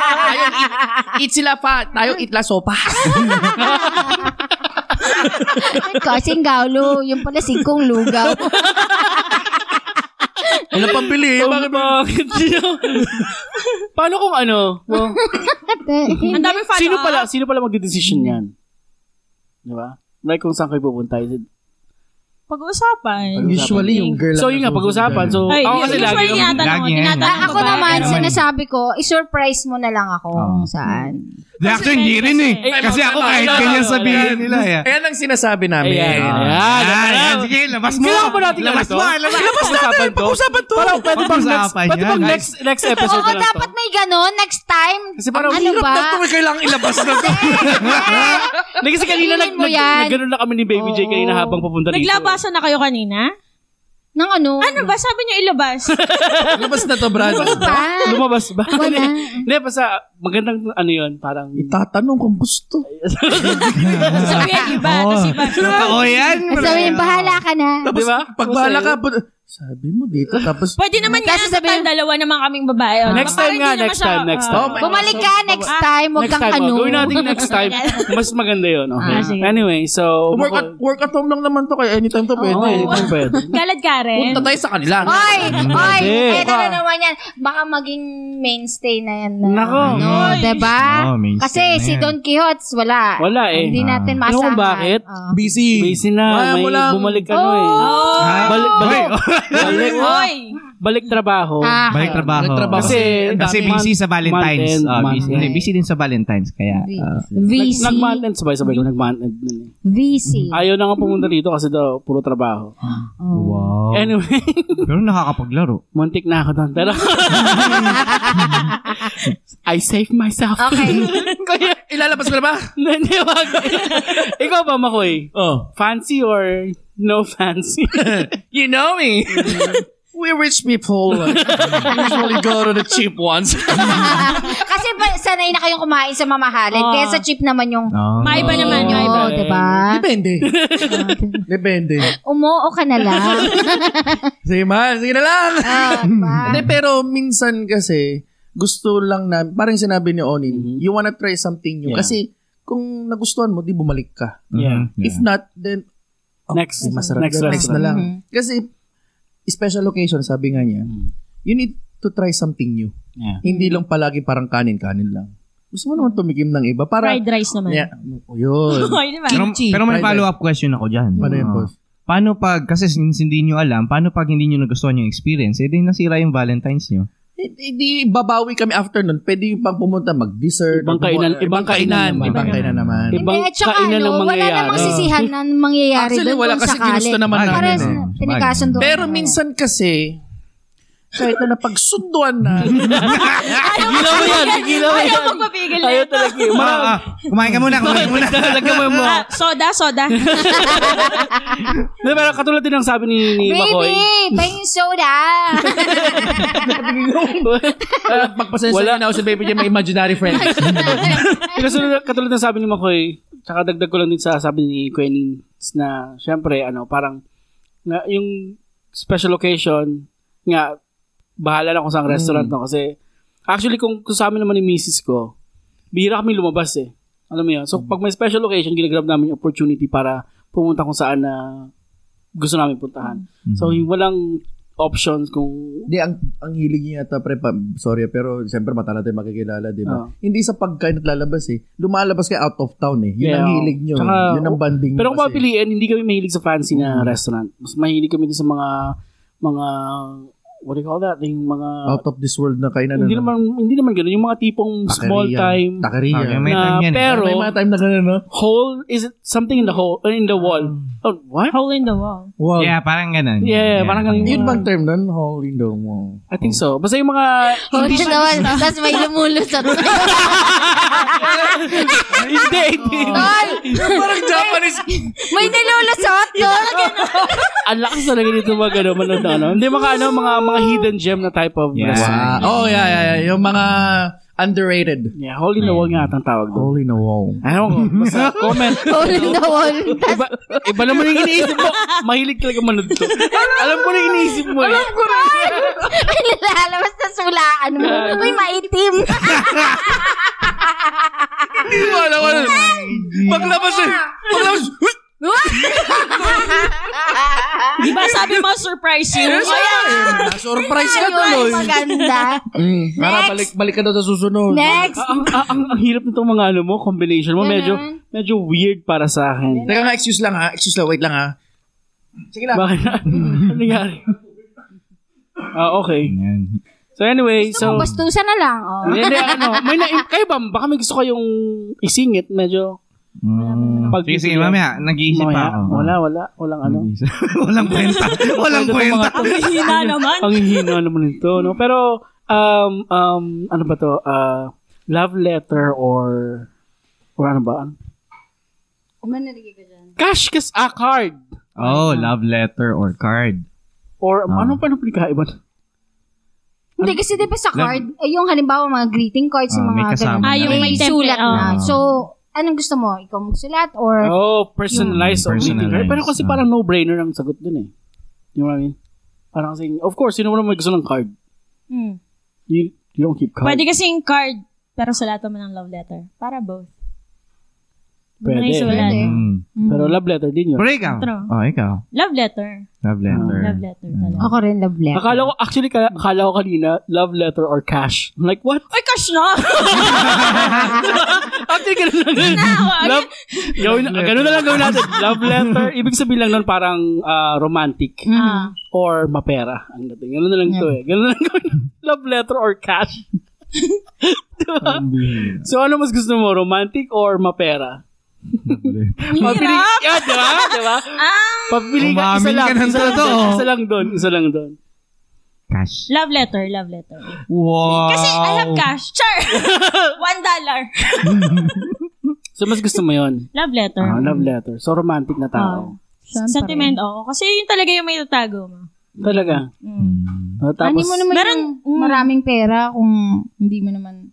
S3: tayo eat, eat sila pa. Tayo eat la sopa.
S2: Kasi galo. Yung pala singkong lugaw.
S3: Wala pang bili. eh.
S1: So, bakit siya? Paano kung ano? Well,
S2: Ah,
S5: Ang daming follow-up.
S1: sino pala, sino pala magdidesisyon yan? Di ba? Like kung saan kayo pupunta. Is it-
S5: Pag-uusapan.
S3: Usually yung girl.
S1: So yun nga, pag-usapan. So,
S5: Ay,
S1: ako
S5: yun-
S1: kasi
S5: yun
S1: lagi.
S5: pala yung tinatanong ko.
S4: Lagi yan.
S5: Tinatanong
S2: Ah,
S5: ko
S2: ako
S5: ba?
S2: naman,
S5: Ano
S4: naman? Oh.
S2: sinasabi ko, i-surprise mo na lang ako
S4: Oo.
S2: kung saan.
S4: Reaction, hindi rin eh. Kasi ako kahit ganyan sabihin nila eh.
S3: Ayan ang sinasabi namin. Ah.
S1: Ayan.
S4: Ayan,
S1: Ayan.
S4: ayan, sige, labas mo.
S1: Kailangan ba natin
S4: labas
S1: ano to?
S4: mo, ah, labas mo.
S1: Labas natin, pag-usapan to. Parang pwede bang next,
S4: Pag-usapan
S1: pwede
S4: yan,
S1: bang
S4: guys.
S1: next, next episode
S2: Oo,
S1: na lang
S2: dapat
S1: to?
S2: may ganon next time.
S1: Kasi parang
S2: ano
S3: Hirap
S2: ba?
S3: na to. eh, Kailangan ilabas na to.
S1: Na kasi kanina nag,
S2: Sabihin mo
S1: nag,
S2: yan.
S1: nagganon na kami ni Baby J kanina habang papunta dito.
S5: Naglabasan na kayo kanina?
S2: Nang ano?
S5: Ano ba? Sabi niyo ilabas.
S3: Labas na to, Brad.
S2: Pa?
S1: Lumabas ba?
S2: Wala.
S1: Hindi, basta magandang ano yun, parang...
S3: Itatanong kung gusto.
S5: Sabi niya iba. Tapos iba.
S4: Totoo yan.
S3: Ano
S2: Sabihin, bahala ka na.
S1: Di
S3: Tapos,
S1: ba?
S3: pag bahala ka, but, Sabi mo dito, tapos...
S5: Pwede naman
S2: Kasi
S5: yan.
S2: sabi-
S5: Sabi, dalawa naman kaming babae. oh.
S1: Next
S5: Baka
S1: time nga,
S5: hindi naman
S1: next
S5: siya-
S1: time, next
S5: ah.
S1: time.
S2: Bumalik ka next time, wag
S1: Ah, next
S2: kang
S1: time, oh,
S2: ano.
S1: gawin natin next time. Mas maganda yun. Okay.
S5: Ah, sige.
S1: anyway, so...
S3: Work at, work at home lang naman to, kaya anytime to
S1: Oo,
S3: pwede.
S1: hindi pwede.
S5: Galad ka rin.
S3: Punta tayo sa kanila.
S2: Oy, oy,
S1: Hindi.
S2: eto na eh, naman yan. Baka maging mainstay na yan. na-
S1: Nako.
S2: Ano,
S4: Oy.
S2: diba?
S4: Oo, mainstay
S2: Kasi
S4: na
S2: si
S4: yan.
S2: Don Quixote, wala.
S1: Wala eh.
S2: Hindi
S4: Ah.
S2: natin
S1: Alam
S2: Ah.
S1: mo
S2: maasahan.
S1: bakit?
S2: Oo.
S3: Busy.
S1: Busy na.
S3: Wala
S1: May
S3: mo lang.
S1: bumalik ano eh.
S4: Ah,
S5: Oh.
S1: Balik, balik, balik,
S5: Oy.
S1: balik trabaho.
S2: Ah,
S4: Balik trabaho.
S3: Balik trabaho.
S1: Kasi,
S4: Kasi
S1: ang dami.
S4: busy sa
S1: Month
S4: Valentine's.
S1: end,
S4: Ah,
S1: month
S4: busy,
S1: end.
S4: hindi, busy din sa Valentine's. Kaya, ah,
S2: VC.
S1: Nag-mountain, sabay-sabay ko nag-mountain. nun eh.
S2: VC.
S1: Ayaw na nga pumunta dito kasi daw, puro trabaho.
S3: Oh.
S4: wow.
S1: Anyway,
S4: Pero nakakapaglaro.
S1: muntik na ako doon. Pero, I saved myself.
S2: Okay.
S3: Ilalabas mo na ba?
S1: Hindi, Hindi, wag. Ikaw ba, Makoy?
S3: Oh.
S1: Fancy or no fancy?
S3: You know me. We rich people usually go to the cheap ones.
S2: Kasi ba- sanay na kayong kumain sa
S1: Ah.
S2: mamahalin.
S5: Oo.
S2: Kaya sa cheap naman yung...
S4: Ah.
S5: Maiba naman
S2: Oo,
S5: yung iba.
S1: iba.
S2: diba?
S3: Depende. Depende.
S2: Umoo ka na lang.
S3: Sige man, sige na lang.
S2: Ah, diba?
S3: Hindi, pero minsan kasi, gusto lang na, parang sinabi ni Onin,
S1: Mhm.
S3: you wanna try something new.
S1: Yeah.
S3: Kasi, kung nagustuhan mo, di bumalik ka.
S1: Yeah.
S4: Mhm.
S3: If not, then, oh,
S1: Next.
S3: di masarap.
S1: Next
S3: Next, next
S1: restaurant.
S3: na lang.
S2: Mhm.
S3: Kasi, special occasion, sabi nga niya, you need to try something new.
S1: Mm-hmm. Yeah.
S3: Hindi lang palagi parang kanin-kanin lang. Gusto mo naman tumikim ng iba para...
S5: Fried rice naman.
S3: Yeah. O, yun.
S5: Oy, diba?
S4: Pero, pero may
S3: Fried
S4: follow-up question ako dyan.
S3: Paano yun,
S4: Ah.
S3: boss?
S4: Paano pag, kasi since hindi nyo alam, paano pag hindi nyo nagustuhan yung experience, eh di nasira yung Valentine's nyo.
S3: Hindi, di babawi kami after nun. Pwede pang pumunta mag-dessert.
S1: Ibang
S3: or gumawa-
S1: kainan- ibang kainan naman.
S3: Ibang kainan naman.
S1: Ibang
S2: Hindi, at saka
S1: kainan
S2: ano,
S1: ang
S2: wala
S1: mangyayari.
S2: namang sisihan na mangyayari
S3: Actually,
S2: doon
S3: wala
S2: kung
S3: kasi
S2: sakali.
S3: ginusto naman
S4: Bagay
S3: namin.
S2: Parang
S4: eh.
S2: tinikasan doon.
S3: Pero minsan kasi, kahit na napagsunduan na,
S1: Gilaw mo yan. Gilaw mo
S5: Ayaw
S1: yan.
S5: magpapigil na.
S1: Ayaw talaga yun.
S4: Ah,
S1: Ma'am,
S4: ah, kumain ka muna, kumain ka muna.
S1: talaga mo yung mga.
S5: Ah, soda, soda.
S1: Pero katulad din ang sabi ni, ni Makoy.
S2: Baby, pahingin soda.
S3: pagpasensya
S1: Wala.
S3: wala. na ako sa baby niya, may imaginary friend.
S1: Kasunod, katulad ng sabi ni Makoy, tsaka dagdag ko lang din sa sabi ni Quenin na syempre, ano, parang na, yung special occasion, nga, bahala na kung saan restaurant, no? Kasi, actually, kung, kung sa amin naman ni misis ko, bihira kami lumabas eh. Alam mo yun? So, pag may special occasion, ginagrab namin yung opportunity para pumunta kung saan na gusto namin puntahan. So, yung walang options kung
S3: Hindi, ang, ang hilig niya yata, pre, pa, sorry, pero siyempre matala tayo makikilala, di ba?
S1: Oo.
S3: Hindi sa pagkain at lalabas eh. Lumalabas kayo out of town eh. Yun
S1: Yeah,
S3: ang
S1: oo.
S3: hilig niyo. eh.
S1: Tsaka, oh,
S3: Yun ang
S4: Mm,
S3: banding
S1: Pero kung
S3: niyo kasi.
S1: papiliin, hindi kami mahilig sa fancy na restaurant. Mas mahilig kami dun sa mga mga what do you call that? Yung mga
S4: Oh,
S3: Out of this world na kainan.
S1: hindi
S3: ano.
S1: naman hindi naman ganoon yung mga tipong
S3: Taqueria.
S1: small time
S3: Taqueria.
S4: Okay, uh, may
S1: na
S4: time yan eh.
S1: pero
S3: May mga time na gano'n, no?
S1: hole is it something in the hole in the wall. Oh, what?
S5: Hole Ah. in the wall.
S3: Wow.
S4: Yeah, parang ganun.
S1: Yeah, parang ganun.
S3: Yun bang term nun? Holy no. wow.
S1: I think so. Basta yung mga
S2: Hindi siya naman. Tapos may lumulusot.
S1: hindi hindi.
S2: Tol,
S3: Parang Japanese.
S2: may nilulusot. Tol.
S1: Ang lakas talaga nito mga ano manood na ano. Hindi mga ano mga mga hidden gem na type of
S4: Yeah.
S1: restaurant.
S3: Ah, oh, yeah, yeah, yeah. Yung mga underrated.
S1: Yeah, hole in the wall nga atang tawag doon.
S3: Holy no. wow.
S1: Ayaw ko.
S4: Oh,
S1: Basta comment.
S2: All in the wall. Tas-
S1: Iba, iba naman yung iniisip mo. Mahilig talaga manood to. Alam ko na yung iniisip mo eh.
S2: Ay, nilalabas na sulaan mo. Uy, maitim.
S3: Wala, wala. Maglabas eh. Maglabas. Uy!
S5: Di ba sabi mo, surprise you?
S3: eh. Surprise ka
S2: Ayun,
S3: tuloy.
S2: maganda.
S3: Mm, para
S2: Next.
S3: balik, balik ka daw sa susunod.
S2: Next.
S1: Ah, Ang, ah, ang, ang hirap nitong mga ano mo, combination mo, medyo, medyo weird para sa akin.
S3: Teka nga, excuse lang ha. Excuse lang, wait lang ha. Sige lang.
S1: Bakit na? Ano nangyari? Ah, okay.
S4: Yan.
S1: So anyway, so...
S2: Bastusan na lang. Oh.
S1: Hindi, hindi, ano. May na, kayo ba, baka may gusto kayong isingit, medyo...
S4: Mm.
S1: Pag-
S4: Sige, sige, mamaya. Nag-iisip pa ako.
S1: Mamaya, wala, wala, walang ano.
S4: Nag-iisip. Walang kwenta. Walang kwenta.
S5: Hina naman.
S1: Ang hihina naman nito, no? Pero, um, um, ano ba to? Ah, love letter or... Or ano ba? Cash kas ah, card.
S4: Oh, love letter or card.
S1: Or
S4: Ah.
S1: ano pa nung pinakaiba?
S2: Hindi, kasi di ba sa card, eh, yung halimbawa mga greeting cards, yung
S4: Ah, may
S2: mga
S4: kasama
S2: ganun.
S4: na Ah, yung
S5: rin. may template,
S2: sulat na.
S4: ah.
S2: So, anong gusto mo? Ikaw magsulat or...
S1: Oh, personalized or
S4: Yung-
S1: meeting card. Pero kasi
S4: Personalized,
S1: parang no-brainer ang sagot dun eh. You know what I mean? Parang kasi, of course, sino mo naman may gusto ng card?
S5: Mm.
S1: You, you don't keep card.
S5: Pwede kasing card, pero sulatan mo ng love letter. Para both.
S1: Pwede.
S5: May sulat.
S2: Pwede.
S4: Mm.
S1: Pero love letter din yun.
S4: Pero ikaw.
S5: True.
S4: Oh, ikaw.
S5: Love letter.
S4: Love letter.
S5: Love letter
S1: Hmm.
S5: talaga.
S2: Ako rin, love letter.
S1: Akala ko, actually, kaya- akala ko kanina, love letter or cash. I'm like, what?
S5: Ay, cash na!
S1: Actually, ganun lang.
S5: Nawag.
S1: love, gawin, ganun na lang gawin natin. Love letter, ibig sabihin lang nun parang ah, romantic
S5: Ah.
S1: or mapera. Ang dating. Ganun na lang to eh. Ganun na lang gawin. Love letter or cash. diba? So, ano mas gusto mo? Romantic or mapera? Papili, yeah, diba? Diba?
S5: Ah,
S1: Papili ka, isa
S4: Umamin
S1: lang.
S4: ka ng
S1: isa, lang
S4: totoo.
S1: doon, isa lang doon. Isa lang doon.
S4: Cash.
S5: love letter, love letter.
S4: Wow.
S5: Kasi I have cash. Char! One dollar.
S1: So, mas gusto mo yun?
S5: Love letter.
S1: Ah, love letter. So, romantic na
S5: Oo.
S1: tao.
S2: Siyempre.
S5: Sentiment, oo. Kasi yun talaga yung may tatago mo.
S1: Talaga.
S5: Mm.
S1: Ah,
S2: Tapos,
S1: tapos,
S2: mo naman
S5: Meron-
S2: yung maraming pera kung hindi mo naman,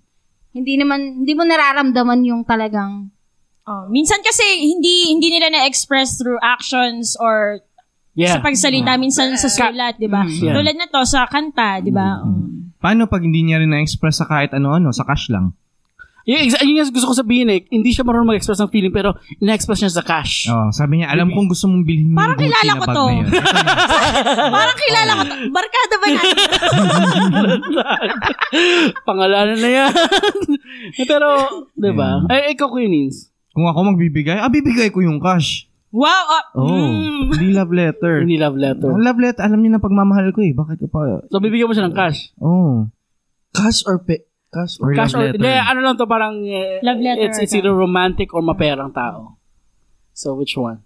S2: hindi naman, hindi mo nararamdaman yung talagang,
S5: Oh, minsan kasi hindi hindi nila na-express through actions or
S1: yeah. Mm.
S5: sa pagsalita, minsan sa sulat, 'di ba?
S1: Yeah. Mm,
S5: Tulad na to sa kanta, 'di ba? Oh.
S4: Paano pag hindi niya rin na-express sa kahit ano-ano, sa cash lang?
S1: Yung, ex- yun yung gusto ko sabihin eh, hindi siya marunong mag-express ng feeling pero na-express niya sa cash.
S4: Oh, sabi niya, alam kong gusto mong bilhin yung
S5: Parang
S4: Gucci na
S5: kilala ko
S4: bag
S5: to.
S4: na yun.
S5: Oh. Parang kilala ko, to. barkada ba natin?
S1: Pangalanan na yan. Eh, pero, di ba? Ay, ikaw, Kuya Nins.
S4: Kung ako magbibigay, ah, bibigay ko yung cash.
S5: Wow! ah,
S4: Oh,
S5: mm.
S4: hindi love letter.
S1: Hindi love letter.
S4: Ang love letter, alam niyo na pagmamahal ko eh. Bakit ko pa?
S1: So, bibigyan mo siya ng cash.
S4: Oh.
S3: Cash or pe... Cash or...
S4: Or
S1: Cash
S4: love
S1: or,
S4: letter.
S1: hindi, ano lang to, parang, eh,
S5: Love letter
S1: it's, it's
S5: or
S1: either romantic or maperang tao. So, which one?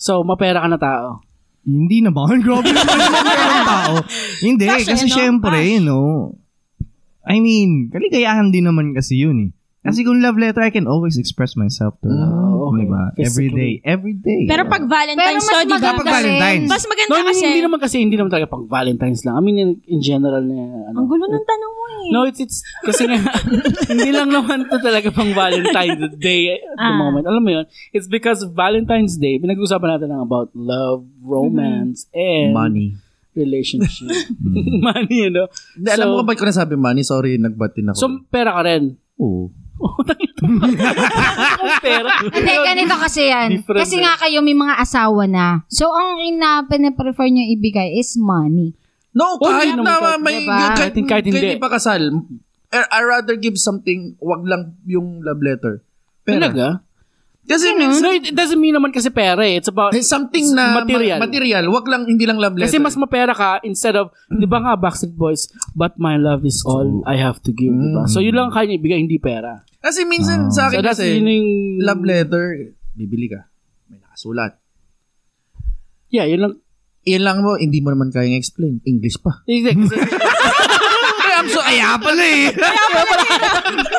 S1: So, mapera ka na tao.
S4: Hindi naman. Grabe naman yung mga tao. Hindi,
S5: Cash,
S4: kasi
S5: eh, no?
S4: syempre,
S5: Cash.
S4: you know, I mean, kaligayahan din naman kasi yun eh. Kasi kung love letter, I can always express myself to her.
S1: Oh, okay.
S4: Diba? Every day. Every day.
S5: Pero pag
S2: pero
S5: Valentine's
S2: mas
S5: to, 'di ba?
S2: maganda
S4: Kapag Valentine's.
S2: rin.
S5: Mas
S1: No,
S5: maganda
S1: hindi, hindi
S5: kasi.
S1: naman kasi, hindi naman talaga pang Valentine's lang. I mean, in, in general na, ano.
S5: Ang gulo ng tanong mo eh.
S1: No, it's, it's kasi nga, hindi lang naman to talaga pang Valentine's Day eh, at the
S5: Ah.
S1: moment. Alam mo yun, it's because Valentine's Day, pinag-uusapan natin lang about love, romance, and
S4: money.
S1: relationship. money, you know?
S3: Mm-hmm. Hindi, alam mo
S1: So-
S3: kung ba't ko nasabi money? Sorry, nagbatin ako.
S1: So, pera ka rin.
S3: Oo.
S1: pera.
S2: hindi, ganito kasi yan.
S1: Different
S2: Kasi nga kayo may mga asawa na. So, ang ina, pinaprefer nyo ibigay is money.
S3: No,
S1: Oh,
S3: kahit
S1: hindi
S3: na
S1: naman
S3: may...
S2: diba?
S1: Kahit- kahit hindi.
S3: pa kasal. I- I rather give something, wag lang yung love letter. Pera.
S1: Talaga?
S3: Kasi
S1: No, it it doesn't mean naman kasi pera eh. It's about,
S3: Eh, something na ma-
S1: Material.
S3: material. Wag lang, hindi lang love letter.
S1: kasi mas mapera ka instead of, di ba nga, Backstreet Boys, but my love is all I have to give, di ba? So, yun lang kaya niya ibigay, hindi pera.
S3: Kasi minsan sa
S1: Ah, So,
S3: akin
S1: that's
S3: mm. kasi,
S1: yun yung,
S3: love letter, bibili ka. May nakasulat.
S1: yeah, yun lang.
S3: Iyan lang mo, hindi mo naman kayang explain. English pa. I'm so, aya pala eh.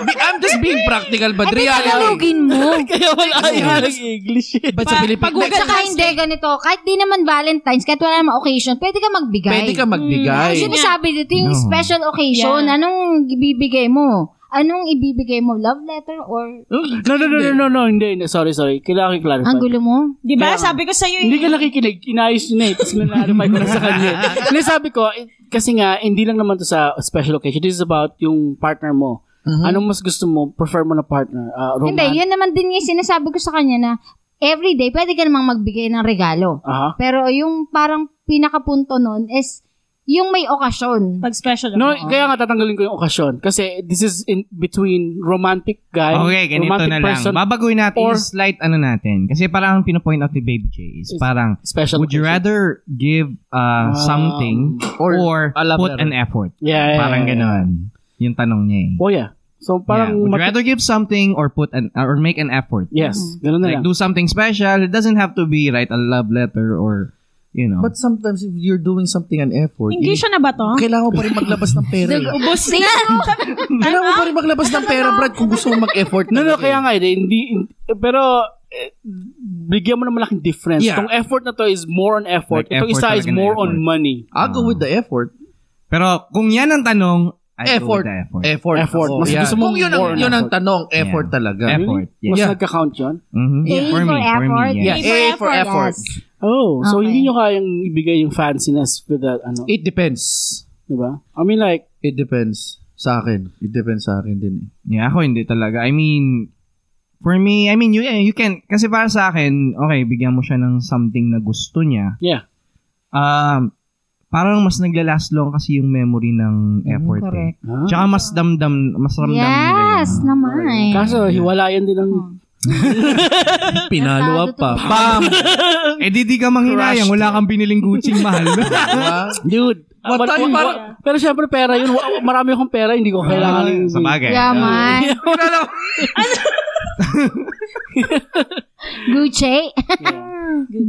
S3: I'm just being practical, but
S1: Ano
S3: reality.
S2: Talugin mo.
S1: Kaya wala yung English eh.
S3: But sa Pilipinas,
S2: Saka hindi, ganito. Kahit di naman Valentine's, kahit wala naman occasion, pwede ka magbigay.
S3: pwede
S1: Hmm.
S3: ka magbigay.
S2: Actually, sabi dito, yung
S4: No.
S2: special occasion,
S5: Yeah.
S2: anong ibibigay mo? Anong ibibigay mo? Love letter or...
S1: No, no, no, no, no, no, hindi, hindi. Sorry, sorry. Kailangan ko i-clarify.
S2: Ang gulo mo?
S5: 'Di ba? Sabi ko eh, sa iyo.
S1: Hindi ka nakikinig. Inayos niya na eh. Tapos nilarify ko na sa kanya. eh. Hindi, sabi ko, eh, kasi nga, hindi lang naman to sa special occasion. This is about yung partner mo. Anong mas gusto mo? Prefer mo na partner? Ah,
S2: Mm-hmm. Hindi,
S1: romantic?
S2: yun naman din yung sinasabi ko sa kanya na everyday, pwede ka namang magbigay ng regalo.
S1: Aha.
S2: Pero yung parang pinakapunto nun is yung may okasyon.
S5: Pag special.
S1: No,
S5: ako.
S1: kaya nga tatanggalin ko yung okasyon. Kasi this is in between romantic guy,
S4: Okay, ganito
S1: romantic
S4: na lang.
S1: person,
S4: Babaguhin natin
S1: or-
S4: yung slight ano natin. Kasi parang ang pinopoint out ni Baby J is
S1: Is-
S4: parang,
S1: special
S4: would you
S1: occasion.
S4: rather give uh,
S1: Um,
S4: something or,
S3: or a love
S4: put
S3: letter.
S4: an effort?
S1: Yeah, yeah,
S4: Parang
S1: yeah,
S4: ganun. Yung tanong niya eh.
S1: Oh, yeah. So,
S4: Yeah.
S1: Eh. parang...
S4: Would you
S1: mati-
S4: rather give something or put an or make an effort?
S1: Yes,
S2: Mm-hmm.
S1: ganun na
S4: Like
S1: Ano lang.
S4: do something special. It doesn't have to be write a love letter or you know.
S3: But sometimes, if you're doing something an effort,
S5: English na ba to?
S3: eh, kailangan mo pa rin maglabas ng pera. eh.
S5: Ubus na.
S3: kailangan mo pa rin maglabas ng pera, Brad, kung gusto mo mag-effort.
S1: No, no,
S3: talaga eh.
S1: kaya nga, eh, hindi, hindi- pero eh, bigyan mo naman laking difference.
S3: Yeah.
S1: Tong effort na to is more on effort.
S4: Like
S1: Itong
S4: effort
S1: isa is
S4: talaga na
S1: more
S4: effort.
S1: on money.
S3: I'll go with the effort.
S4: Pero kung yan ang tanong, I go
S3: effort. Eh.
S4: with the effort.
S3: Effort.
S1: Effort.
S3: Ako,
S1: Mas
S3: yeah.
S1: gusto mong
S3: Kung yun ang,
S1: more
S3: yun ang
S1: effort.
S3: tanong, effort Hmm?
S4: Yeah.
S3: talaga.
S4: Effort. Yeah.
S1: Mas
S3: Yeah.
S1: nagka-count yun?
S4: Mhm.
S2: A for effort.
S4: yeah.
S3: Yeah, A for effort.
S2: Yes.
S1: Oh, so
S2: Okay.
S1: hindi nyo kayang ibigay yung fanciness with that, ano,
S3: It depends.
S1: diba? I mean like,
S3: It depends. Sa akin. It depends sa akin din eh.
S4: Yeah, ako hindi talaga. I mean, for me, I mean, you, eh, you can, kasi para sa akin, okay, bigyan mo siya ng something na gusto niya.
S1: Yeah.
S4: Um, parang mas naglalast long kasi yung memory ng effort. eh.
S2: Mm-hmm, Correct.
S1: huh?
S4: Tsaka mas damdam, mas ramdam nila yun.
S2: Yes, naman.
S1: Kaso, hiwalayan din ang...
S2: Pinalo up pa.
S4: Bam! eh di di ka manghinayang, wala kang biniling Gucci, mahal.
S3: Diba?
S1: Dude,
S3: What
S1: wal-
S4: Ano,
S3: time?
S1: wal-
S3: Parang-
S1: pero syempre pera yun. Wa- Marami akong pera, hindi ko kailangan. yung-
S4: Ah, sa bagay.
S2: Yaman. Gucci.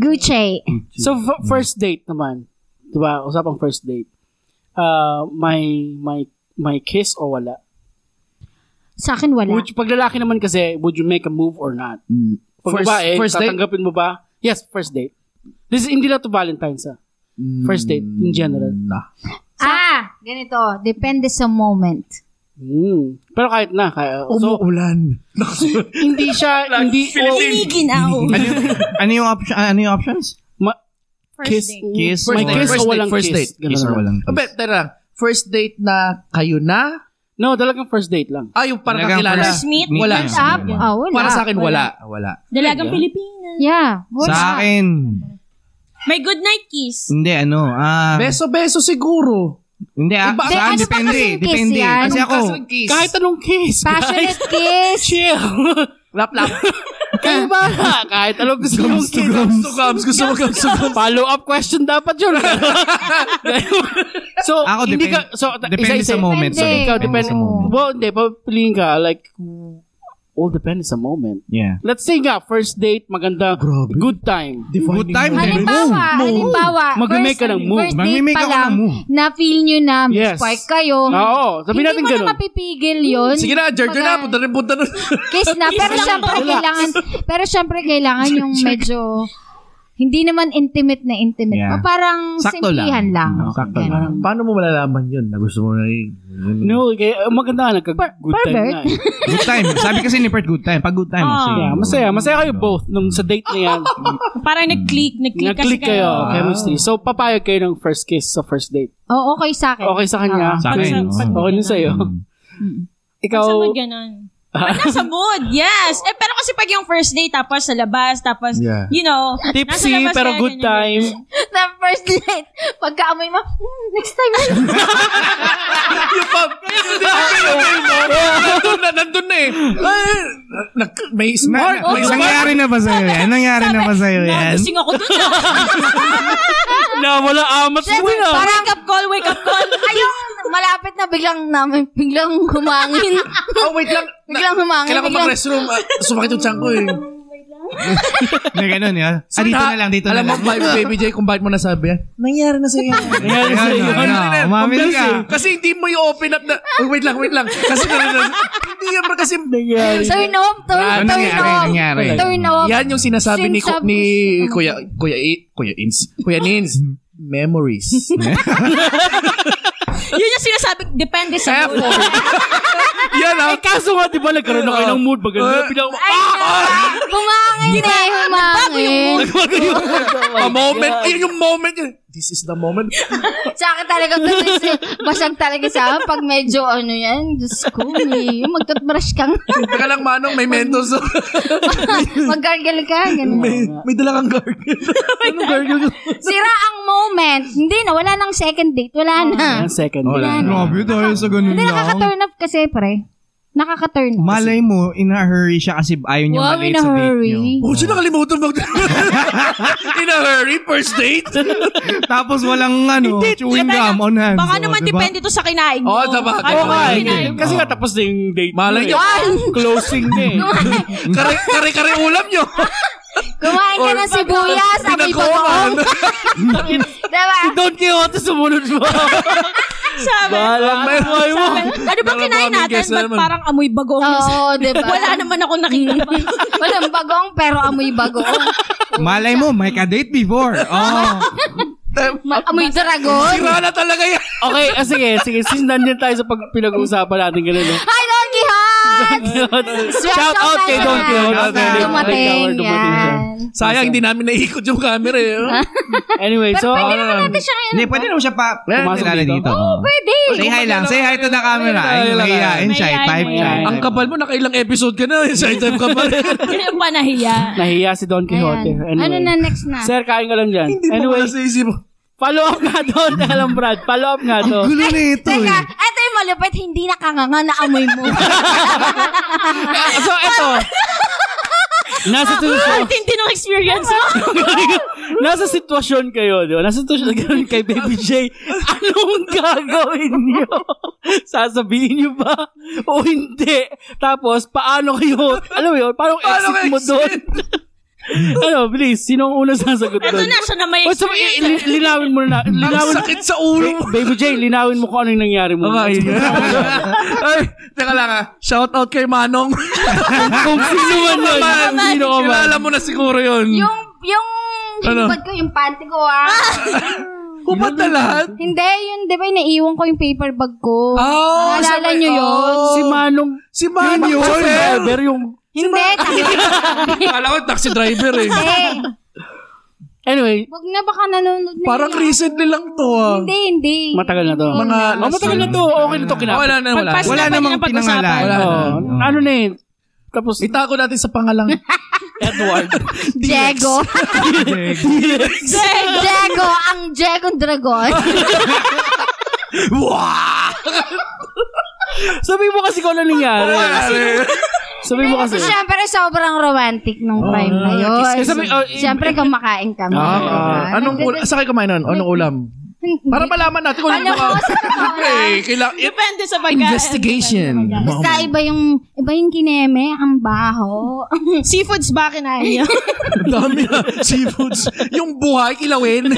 S2: Gucci.
S1: So, f- first date naman. Diba? Usapang first date. Uh, may, may, may kiss o wala?
S2: Sa akin, wala.
S1: Would you, pag lalaki naman kasi, would you make a move or not?
S3: Mm.
S1: Pag
S3: First-
S1: babae,
S3: first date?
S1: tatanggapin mo ba? Yes, first date. This is, hindi na to Valentine's ah.
S3: Mm,
S1: First date, in general.
S3: Nah.
S2: Ah, ganito. Depende sa moment.
S1: Mm. Pero kahit na, kaya,
S3: Oh,
S1: so,
S3: Umuulan.
S1: hindi siya, hindi, oh,
S5: Pinigin ako.
S4: ano, yung, ano yung option, ano yung options?
S1: ma-
S5: First
S1: kiss,
S5: date.
S4: Kiss
S1: may
S4: or-
S1: kiss
S3: First
S1: o
S3: date,
S1: walang
S3: first
S1: kiss.
S3: date.
S1: Ganun
S4: Kiss or
S1: lang.
S4: walang
S3: But,
S4: kiss.
S3: tara. First date na kayo na?
S1: No, talagang first date lang.
S3: Ah, yung parang
S4: Talagang
S3: kakilala.
S5: First meet.
S4: Wala.
S2: Hands up? Ah, wala.
S3: Para sa akin, wala. Wala.
S5: Dalagang Pilipinas.
S2: Yeah. Wala.
S4: Sa akin,
S5: May good night kiss.
S4: hindi, ano, ah,
S3: Beso-beso siguro.
S4: hindi, ah, sa
S3: Iba-
S4: akin,
S2: Ano ba
S4: depende,
S2: kasing kiss
S4: depende.
S2: yan?
S4: Kasi ako,
S3: Kasang kiss.
S1: Kahit anong kiss, guys.
S2: Passionate kiss.
S1: Chill.
S3: Lap-lap.
S1: Kayo ba? Kahit anong gusto mong kiss.
S3: Gums, gusto mo gums.
S1: Follow-up question dapat yun. so,
S4: Ako,
S1: hindi
S4: depend-
S1: ka, so, ta-
S4: depende
S1: isa-isa-
S4: sa eh. moment.
S2: Depende.
S4: sorry.
S1: Ikaw,
S4: Depende
S1: depende.
S4: sa moment.
S1: Well, hindi, papiliin ka, like, all depends sa moment.
S4: Yeah.
S1: Let's say nga, first date, maganda,
S3: Grabe.
S1: good time.
S4: Good time, then
S2: Halimbawa,
S4: move.
S2: halimbawa,
S1: Mag-make ka ng move.
S2: First date
S4: Mag-make
S2: pa
S4: ako
S2: lang,
S4: ng move.
S2: na feel nyo na may
S1: Yes.
S2: spark kayo.
S1: Oo, sabihin natin
S2: Oh. Hindi mo
S1: ganun.
S2: na mapipigil yun.
S3: Sige na, Giorgio na. Punta rin, punta rin.
S2: Kiss na.
S5: Kiss
S2: pero
S5: lang
S2: syempre,
S5: pala.
S2: kailangan, pero syempre, kailangan yung medyo, hindi naman intimate na intimate. O
S4: Yeah.
S2: parang
S4: Sakto lang.
S2: simplihan lang.
S4: Mm, sakto
S2: Ganun.
S4: lang.
S3: Paano mo malalaman yun na gusto mo na yun?
S1: No, kaya, ang maganda ka, nagka-good time
S2: pervert.
S1: na. eh.
S4: Good time. Sabi kasi ni Bert, good time. Pag good time,
S5: Ah.
S4: sige.
S1: Yeah, masaya. Masaya kayo both nung sa date na yan.
S5: Parang nag-click. Nag-click,
S1: Nag-click
S5: kasi
S1: kayo,
S3: kayo.
S1: chemistry. So, papayag kayo ng first kiss sa first date.
S2: Oo, okay Ah. sa akin.
S1: Okay sa kanya.
S4: Sa akin,
S5: Pag-
S4: oo.
S5: pag-
S1: Okay din sa'yo.
S4: Mm.
S1: Ikaw,
S5: Sa mood, ganun. Pag nasa mood, yes. Eh, pero kasi pag yung first day, tapos sa labas, tapos,
S3: Yeah.
S5: you know, nasa
S1: tipsy,
S5: labas
S1: pero
S5: kaya
S1: good
S5: ganyan.
S1: time.
S2: Na first date, pagkaamoy mo, "Hmm, next time.
S3: Yung pub. Nandun na, nandun na eh. oh, Ay, nak- may
S4: Na-
S3: spark.
S4: na-
S3: May
S4: na-
S3: spark.
S4: nangyari na ba sa'yo yan? Nangyari na ba sa'yo yan?
S5: Nagising ako dun.
S1: Na, wala amat mo ah.
S2: Syempre,
S1: na.
S2: parang
S5: Wake up call, wake up call.
S2: ayong malapit na biglang namin, biglang humangin.
S3: Oh, wait lang.
S2: biglang humangin.
S3: Kailangan ko
S2: biglang-
S3: mag-restroom. Ah, Sumakit yung tiyan ko eh.
S4: Na ganun, yan? Ah, dito na lang, dito na
S3: Alam mo,
S4: lang.
S3: ba, Baby J, kung bakit mo nasabi yan? ano, Nangyari na sa'yo.
S1: Ayan,
S4: Ayan,
S1: sa'yo.
S4: ayan, ayan. Umamin ka.
S3: eh. Kasi hindi mo i-open up na, oh, wait lang, wait lang. Kasi, hindi yan bro, kasi,
S2: Turn off, turn, turn
S4: Ano nangyari?
S2: off.
S4: Nangyari.
S2: Turn off.
S3: yan yung sinasabi ni,
S2: Sinasabi-
S3: ni Kuya, Kuya, I, Kuya Ins, Kuya Nins, memories.
S5: Yun yung sinasabi, depende sa mood.
S3: Effort. yan
S1: Eh,
S3: ang,
S1: kaso nga, di ba, nagkaroon na kayo ng mood. Baganda,
S3: Ah.
S1: pinang,
S2: Humangin na, humangin.
S3: a moment, yan yung moment yun. This is the moment.
S2: Sa akin talaga, to, is, eh, basag talaga sa akin. Pag medyo ano yan, Diyos ko, may, magtutbrush kang,
S3: Teka lang, Manong, may mentos.
S2: maggargle ka, ganun.
S3: may, may dala kang gargle. ano gargle?
S2: Sira ang moment. Hindi na, wala nang second date, wala
S4: Ah,
S2: na.
S1: Ayan, second.
S3: Wala.
S4: Grabe tayo sa ganun
S2: Hindi,
S4: lang.
S2: nakaka-turn off kasi, pre. Nakaka-turn off.
S4: Malay mo, in a hurry siya kasi ayaw niya
S2: Wow,
S4: malate
S2: in a
S4: sa date
S2: hurry.
S4: niyo.
S3: Oh, siya nakalimutan mag... In a hurry, first date.
S4: Tapos walang ano, chewing gum on hands.
S5: Baka
S4: oh,
S5: naman
S4: diba?
S5: depende to sa kinain Ano
S3: Oo, sa bagay.
S5: Kaya
S1: Oo
S5: mo
S1: nga, eh.
S5: kinain.
S1: Kasi nga tapos na yung date.
S3: Malay
S1: mo,
S3: nyo.
S1: eh. Closing na eh.
S3: Kare, kare, kare ulam nyo.
S2: Kumain ka ng sibuyas, amoy
S3: Pinagkuhan.
S2: bagoong. Diba?
S1: Si Don Quixote sumunod mo.
S5: Sabi,
S1: Bahala ka
S3: May-
S1: buhay mo.
S5: ano ba
S3: Parang
S5: kinain
S3: maraming
S5: natin?
S3: guess na
S5: Ba't
S3: naman.
S5: parang amoy bagong?
S2: Oo, diba?
S5: Wala naman ako nakita.
S2: Walang bagong, pero amoy bagoong.
S4: Malay mo, may ka-date before. Oh.
S2: Ma- amoy dragon.
S3: Sira na talaga yan.
S1: Okay, ah, sige, sige. Since nandiyan tayo sa pag pinag-uusapan natin ganun. Eh.
S2: Hi, Don Quixote! Quixote!
S1: Shout out kay Don Quixote.
S2: Dumating,
S1: Dumating, dumating siya.
S2: yan.
S3: Sayang, hindi namin naikot yung camera eh. oh.
S1: Anyway, so,
S2: Pero pwede
S1: ano
S2: naman
S1: lang.
S2: natin siya ngayon.
S4: Hindi, pwede naman siya pa
S1: Pumasok
S4: kilala
S1: dito?
S4: dito. Oo.
S2: Pwede.
S4: Say hi lang. Say hi to the camera. Ay,
S3: Ayun lang,
S4: mahihain siya.
S5: Mahihain,
S4: Type siya.
S1: mahihain.
S3: Ang kapal mo, nakailang episode ka na. eh. Shy type ka pa rin.
S5: Yun yung panahiya.
S1: Nahiya si Don Quixote.
S2: Ayan. Ano na
S1: Anyway.
S2: next na?
S1: Sir, kain ka lang dyan.
S3: Hindi mo
S1: Anyway,
S3: wala sa isip mo.
S1: follow up nga doon. Teka lang, Brad. Follow up nga doon.
S4: Gulo eh. na ito
S2: Teka, ito yung malupit, hindi nakanganga na amoy mo.
S1: Ah, so, eto. Nasa
S5: Ang
S1: sitwasyon,
S5: tindi ng experience mo.
S1: nasa sitwasyon kayo, di ba? Nasa sitwasyon kayo kay Baby J. Anong gagawin niyo? Sasabihin niyo ba? O hindi? Tapos, paano kayo? Alam mo yun? Paano ang
S3: Paano
S1: exit
S3: ka
S1: mo doon? ano, please. Sino ang unang sasagot doon?
S5: Ito na siya na may
S1: O, so, i-
S5: experience. eh.
S1: li- linawin mo na.
S3: Ang
S1: Linawin
S3: sakit sa ulo mo.
S1: Baby J, linawin mo kung ano yung nangyari mo.
S3: Okay. Ay, teka lang ah. Shout out kay Manong.
S1: Kung sino man yun.
S3: Man,
S1: Kung sino ka man.
S3: kilala mo na siguro yun.
S2: yung, yung,
S3: Ano?
S2: hibad ko, yung panty ko ah.
S3: Kumad na lahat.
S2: hindi, yun, di ba, naiiwan ko yung paper bag ko.
S3: Oh,
S2: Naalala
S3: sabay-
S2: niyo yun?
S3: Oh,
S1: Si Manong.
S3: Si Manong.
S1: Yung taxi
S3: sir.
S1: driver, yung...
S2: hindi, tama.
S3: Kala ko taxi driver eh.
S2: Eh,
S1: Anyway,
S2: Huwag na baka nanonood na
S3: Parang
S2: yun.
S3: recently lang to ah.
S2: Hindi, hindi.
S1: matagal na to.
S3: Mga
S1: Oh, matagal na to. Okay na to.
S3: Oh,
S1: Kinapit.
S3: wala na, wala.
S5: Pagpas-
S3: na.
S4: Wala
S5: Dapat
S4: namang
S5: yun ang pag-usapan.
S4: pinangalan.
S3: Wala na.
S1: Oh, ano na eh. Tapos,
S3: Itago natin sa pangalang
S1: Edward.
S2: Diego. Diego, ang Diego Dragon.
S3: Wow!
S1: Sabi mo kasi kung ano nangyari. Sabi mo
S2: Kasi
S1: kasi.
S2: syempre, sobrang romantic nung time na yun.
S1: Oh, kiss, kiss. Sabi, oh, i-
S2: syempre, kumakain kami. Diba? Ano,
S3: Ah,
S1: Okay.
S3: ah, anong ulam? Saan kayo kumain nun? Anong ulam? Para malaman natin kung
S2: Alam
S3: ano
S2: ko, sa totoo lang.
S3: Eh, kaila- eh,
S5: Depende sa pagka.
S3: Investigation.
S2: Basta iba yung, iba yung kineme, ang baho.
S5: Seafoods ba kinain niya?
S3: Ang dami na seafoods. Yung buhay, kilawin.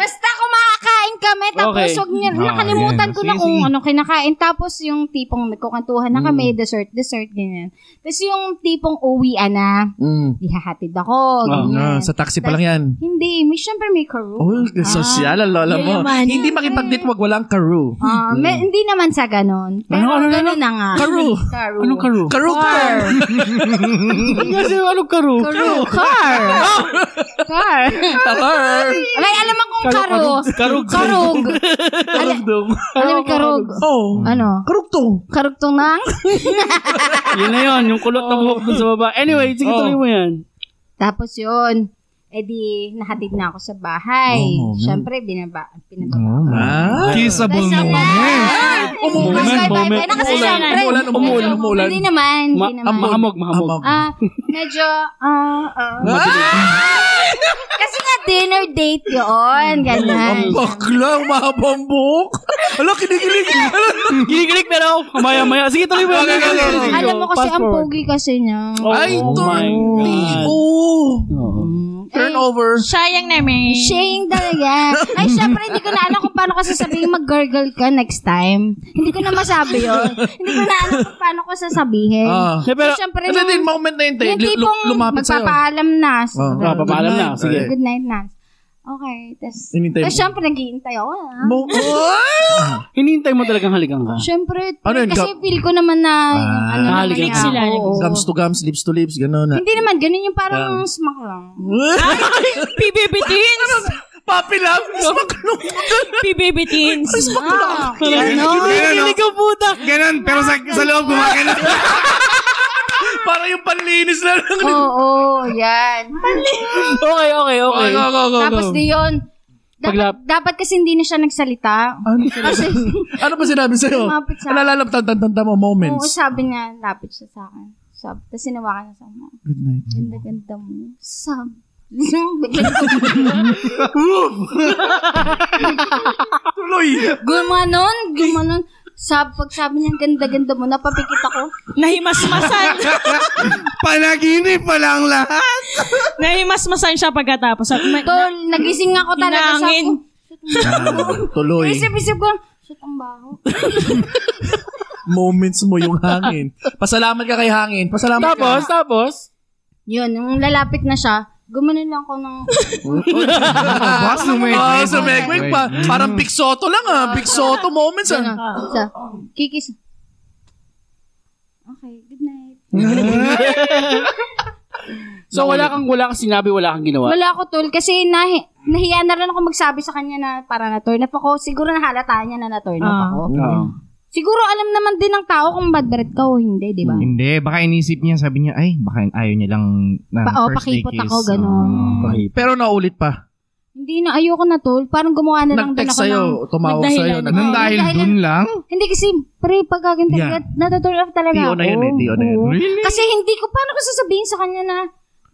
S2: Basta kumakain kami, tapos
S1: Okay.
S2: wag niya,
S4: Ah,
S2: nakalimutan
S4: yan.
S2: ko na
S4: Sige,
S2: kung
S4: sige.
S2: ano kinakain. Tapos yung tipong nagkukantuhan na
S1: Hmm.
S2: kami, dessert, dessert, ganyan. Tapos yung tipong uwian na,
S3: mm.
S2: ihahatid ako,
S1: Ah,
S2: ganyan.
S3: sa taxi pa lang yan.
S2: Hindi, may syempre may karu.
S3: Oh, social ang lola mo.
S5: yayaman.
S3: Hindi makipag-date wag walang karu.
S2: Ah, may- hindi naman sa ganon. Pero
S1: Ano, ano, ano?
S2: ganon na nga.
S3: Karu.
S2: Karu.
S1: Anong karo?
S3: Karu car.
S1: Kasi anong karo?
S2: Karu. Car. Car.
S3: Car.
S2: Ay, alam mo kung
S1: Karu-
S2: karu.
S1: karug.
S2: Karug. Ano-
S1: Dong.
S2: Alam mo karug.
S3: Oh.
S2: Ano?
S3: Karugtong.
S2: Karugtong nang?
S1: Yun na yun. Yung kulot ng buhok dun sa baba. Anyway, sige
S3: Oh.
S1: tuloy mo yan.
S2: Tapos yun, eh di, nahatid na ako sa bahay.
S1: Oh,
S2: Siyempre, binaba, binaba.
S3: Ah.
S4: Kissable
S2: Tapos,
S4: naman eh.
S2: ah,
S1: Umulan,
S2: bye, bye,
S1: Oh, moment.
S2: bye na kasi
S5: Umulan,
S2: syempre.
S3: umulan, umulan, umulan.
S2: Hindi naman,
S1: Ma-
S2: hindi naman.
S1: ah, mahamog, mahamog.
S2: Ah, medyo, ah, ah. Kasi nga dinner date yun, ganyan.
S3: Ang bakla, mahabang buhok. Ala, kinikilig.
S1: Ginigilig na raw. Maya-maya. Sige, tuloy mo yan.
S3: Okay, okay, okay.
S1: Sige,
S2: Alam mo kasi
S1: fast
S2: ang
S1: forward.
S2: pogi kasi niya.
S1: Oh,
S3: Ay,
S1: oh my God.
S3: Oh.
S1: Oo.
S3: Turnover.
S2: Eh,
S5: Sayang namin.
S2: Shame talaga. Ay, syempre, hindi ko na alam kung paano ko sasabihin mag-gurgle ka next time. Hindi ko na masabi yun. hindi ko na alam kung paano ko sasabihin.
S3: Ah.
S1: Eh, Pero,
S2: so, syempre,
S3: Kasi din, moment na yun, te.
S2: yung
S3: Lu- lu-
S2: tipong
S3: lumapit sa'yo.
S2: magpapaalam na.
S3: Oh.
S1: Ah, papaalam na. Sige.
S2: Good night na. Okay. Tapos,
S3: Hinintay
S2: tapos
S3: mo.
S2: syempre, naghihintay ako. ah.
S3: Mo-
S1: hinihintay mo talagang halikan ka.
S2: Syempre,
S3: Ano yun,
S2: kasi
S3: gab-
S2: feel ko naman na,
S3: Ah,
S2: ano naman
S1: nahalikan
S2: niya
S1: ka.
S2: ako,
S5: Sila,
S2: oo.
S3: Gums to gums, lips to lips, gano'n na.
S2: Hindi naman, ganun yung parang smack lang.
S5: PBB teens.
S3: Papi love, smack nung
S5: PBB teens.
S2: Ah,
S1: Ginigilig ang puta.
S4: Ganon, pero sa, sa loob gumagana.
S3: Para yung panlinis na lang.
S2: Oo, oo, yan.
S1: Okay, okay,
S3: Okay,
S1: okay.
S3: go, go, go,
S2: Tapos
S3: go.
S2: di yun, dapat,
S1: Paglap-
S2: dapat kasi hindi na siya nagsalita.
S3: Ano?
S2: Kasi,
S3: Ano ba sinabi sa'yo?
S2: Lumapit sa-
S3: Nalala mo, tantanta mo
S2: oo,
S3: moments.
S2: sabi niya, lapit siya sa akin. Sabi, tapos sinawakan niya sa akin.
S3: Good night.
S2: Ganda-ganda mo. Sabi. Biglang
S3: Tuloy!
S2: gumanon, gumanon. Sabi, pag sabi niya, ganda-ganda mo, napapikit ako.
S5: Nahimasmasan.
S4: Panaginip pa lang lahat.
S5: Nahimasmasan siya pagkatapos. Sabi, may-
S2: Tol, nagising ako talaga. Sabi
S5: Hinangin.
S2: ko,
S3: Oh, Tuloy.
S2: isip-isip ko, shit, ang baho.
S3: Moments mo yung hangin. Pasalamat ka kay hangin. Pasalamat
S1: Tapos,
S3: ka.
S1: tapos.
S2: Yun, nung lalapit na siya, gumanon lang ako ng,
S4: Boss,
S3: Ah,
S4: lumegway.
S3: sa Megwig pa. Parang ah. Big Soto lang ah. Big Soto moments ah.
S2: sa, kikis. Okay, good night.
S1: So, wala kang, wala kang sinabi, wala kang ginawa.
S2: Wala ako, tol. Kasi nahi, nahiya na rin ako magsabi sa kanya na para na-turn up ako. Siguro nahalata niya na na-turn up
S5: Ah.
S2: ako.
S1: Oo.
S2: Siguro alam naman din ng tao kung bad breath ka o hindi, di ba?
S3: Hmm.
S4: Hindi, baka inisip niya, sabi niya, ay, baka ayaw niya lang na
S2: Pa- oh,
S4: first day
S2: pakipot
S4: kiss.
S2: ako, ganun.
S4: Oo.
S3: Pero naulit pa.
S2: Hindi na, ayoko na, tol. Parang gumawa na Ano lang din ako
S3: Nag-text
S2: ng...
S3: sa'yo, tumawag
S5: Nagdahilan.
S3: sa'yo.
S4: Nang
S3: Nag-
S4: dahil
S2: dahil-
S4: dun lang?
S2: Hindi kasi, pre, pag ganyan
S4: Yeah.
S2: yeah. nataturn off talaga
S3: Di na yun eh, di na yun.
S2: Oo.
S4: Really?
S2: Kasi hindi ko, paano ko sasabihin sa kanya na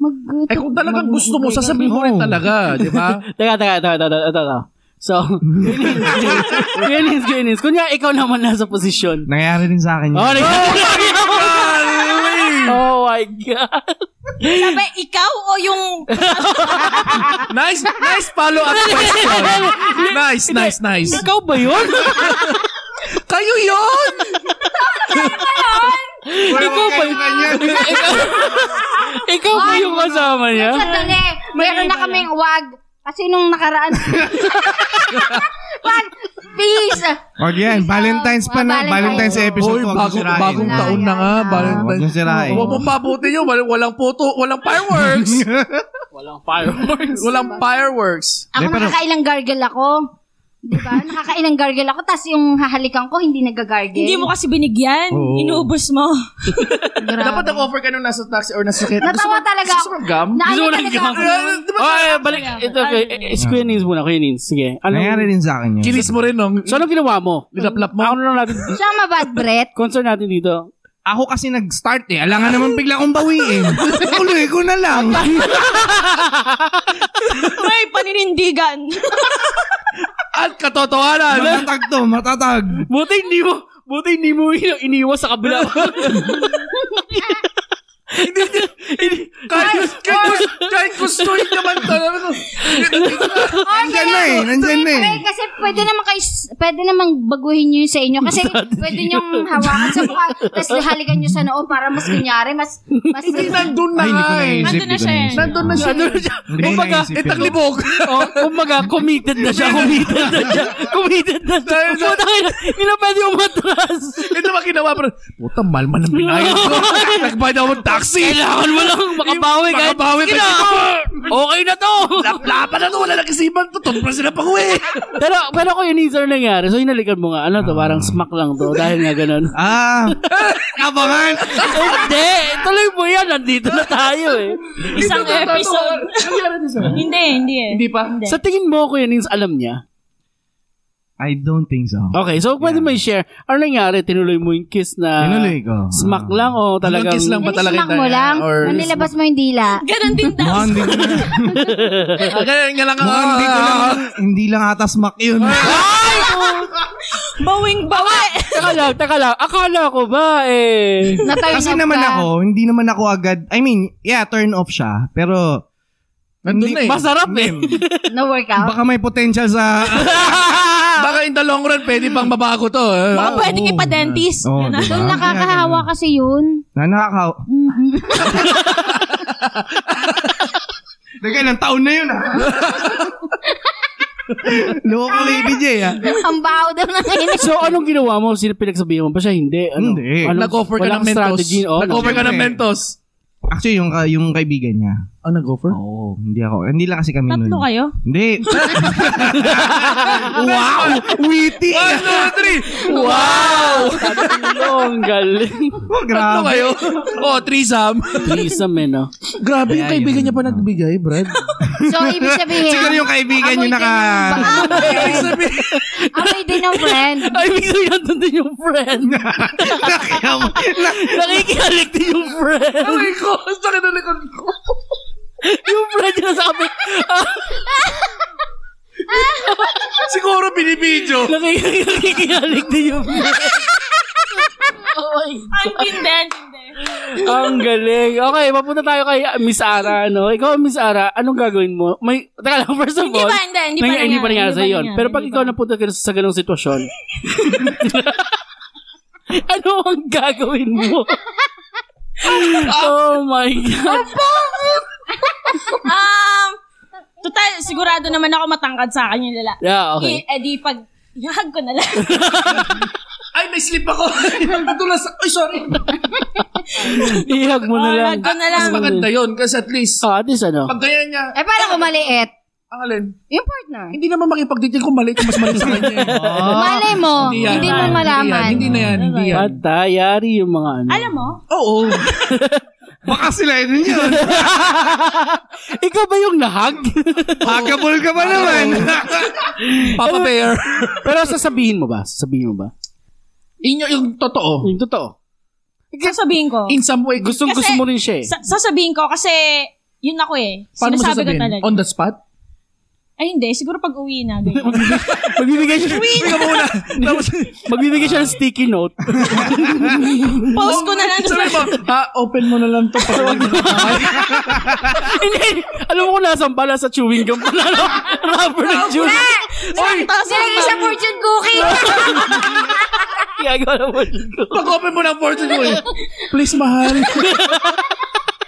S2: mag...
S3: Eh kung talagang
S2: mag-
S3: gusto mo,
S2: mag-
S3: sasabihin mo rin talaga, di ba?
S1: Teka, teka, teka, teka, teka, teka. So, Greenings, Greenings. Kunya, ikaw naman nasa posisyon.
S4: Nangyari din sa akin yun.
S1: Oh, oh my God!
S5: Sabi, ikaw o yung...
S3: Nice, nice follow-up question. Nice, nice, nice.
S1: Ikaw ba yun?
S3: Kayo yun!
S1: ikaw ba yun? Ikaw- ikaw- ikaw ba yung kasama niya?
S2: Sandali, meron na kaming wag. Kasi nung nakaraan... wag, please.
S4: O yan, Valentine's pa na.
S2: Valentine's.
S4: Valentine's episode.
S3: Hoy,
S4: huwag
S3: bago,
S4: niyo sirain.
S3: bagong
S2: Wala
S3: taon
S2: yan,
S3: na nga.
S2: ah.
S4: Huwag niyo
S3: Valentine's.
S4: sirain.
S3: Huwag mong pabuti yun. Walang, walang photo, walang fireworks.
S1: Walang fireworks.
S3: walang fireworks.
S2: Ako
S4: Hindi, pero-
S2: nakakailang gargle ako. Di ba? Nakakailang gargle ako. Tapos yung hahalikan ko, hindi nagagargle.
S5: Hindi mo kasi binigyan.
S4: Oo.
S5: Inuubos mo.
S2: Grabe.
S3: Dapat nag-offer ka nung nasa taxi or nasa sakit.
S2: Natawa talaga ako.
S3: Gusto mo gum?
S1: Gusto mo lang
S2: Naano talaga
S1: gum?
S2: ako.
S3: Di ba?
S1: Oh, eh, balik. Ito, eh, eh, si Kuya Nins muna, Kuya Nins. Sige. Ano,
S4: Nangyari din sa akin yun.
S3: Kinis mo rin nung
S1: so, anong ginawa mo?
S3: nilaplap mo.
S1: Ano lang natin?
S2: Siya mabad breath.
S1: Concern natin dito.
S4: Ako kasi nag-start eh. Alangan naman bigla kong bawiin. Tuloy ko na lang.
S5: May paninindigan.
S3: At katotohanan.
S4: matatag to, matatag.
S1: Buti hindi mo, buti hindi mo ini- iniwas sa kabila.
S3: kahit, kahit, gusto- kahit gusto yun naman talaga.
S4: Nandyan na eh, nandyan na eh.
S2: Pre, kasi pwede naman kayo, pwede naman baguhin nyo yun sa inyo. Kasi pwede nyong hawakan sa mukha, tapos halikan nyo sa noo para mas kunyari, mas, mas,
S3: Hindi, nandun na
S4: Ay, hindi
S3: nga
S4: ko
S3: eh.
S4: naisip.
S5: Nandun na
S4: hindi ko
S5: siya eh.
S4: naisip.
S3: Nandun na siya.
S1: Ano na siya?
S4: Hindi ko
S1: Kumbaga,
S4: naisip yun.
S3: Itaglibog.
S1: oh, kumbaga, committed na siya, committed na siya, committed na siya.
S3: Dahil sa-
S1: Puta ka na, hindi na pwede umatras.
S3: Ito ba ginawa pero, puta, malman ang binayad ko. Nagbayad ako ng taxi.
S1: Kailangan mo lang makabawi kahit.
S3: Makabawi
S1: Sige na, okay na to.
S3: Laplapan na to, wala nang isipan to. Tumpra sila eh. pang uwi.
S1: pero, pero ko yun yung nangyari. So, hinalikan mo nga. Ano to, parang smack lang to. Dahil nga ganun.
S4: Ah, abangan.
S1: Hindi, tuloy mo yan. Nandito na tayo eh.
S5: Isang episode. hindi, hindi eh.
S3: Hindi pa.
S1: Sa tingin mo, Kuya Nins, alam niya.
S4: I don't think so.
S1: Okay, so pwede mo i-share. Ano nangyari? Tinuloy mo yung kiss na
S4: Tinuloy ko.
S1: smack lang o talagang...
S3: Mm. kiss lang ba talaga
S2: smack
S3: yung
S2: mo
S3: daya?
S2: lang,
S3: Or...
S2: manilabas mo yung dila.
S5: Ganon din daw.
S4: Mukhang hindi ko na-
S3: Ah, Ganyan nga lang.
S4: mukhang hindi ko lang, Ah! hindi lang ata smack yun.
S5: Bawing eh. bawi.
S1: Taka lang, taka lang. Akala ko ba eh...
S2: Na-turn
S4: Kasi
S2: off
S4: naman
S2: ka.
S4: ako, hindi naman ako agad, I mean, yeah, turn off siya, pero
S3: Nandun na eh.
S1: Masarap eh.
S2: Na-workout.
S4: baka may potential sa...
S3: Ah, Baka in the long run, pwede pang mabago to. eh.
S5: Baka pwedeng ipa-dentist.
S4: Oo,
S5: Yun ah.
S4: diba?
S2: Doon nakakahawa kasi yun.
S4: Na nakaka- Teka, ilang taon na yun ah. Loko Lady J ah.
S2: Ang baho daw na ngayon.
S1: So, anong ginawa mo? Sino pinagsabihan mo pa siya? Hindi. Ano?
S4: Hindi.
S1: Anong-
S3: Nag-offer ka
S1: walang
S3: ng Mentos.
S1: strategy. Oh,
S3: Nag-offer ka ng
S4: Siyempre.
S3: Mentos.
S4: Actually, yung, ka- yung kaibigan niya.
S3: Ang nag-offer?
S4: Oo, hindi ako. Hindi lang kasi kami
S5: Tatlo
S4: nun.
S5: kayo?
S4: Hindi. wow! Witty!
S3: One, two, three!
S1: Wow! Tatlo, ang galing.
S4: Oh,
S3: Ano
S4: grabe.
S3: kayo? Oh, threesome.
S1: Threesome eh, no?
S3: Grabe
S4: yung kaibigan niya pa
S3: nagbigay, Brad.
S2: So, ibig sabihin,
S4: Siguro yung kaibigan
S2: amoy
S4: yung naka...
S2: din ng-
S3: Ibig sabihin,
S2: Amoy din ng friend.
S1: Ay, ibig sabihin nandun din yung friend. Nakikihalik din yung friend.
S3: aray ko, ang sakit na likod ko.
S1: Yung friend yung nasa kape.
S3: Siguro binibidyo.
S1: Nakikihalik din yung friend.
S5: Ang hindi, ang hindi.
S1: Ang galing. Okay, mapunta tayo kay Miss Ara. Ano? Ikaw, Miss Ara, anong gagawin mo? May, taka lang, first of
S5: Hindi
S1: all,
S5: ba, hindi, hindi pa
S1: nangy-
S5: nangyari,
S1: pa nangyari sa'yo
S5: hindi pa
S1: yun.
S5: nangyari,
S1: Pero pag
S5: hindi
S1: ikaw
S5: pa.
S1: napunta ka sa ganong sitwasyon, ano ang gagawin mo? oh my God.
S5: Um, total, sigurado naman ako matangkad sa akin yung lala.
S1: Yeah, okay.
S5: Eh, eh, di pag, ihag ko na lang.
S3: Ay, may slip ako. Nadulas. Ay, sorry.
S1: Ihag mo na
S5: Oh,
S1: lang.
S5: lag ko na lang.
S3: Mas maganda yun kasi at least,
S1: Oh, at least ano.
S3: pag ganyan niya,
S2: Eh, paano kung maliit?
S3: ang alin,
S2: Yung partner.
S3: hindi naman makipag-detail kung mali kung mas mali sa kanya. eh.
S2: Malay mo,
S3: Hindi yan.
S2: hindi mo
S3: Hindi yan.
S2: malaman.
S3: Hindi na yan, hindi yan.
S1: Patayari yung mga ano.
S5: Alam mo,
S3: Oo.
S4: Baka sila yun yun.
S1: Ikaw ba yung nahag?
S4: Hagabol ka ba naman?
S3: Papa Bear.
S1: Pero sasabihin mo ba? Sasabihin mo ba?
S3: Inyo yung totoo.
S1: Yung totoo.
S5: sasabihin ko.
S3: In some way, gusto
S1: Gustong gusto mo rin siya eh.
S5: Sa- sasabihin ko kasi yun ako eh.
S3: Paano mo
S5: Sinasabi ko
S3: sasabihin?
S5: talaga.
S3: On the spot?
S5: Ay hindi, siguro pag uwi na. ganyan.
S1: Magbibigay siya,
S3: Teka muna. Tapos,
S1: magbibigay siya ng sticky note.
S5: Post ko na lang.
S3: sabi mo, ha, Ah, open mo na lang to. Pag wag na
S1: Hindi. Alam mo kung nasaan pala sa chewing gum pala. no? Rubber ng chewing gum.
S5: Sakto,
S2: Nilagay
S5: sakto.
S2: sa fortune cookie.
S1: Kaya gano'n mo dito.
S3: Pag open mo ng fortune mo eh. Please, mahal.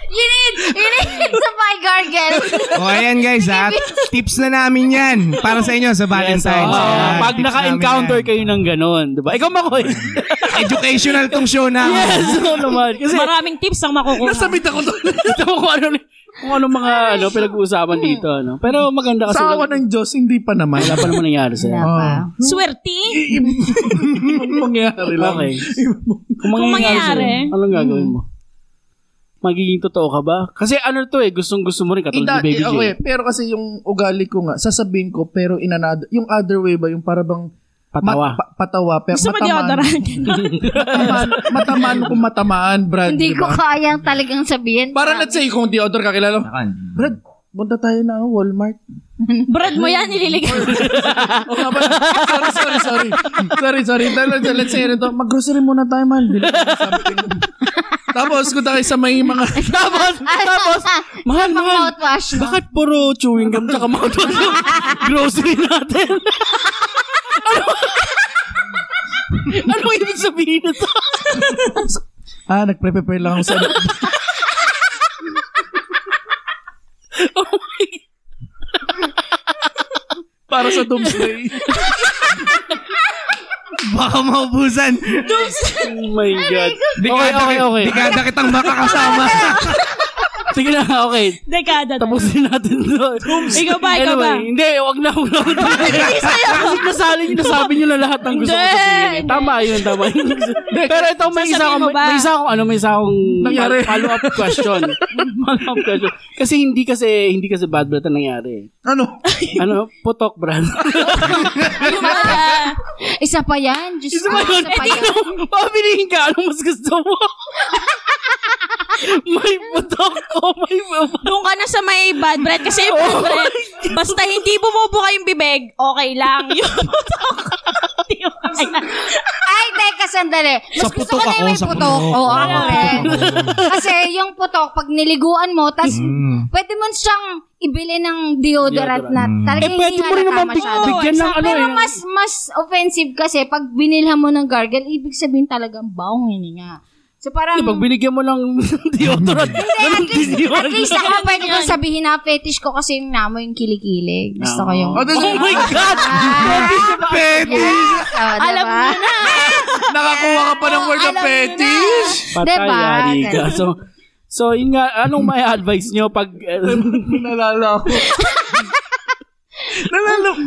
S2: you need, you need to buy gargle.
S4: o ayan guys ha. Tips na namin yan. Para sa inyo sa Valentine's.
S1: Oo,
S4: Ayan,
S1: pag
S4: tips
S1: naka-encounter
S4: namin
S1: kayo ng gano'n, di ba? Ikaw, Makoy.
S4: yan. Educational tong show na.
S1: yes, oo naman. Kasi
S5: Maraming tips ang makukuha.
S3: Nasabit ako to.
S1: ito mo kung ano, kung ano mga ano, pinag-uusapan
S5: Hmm.
S1: dito. Ano. Pero maganda kasi.
S3: Sa awa ng Diyos, hindi pa naman. Ah.
S1: Wala pa naman nangyari sa'yo.
S2: Napa.
S5: Swerte.
S3: Ibang mangyari lang.
S1: Okay. Kung
S5: Kung
S1: mangyayari
S5: mangyayari.
S1: sa'yo, anong gagawin mo? Magiging totoo ka ba? Kasi ano to eh, gustong-gusto mo rin katulad
S3: Ida,
S1: ni Baby J.
S3: okay, pero kasi yung ugali ko nga, sasabihin ko, pero in another, yung other way ba, yung para bang
S1: Patawa.
S3: mat- pa- patawa, pero
S5: Gusto mo
S3: matamaan.
S5: deodorant?
S3: matamaan, matamaan kung matamaan, Brad.
S2: Hindi ko
S3: diba?
S2: kayang talagang sabihin.
S3: Parang let's say, kung deodor ka kilala, mo,
S4: Nakan.
S3: Brad, punta tayo na Walmart.
S5: Brad mo yan, nililigay.
S3: Oh, nga ba? sorry, sorry, sorry. Sorry, sorry. Dahil- dahil Let's say ito, mag-grocery muna tayo, man. Bili ko ng something. Tapos, kung tayo sa may mga...
S1: Tapos, tapos, mahal, mahal.
S2: Ah, mouthwash.
S1: Diba? Bakit puro chewing gum tsaka mouthwash yung grocery natin? ano? Anong ibig sabihin nito?
S3: Ah, nag-prepare lang ako sa...
S1: Oh my
S3: Para sa doomsday.
S4: Baka maubusan.
S1: Oh my God. Okay,
S4: Dekada,
S1: okay, okay.
S4: Dekada kitang makakasama.
S1: Sige na, okay.
S5: Dekada. na.
S1: Tapusin natin to.
S5: Ikaw ba, ikaw ba?
S1: Anyway, hindi, wag na, wag na. Kasi nasali nyo, nasabi nyo na lahat ng gusto ko
S5: Hindi,
S1: sabihin. Tama yun, tama yun. Pero ito, may isa
S5: Sasabihin
S1: akong,
S5: mo ba?
S1: may isa akong, ano, may isa akong
S3: Nangyari.
S1: follow-up question. follow-up question. Kasi hindi kasi, hindi kasi bad breath ang nangyari.
S3: ano?
S1: Ano, putok, brad.
S5: Ah,
S2: Isa pa yan. Diyos ko, isa pa yan.
S1: Pabilihin ka, ano mas gusto mo? may putok oh o may
S5: Doon ka na sa may bad breath kasi yung bad breath, basta hindi bumubuka yung bibig, okay lang. Yung putok. Di ba?
S2: Ay, teka, sandali. Mas
S4: Sa
S2: gusto ko na yung
S4: putok ako,
S2: may
S4: sa
S2: putok.
S4: putok.
S2: Oo,
S4: Oo,
S2: ako rin. Kasi yung putok, pag niliguan mo, tas
S4: Mm.
S2: pwede mo siyang ibili ng deodorant na
S4: Deodorant.
S2: talagang
S1: Eh, pwede
S2: hindi
S1: mo rin
S2: halata
S1: naman big,
S2: masyado.
S1: bigyan ng ano
S2: Pero
S1: eh.
S2: mas mas offensive kasi pag binilhan mo ng gargle, ibig sabihin talagang baong yun nga. So parang,
S1: Hindi, pag binigyan mo ng deodorant, ganun din yun.
S2: at least ako pwede kong sabihin na fetish ko kasi yung namo yung kilikili. Gusto ko yung...
S3: Oh, this
S1: Oh my God!
S4: Pwede.
S2: Alam mo na.
S3: Nakakuha ka pa ng word of fetish.
S2: Diba?
S1: Patayari ka. So, so yun nga, anong may advice nyo pag... eh,
S3: Nalala ko. Nalala ko.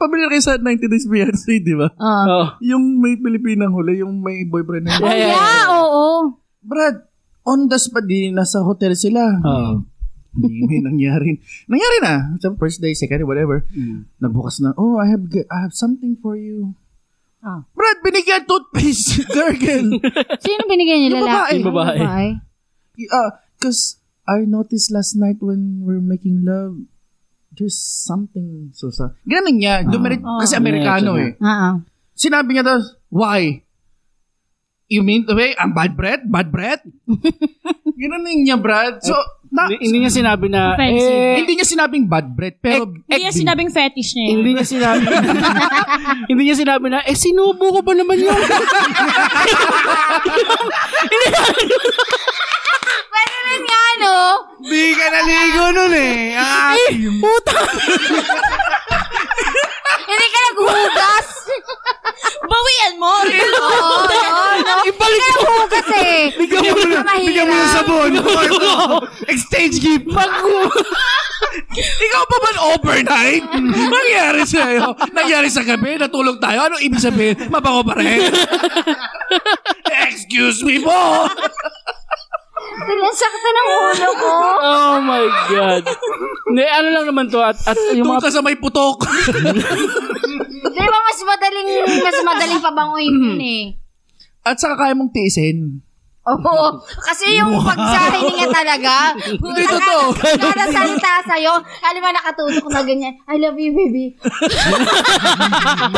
S3: Pamilya kayo sa 90 Days Fiancé, di ba?
S2: Oh.
S1: oh, Eh,
S3: Yung may Pilipinang huli, yung may boyfriend na yun.
S2: Oh, yeah, oo.
S3: Brad, on the spot, di nasa hotel sila.
S1: Oh.
S3: Hindi may nangyari. Nangyari na. Sa first day, second day, whatever. Nagbukas na, oh, I have g- I have something for you.
S2: Ah.
S3: Brad, binigyan toothpaste. Gargle.
S2: Sino binigyan niyo
S3: Yung
S2: lalaki?
S1: babae. Yung babae.
S3: Because Ah, I noticed last night when we're making love, there's something. So, sa, ganun niya. Dumiri- kasi Amerikano
S1: Diretso
S3: eh.
S2: Oo.
S3: Sinabi niya daw, why? You mean the way I'm bad breath? Bad breath? Ganun din niya, Brad. So, na,
S1: Hindi- Hindi niya sinabi na,
S5: Offensive.
S1: eh,
S3: hindi niya sinabing bad breath, pero
S5: Hindi yan sinabing fetish niya yun.
S1: hindi niya sinabi hindi niya sinabi na, eh, sinubo ko ba naman yun?
S2: Pero rin nga, no?
S4: Di ka naligo nun eh. Ah,
S2: Hindi ka naghuhugas.
S5: Bawian mo!
S2: Oo, oo, no. Ibalik mo. hugot eh.
S4: Bigyan mo,
S2: Mahirap.
S4: bigyan mo yung sabon. Exchange gift. Bago.
S3: Ikaw pa man overnight? Nangyari sa'yo? Nangyari sa gabi? Natulog tayo? Ano ibig sabihin? Mabango pa rin? Excuse me po!
S2: Sinasakta ng ulo ko.
S1: Oh my God. Hindi, ano lang naman to. At, at yung
S3: Doon
S1: mga...
S3: ka sa may putok.
S2: Di ba mas madaling, mas madaling pabanguin yun eh.
S3: At saka kaya mong tiisin.
S2: Oo. Kasi yung pagsahin niya talaga. Hindi
S3: totoo.
S2: Narasalita sa'yo. Alam mo, nakatutok na ganyan. I love you, baby.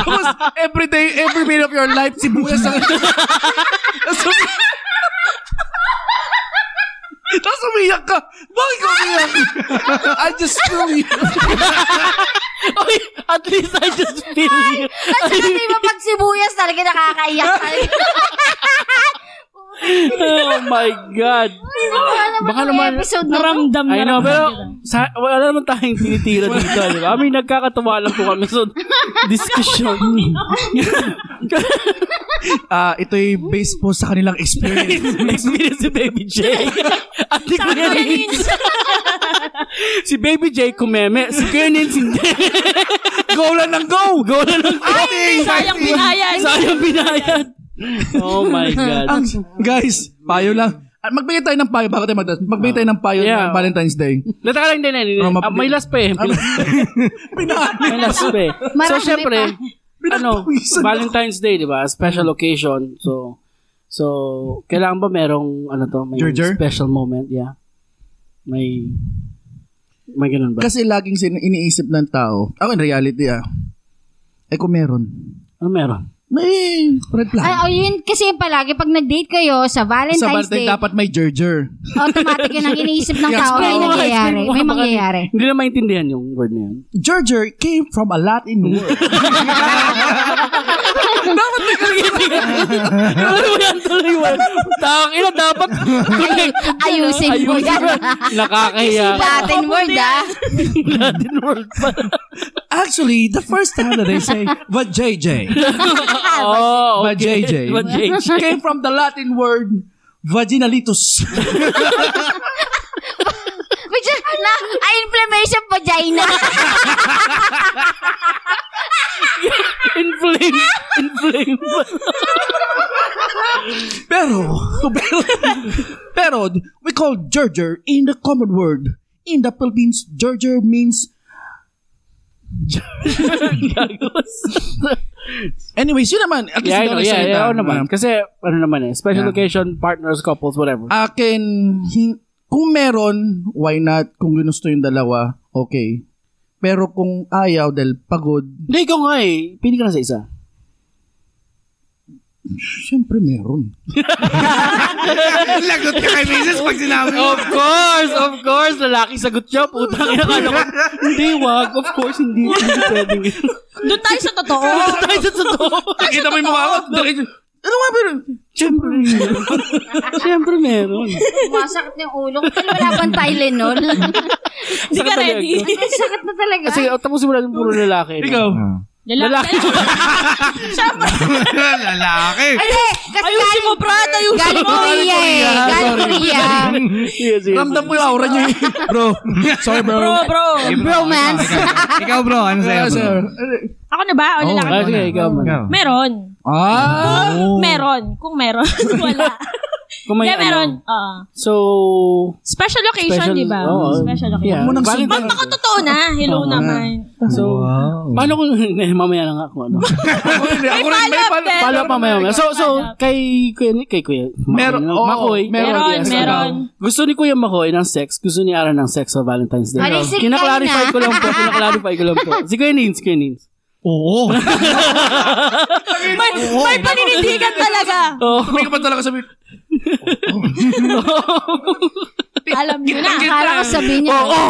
S3: Tapos, every day, every minute of your life, sibuyas ang... Tapos umi- Tapos umiyak ka. Bakit ka umiyak? I just feel you.
S1: Ay, at least I just feel you.
S2: At saka di ba pag sibuyas talaga nakakaiyak ka.
S1: Oh my God. Baka naman,
S2: episode na to.
S5: Naramdam na
S1: I know,
S5: naman
S1: pero
S5: nila.
S1: sa, wala naman tayong tinitira dito, di ba? I mean, nagkakatuwa lang po kami sa discussion.
S3: Ah, ito'y based po sa kanilang experience.
S1: Experience si Baby J. At ni Kuya
S5: Kuya
S1: Nins.
S5: Nins.
S1: Si Baby J kumeme. Si Kuya Nins hindi.
S3: go lang ng go!
S1: Go na lang.
S3: Ay,
S5: Sayang binayan.
S1: Sayang binayad. Oh my God.
S3: Ang, guys, payo lang. Ah, Magbigay tayo ng payo bago tayo magtas. Magbigay tayo ng payo
S1: Yeah.
S3: ng Valentine's Day.
S1: Nataka lang din. din.
S3: Oh, map-
S1: Ah, may last pa eh. May
S3: Pinaalis.
S1: last pa eh. So,
S2: Marami
S1: syempre, ano,
S3: Pinagpawisan
S1: Valentine's Day, di ba? Special occasion. So, so, kailangan ba merong, ano to, may
S3: Gerger?
S1: special moment, yeah? May, may ganun ba?
S3: Kasi laging sin- iniisip ng tao. Ako in reality ah. Eh kung meron.
S1: Ano meron?
S3: May red
S2: Ay,
S3: flag.
S2: oh, yun kasi yung palagi, pag nag-date kayo sa Valentine's
S3: Sa
S2: Day,
S3: Valentine dapat may gerger.
S2: automatic yun ang iniisip ng
S3: Yeah,
S2: tao. May
S1: Explain mo nga,
S2: nangyayari.
S1: explain mo
S2: May
S1: nga, baka
S2: mangyayari.
S1: Hindi na maintindihan yung word na yun.
S3: Gerger came from a Latin word.
S1: dapat may kaligitingan. Ano mo yan tuloy word? Tang, ina, dapat connected. na,
S2: ayusin
S1: no?
S2: mo yan.
S1: mo Nakakahiya.
S2: Latin word ah.
S1: Latin word pa.
S3: Actually, the first time that they say, but JJ.
S1: Oh,
S3: Ba
S1: okay.
S3: JJ.
S1: Ba JJ.
S3: came from the Latin word vaginalitus.
S2: Which is, na, ay, inflammation vagina.
S1: Inflame. Inflame.
S3: Pero, pero, pero, we call gerger in the common word. In the Philippines, gerger means...
S1: Gagos.
S3: Anyways, yun naman. At least
S1: Yeah, I
S3: ikaw
S1: know.
S3: nagsalita.
S1: Yeah, yeah, oo naman.
S3: Ah,
S1: Kasi, ano naman eh, special
S3: Yeah.
S1: occasion, partners, couples, whatever.
S3: Akin, hin- kung meron, why not? Kung ginusto yung dalawa, okay. Pero kung ayaw dahil pagod,
S1: Hindi, ikaw nga eh. Pili ka na sa isa.
S3: syempre meron.
S4: Lagot ka kay Mrs. pag sinabi
S1: Of course, of course. Lalaki sagot siya. Putang ina ka lang. Hindi, wag. Of course, hindi. Hindi pwedeng.
S5: Doon tayo sa totoo.
S1: Tayo sa totoo.
S3: Nakita mo yung mukha ko? Direct- Ano nga pero?
S1: Siyempre meron. Siyempre meron.
S2: Masakit na yung ulo. ko. Wala bang Tylenol?
S5: Hindi ka ready.
S2: Ang sakit na talaga.
S1: Kasi oh, tapusin mo natin puro lalaki. no?
S3: Ikaw.
S5: Lalaki.
S4: Lalaki.
S2: Hindi, kasi
S5: Ayusin mo, Brad. Ayusin
S2: galing
S5: mo.
S2: Korea eh.
S1: ah.
S2: Galing Korea.
S4: Ah.
S1: Sige, sige.
S3: Ramdam ko yung aura niyo. eh. Bro. Sorry, bro.
S5: Bro, bro.
S2: Bromance.
S4: Ikaw bro, ano sa'yo bro? Oh,
S3: Yeah, sir.
S5: Ako na ba? O lalaki?
S1: Ah, sige, ikaw. man.
S4: Ikaw.
S5: Meron.
S1: Oh.
S3: Ah!
S5: Meron. Kung meron. Wala.
S1: Kung may ano.
S5: Hindi, meron. Oo.
S1: So,
S5: Special occasion,
S1: Special-
S5: di ba?
S1: oo.
S5: Special
S1: yeah.
S5: occasion.
S3: Huwag mo nang
S1: Valentine's
S3: sundan.
S5: Pag baka totoo na, hello naman.
S1: So,
S4: Wow.
S1: paano kung, eh, mamaya na nga kung ano.
S3: Ako rin, ako rin, may
S5: Follow-up,
S3: pala-
S5: eh.
S1: Follow up mamaya. mamaya. So, so, kay Kuya, kay Kuya, Makoy,
S3: Meron, oo,
S1: Makoy,
S3: meron,
S5: Meron,
S3: yes.
S5: meron.
S1: Gusto ni Kuya Makoy ng sex, gusto ni Ara ng sex sa Valentine's Day.
S2: Ay, isip
S1: Kinaklarify
S2: ka na.
S1: ko lang po, kinaklarify ko lang po. Si Kuya Nins, Kuya Nins.
S4: Oo.
S5: May, may paninindigan talaga.
S1: Oh,
S3: Hindi ko pa talaga sabi,
S5: Alam niyo na.
S2: Akala ko sabihin niya. Oo.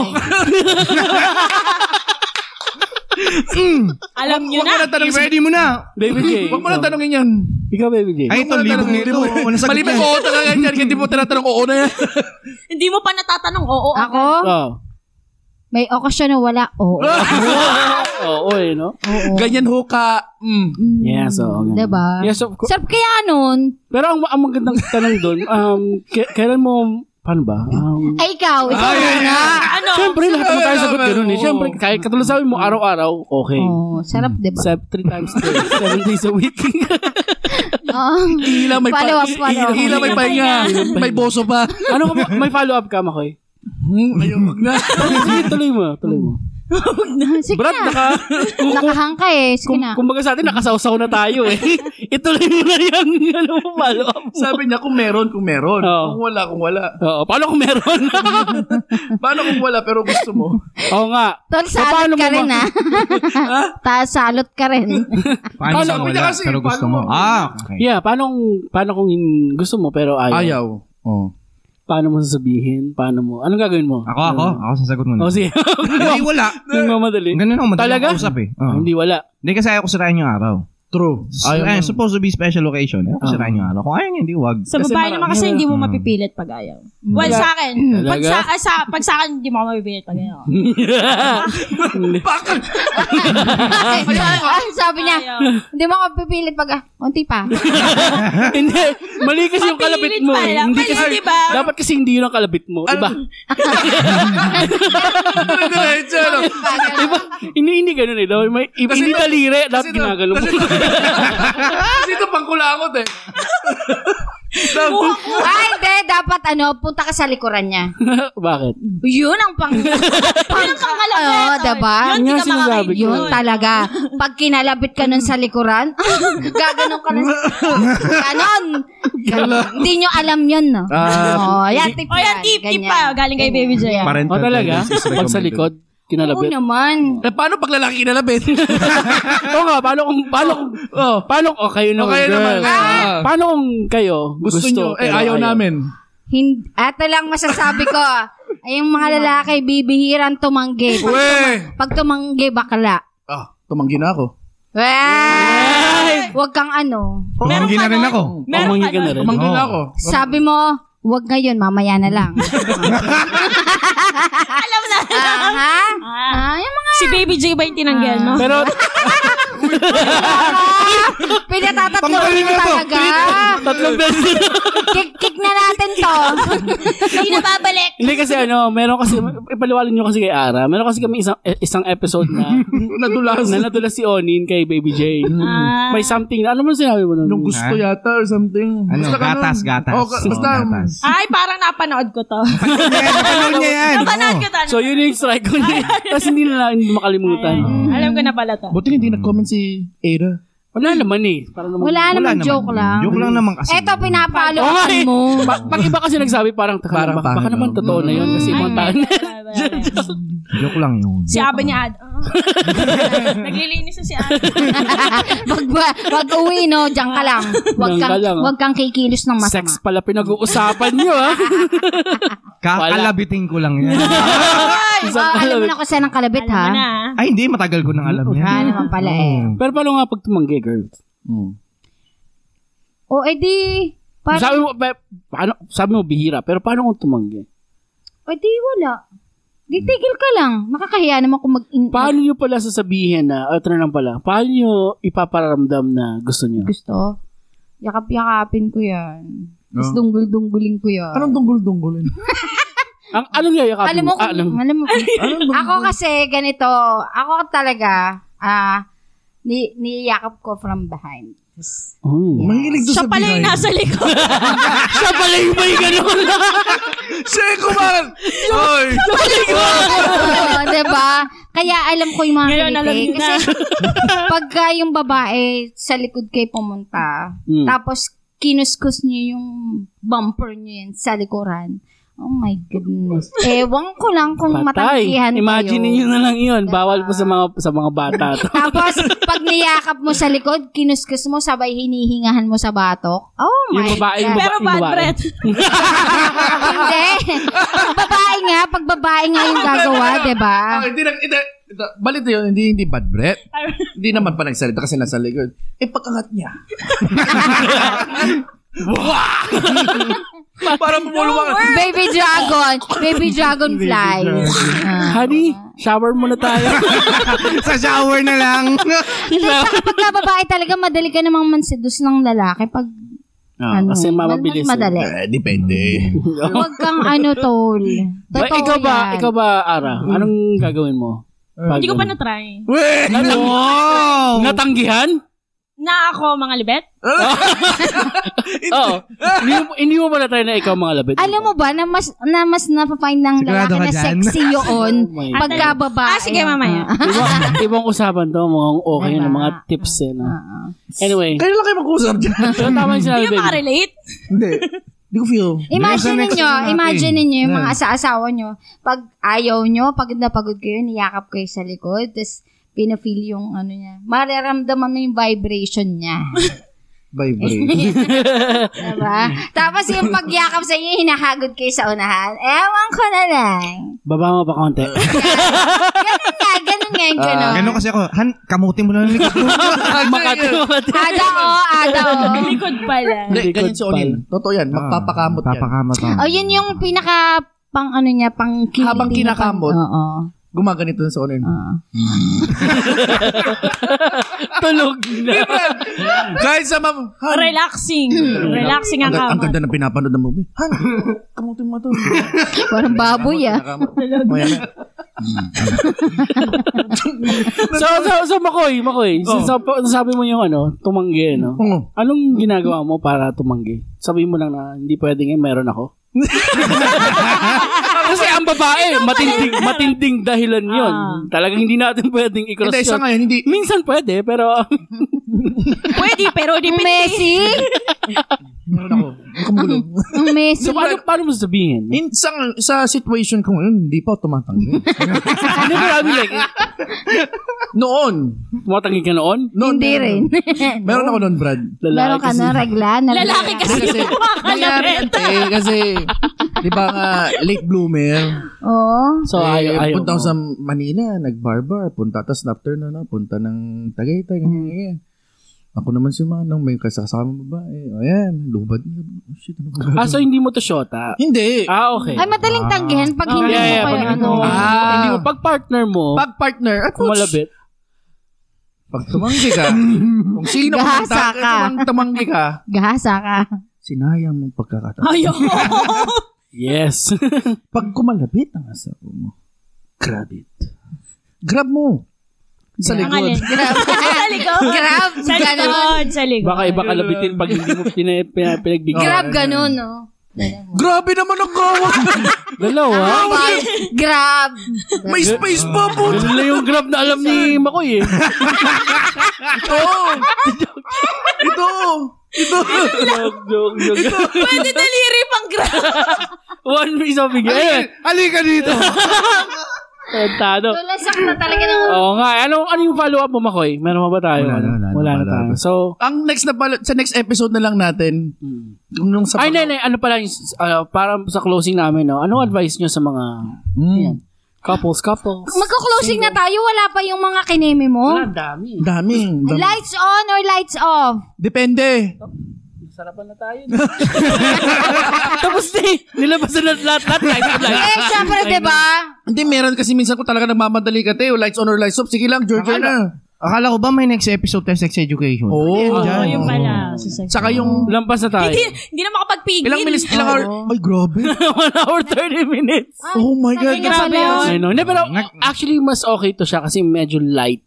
S5: Alam niyo
S3: huwag mo
S5: na.
S3: na tanong
S4: Ready mo na.
S1: Baby J.
S3: Huwag mo na tanongin yan.
S1: Ikaw, Baby J.
S4: Ay, ito, libong na ito. Ano sagot
S3: Mali mo
S4: niya?
S3: oo talaga "Oh, ano yan. Hindi mo tinatanong oo na yan.
S5: Hindi mo pa natatanong oo.
S2: Ako?
S1: Oh.
S2: May okasyon na wala. Oo.
S1: Oo, eh, no?
S2: Oo.
S3: Ganyan ho ka. Mm.
S2: Mm.
S1: Yes, oo. ganun.
S2: Diba?
S1: Yes, of course.
S2: Sarap kaya nun.
S1: Pero ang, ang magandang tanong doon, um, k- kailan mo, paano ba? Um,
S2: Ay, ikaw. ikaw
S3: Ayun
S2: muna.
S3: nga.
S5: Ano?
S1: Siyempre, lahat naman tayo sagot ganun eh.
S3: Oo.
S1: Siyempre, kahit katulad sabi mo, araw-araw, okay.
S2: Oo, sarap, diba?
S1: Sa three times a day, seven days a week.
S2: Oo.
S3: Hila may
S2: Follow
S3: pa-
S2: up, follow up.
S3: Hila may pahinga. may boso pa.
S1: ano ka, ba- may follow-up ka, Makoy?
S3: Hmm, Ayun, wag na.
S1: Sige, tuloy mo, tuloy mo.
S2: Sige
S1: Brad,
S2: na.
S1: naka, kung, kung,
S2: Nakahang ka eh. Sige
S1: kung,
S2: na.
S1: kumbaga sa atin, nakasawsaw na tayo eh. Ituloy mo na yan, ano mo, follow-up mo.
S3: Sabi niya, kung meron, kung meron.
S1: Oo.
S3: Kung wala, kung wala.
S1: Oo, paano kung meron?
S3: Paano kung wala pero gusto mo?
S1: Oo nga.
S2: Tol,
S1: Paano
S2: salot ka
S1: mo
S2: rin
S1: ma-
S2: ah. Ta, salot ka rin.
S4: Paano
S3: Paano?
S4: sa
S3: Kanya
S4: wala?
S3: kasi,
S4: Pero gusto
S3: paano
S4: mo.
S3: mo-
S4: Ah, okay.
S1: Yeah, paano, kung- paano kung hin- gusto mo pero ayaw?
S3: Oh.
S1: Paano mo sasabihin? Paano mo? Anong gagawin mo?
S4: Ako, ako. Ako sasagot mo
S1: O
S4: na.
S1: sige.
S4: Hindi, wala.
S1: Nang mamadali.
S4: Ganun ako. Madali
S1: Oh, Talaga?
S4: ako usap eh. Oo.
S1: Ah, Hindi wala.
S4: Hindi kasi ayaw ko sirahin yung araw.
S3: True.
S4: Ayaw eh, supposed to be special occasion. Ayaw ko
S1: Oo.
S4: sirahin yung araw. Kung ayaw niya, hindi, wag.
S5: Sa
S1: Kasi
S5: babae
S1: marami-
S5: naman kasi hindi mo
S4: Hmm.
S5: mapipilit pag ayaw. Well, sa akin. Pag sa, ah, sa, pag sa akin, hindi mo ako mapipilit pag ayaw.
S3: Bakit?
S2: Ah, sabi niya,
S5: Ayaw.
S2: hindi mo ako pipilit pag, ah, unti pa.
S1: hindi. Mali kasi yung kalabit
S5: Papilit
S1: mo. eh.
S5: pa lang.
S1: Hindi
S5: Mali,
S1: kasi,
S5: di ba?
S1: dapat kasi hindi yun ang kalabit mo. diba? Iba.
S3: Diretso, ano?
S1: Iba. Hindi, hindi ganun eh. Daw- May, iba,
S3: Kasi
S1: hindi
S3: ito-
S1: talire. Dapat
S3: Kasi ito-
S1: ginagalo mo.
S3: kasi ito- Kasi ito pang kulakot eh. Tapos,
S2: Ay, hindi. Dapat, ano, punta ka sa likuran niya.
S1: Bakit?
S2: Yun ang pang...
S5: Yun ang kakalapit.
S2: Oo,
S5: oh.
S2: diba?
S5: Yun,
S1: Yun nga
S5: hindi ka
S1: sinasabi
S5: makakain.
S1: ko.
S5: Yun
S2: Yun talaga. Pag kinalabit ka nun sa likuran, gaganon ka na. Ganon. Ganon. Hindi nyo alam yun, no?
S1: Ah,
S2: Oo, yan, tip
S5: O yan, tip, tip pa. Galing kay Baby J. yan.
S1: O Oh, talaga? Pag sa likod,
S2: Oo
S1: kinalabit.
S2: naman.
S3: eh, paano pag lalaki kinalabit?
S1: Oo nga, paano kung, paano kung,
S3: oh.
S1: paano, oh, kayo na,
S3: O kayo
S1: girl.
S3: naman. Ah.
S1: Paano kung kayo, gusto,
S3: Gusto, nyo. Eh,
S1: pero
S3: ayaw, namin.
S2: Hindi, ito lang masasabi ko. Ay, yung
S5: Ano?
S2: mga lalaki, bibihirang tumanggi. Pag,
S3: Uwe!
S2: pag tumanggi, bakla.
S3: Ah, tumanggi na ako.
S2: Wey! Huwag kang ano.
S4: Pamanggi na rin ako.
S5: Meron
S1: Pamanggi
S5: ka
S1: ka na
S5: nun.
S1: rin.
S3: Tumanggi
S4: Oo.
S3: na ako.
S2: Sabi mo, huwag ngayon, mamaya na lang.
S5: Alam na.
S2: Ah, ha? Ah, yung mga
S5: Si Baby J ba yung tinanggal mo?
S1: Pero,
S2: pinatatatlo
S4: Tanggalin
S2: mo
S4: na to.
S2: talaga.
S1: tatlong beses na.
S2: Kick, kick na natin to.
S5: Hindi na babalik.
S1: Hindi kasi ano, meron kasi, ipaliwalan nyo kasi kay Ara, meron kasi kami isang, eh, isang episode na,
S3: Nadulas.
S1: na nadulas si Onin kay Baby J.
S5: Ah.
S1: May something na, ano mo sinabi mo nun?
S3: Nung gusto
S4: Ha?
S3: yata or something.
S4: Ano,
S3: Basta ganun.
S4: gatas, gatas.
S3: Oh, ga-
S4: Oo,
S3: basta,
S4: gatas.
S5: Ay, parang napanood ko to.
S4: Yan, Napanood
S1: Ano
S4: niya yan.
S5: napanood ko to.
S1: So, yun yung strike ko niya. Tapos hindi na lang hindi makalimutan.
S5: Alam ko na pala to.
S3: Buti hindi nag-comment si Ada.
S1: Wala naman eh. Para naman.
S2: Wala
S4: Wala
S2: naman,
S4: naman
S2: joke
S4: yun.
S2: lang.
S4: Joke lang naman kasi.
S2: Eto, pinapalo
S1: Oo nga eh.
S2: mo.
S1: Pa- pag iba kasi nagsabi, parang, taka,
S3: Parang
S1: baka, baka
S3: pangit,
S1: naman
S3: no?
S1: totoo na yun. Kasi
S5: Mm. Ay,
S1: ibang taon.
S5: wala, wala, wala.
S4: Joke lang yun.
S5: Si Aba niya, ad. Naglilinis na si Aba.
S2: wag, ba- wag uwi, no? Diyan ka lang. Wag
S1: Diyan ka
S2: kang,
S1: lang, oh.
S2: wag kang kikilos ng masama.
S1: Sex pala pinag-uusapan nyo ah. ha.
S4: Kakalabitin ko lang yan.
S2: Oh, alam mo na kung saan ang kalabit,
S5: Alam mo na.
S2: ha?
S5: ah.
S4: Ay, hindi. Matagal ko nang alam yan.
S2: Ah, naman pala eh.
S4: Oo.
S1: Pero paano nga pag tumanggi, girl?
S3: Hmm.
S2: O, edi,
S1: Sabi
S2: parang,
S1: mo, pa, paano, sabi mo bihira, pero paano kung tumanggi?
S2: edi eh, wala. Di tigil ka lang. Nakakahiya naman kung mag
S1: Paano nyo pala sasabihin na, o ito na lang pala, paano nyo ipaparamdam na gusto nyo?
S2: gusto. Yakap-yakapin ko yan. Tapos dunggul-dunggulin ko yan.
S3: Anong dunggol-dunggolin?
S1: Ang, ano nyo yakapin?
S2: alam mo, kung,
S1: Ah, alam mo.
S2: alam mo,
S3: Anong
S2: ako kasi ganito, ako talaga, ah, ni, niyakap ko from behind.
S1: Oh.
S3: Mahilig doon
S5: Siya
S3: sa
S5: pala yung
S3: behind.
S5: nasa likod.
S1: Siya pala yung may ganun.
S3: Siya yung kumaran! Oy!
S2: Oo, diba? Kaya alam ko yung mga
S5: Ngayon, alam
S2: kilig. eh.
S5: niyo na.
S2: Kasi pagka yung babae sa likod kayo pumunta,
S1: Hmm.
S2: tapos kinuskus niyo yung bumper niyo yan sa likuran, Oh my goodness. Ewan ko lang kung
S1: Patay.
S2: matangkihan kayo. Diba?
S1: Imagine niyo na lang yun. Bawal po sa mga sa mga bata. to.
S2: Tapos, pag niyakap mo sa likod, kinuskus mo, sabay hinihingahan mo sa batok. Oh my
S1: Yung babae, yung
S2: God.
S5: Pero
S1: Yung
S5: bad
S1: babae.
S5: breath.
S2: Hindi. Pag babae nga, pag babae nga yung gagawa, diba? di ba?
S3: Ah, hindi na, hindi, ito, balit yun, hindi, hindi bad breath. Hindi naman pa nagsalita kasi nasa likod. Eh, pagkangat niya. Para pumulwang.
S2: Baby dragon. Baby dragonfly. Ah.
S1: Honey, shower muna tayo.
S4: Sa shower na lang.
S2: Kasi sa kapag ka babae talaga, madali ka namang mansidus ng lalaki pag
S1: Oo, Ah,
S2: ano.
S1: kasi
S2: mas-
S1: mamabilis.
S2: Mas madali.
S3: Eh, depende.
S2: Huwag kang ano, tol.
S1: Ba,
S2: Totoo
S1: ikaw ba,
S2: yan.
S1: ikaw ba, Ara? Anong gagawin mo? Pag-
S5: Hindi ko pa na-try.
S3: Weh!
S1: Natang-
S4: wow!
S1: Natanggihan?
S5: Na ako, mga libet?
S1: Oo. Hindi mo- Hindi mo ba na-try na ikaw mga labit?
S2: Alam mo ba na mas na mas napafind ng
S4: Sigurado
S2: lalaki
S4: ka
S2: na
S4: dyan?
S2: sexy
S1: Oh
S2: yun
S1: my God.
S2: pagka babae.
S5: Ah, sige, mamaya.
S2: Ah,
S1: ibang, ibang usapan to, mukhang okay na
S2: Diba?
S1: mga tips eh. No?
S2: ah, ah.
S1: Anyway,
S3: Kaya lang kayo mag-usap dyan.
S1: so tama yung sinabi,
S5: Hindi
S1: baby.
S5: makarelate.
S2: Ah.
S3: Hindi. Hindi ko feel.
S2: Imagine
S4: Sa next
S2: ninyo,
S4: natin.
S2: imagine ninyo yung mga
S4: Yeah.
S2: asa-asawa nyo, pag ayaw nyo, pagod na pagod kayo, niyakap kayo sa likod, tapos pinafeel yung ano niya. Mararamdaman mo yung vibration niya.
S3: Vibrate.
S2: Diba? Tapos yung pagyakap sa inyo, hinahagod kayo sa unahan. Ewan ko na lang.
S1: Baba mo pa konti.
S3: Oh
S2: Ganun nga, ganun nga yung ganun.
S4: Ah, Ganun kasi ako, han, kamutin mo na lang likod mo.
S1: Makati mo
S2: Ada o, ada oh. o.
S5: Likod pala.
S3: Hindi,
S1: Hindi,
S3: ganyan si
S1: good
S3: Onil. Totoo
S4: Ah,
S3: yan. Magpapakamot yan.
S4: Magpapakamot oh.
S1: Oh,
S4: yan.
S2: O, Oh, yun yung pinaka pang ano niya, pang kiliti.
S3: Habang
S2: niya, pang-
S3: kinakamot.
S2: Oo.
S3: Gumaganito na si Onil.
S2: oo.
S1: Tulog na.
S3: Kahit sa mam...
S2: Ah.
S3: Han,
S5: Relaxing. Relaxing ang
S3: ang, ga- ang
S5: kamot.
S3: ganda ng pinapanood ng movie. Han, kamutin mo to.
S2: Parang baboy ah.
S3: Nakakamot. Maya na.
S1: so, so, so, Makoy, Makoy,
S3: Oh.
S1: so, so, sabi mo yung ano, tumanggi, no?
S3: Oo.
S1: Anong ginagawa mo para tumanggi? Sabihin mo lang na hindi pwede ngayon, meron ako. Kasi ang babae, matinding, matinding dahilan yun.
S5: Ah.
S1: Talagang hindi natin pwedeng i-cross
S3: Hindi, sa
S1: yun.
S3: ngayon, hindi.
S1: Minsan pwede, pero
S5: Pwede,
S2: Ang
S5: pero depende.
S2: Messi?
S3: Meron Ano ako. Ang kumulo.
S2: Ang Messi?
S1: so, paano, paano mo sabihin?
S3: In, sa, sa situation ko ngayon, hindi pa ako tumatanggi.
S1: Hindi ko sabi like,
S3: noon.
S1: tumatanggi ka noon?
S3: noon
S2: Hindi
S3: meron.
S2: rin.
S3: Meron ako noon, Brad.
S2: Meron ka na regla. Na
S5: Lalaki kasi
S3: Kasi,
S5: yung
S3: nangyari
S5: makakalabit.
S3: yan, te, kasi, di ba nga, late bloomer.
S2: Oo.
S1: So,
S3: eh,
S1: ayaw, ayaw
S3: punta
S1: mo.
S3: ako sa Manila, nag-barbar, punta, tapos after na, na, punta ng Tagaytay,
S2: Mm.
S3: ganyan, ganyan. Ako naman si Manong, may kasakasama babae. eh, oh, Ayan, lubad na. Oh, shit, ano
S1: Ah,
S3: ba?
S1: so hindi mo to shota?
S3: Hindi.
S1: Ah, okay.
S2: Ay, madaling tanggihan pag
S1: Ah, yeah,
S2: hindi mo
S1: yeah,
S2: kayo
S1: pag
S2: ano.
S1: ano,
S3: Ah.
S1: hindi mo, pag partner mo,
S3: Pag partner, at
S1: kung malabit,
S3: Pag tumanggi ka, kung sino
S2: Gahasa
S3: pumunta,
S2: ka.
S3: eh, tumang- tumanggi ka,
S2: Gahasa ka.
S3: sinayang mong pagkakataon.
S5: Ayoko.
S1: yes.
S3: Pag kumalabit ang asawa mo, grab it. Grab mo. Sa
S5: Ang alin.
S3: likod.
S5: Sa likod.
S2: Grab,
S5: Sa
S2: ganun.
S5: likod. Sa likod.
S1: Baka iba ka labitin pag hindi mo pina- pina- pinagbigyan.
S2: Grab, ganun, no?
S3: Grabe naman ang gawak.
S1: Dalawa.
S2: Habang Grab.
S3: May space pa po.
S1: Ganun na yung grab na alam ni Makoy eh.
S3: Ito. Ito. Ito.
S1: joke, joke, joke.
S5: Pwede daliri pang grab.
S1: One piece of bigay. Anyway,
S4: Halika dito.
S1: eh, tentado.
S2: Tulasak na talaga ng
S1: Oo nga. Ano, ano yung follow-up mo, Makoy? Meron ba ba tayo?
S4: Wala na, wala na,
S1: na
S4: wala
S1: tayo.
S4: na.
S1: So,
S3: Ang next na pala, sa next episode na lang natin,
S1: mm.
S3: yung nung sa...
S1: ay, nay, nay, ano pala, yung, ah, para sa closing namin, no? Anong advice nyo sa mga
S3: Mm.
S1: couples, couples?
S2: Magko-closing na tayo. Wala pa yung mga kineme mo.
S1: Ang dami.
S3: Ang Dami. ang dami.
S2: Lights on or lights off?
S3: Depende.
S1: Sarapan na tayo. Tapos na eh. Nilabasan na lahat lahat light on light.
S2: Eh, syempre, di ba?
S3: Hindi, meron kasi minsan ko talaga nagmamadali ka, te. Lights on or lights off. Sige lang, Georgia na.
S4: Akala ko ba may next episode tayo sex education?
S3: Oo.
S5: Oo,
S3: Diyan.
S5: yung pala.
S3: Saka Oh, yung...
S1: Lampas na tayo.
S5: Hindi, hindi na makapagpigil.
S3: Ilang minutes, ilang hour. Ay, grabe.
S1: 1 hour 30 minutes.
S3: Oh my God.
S2: Ay, grabe yun.
S1: I know. Hindi, pero actually, mas okay to siya kasi medyo light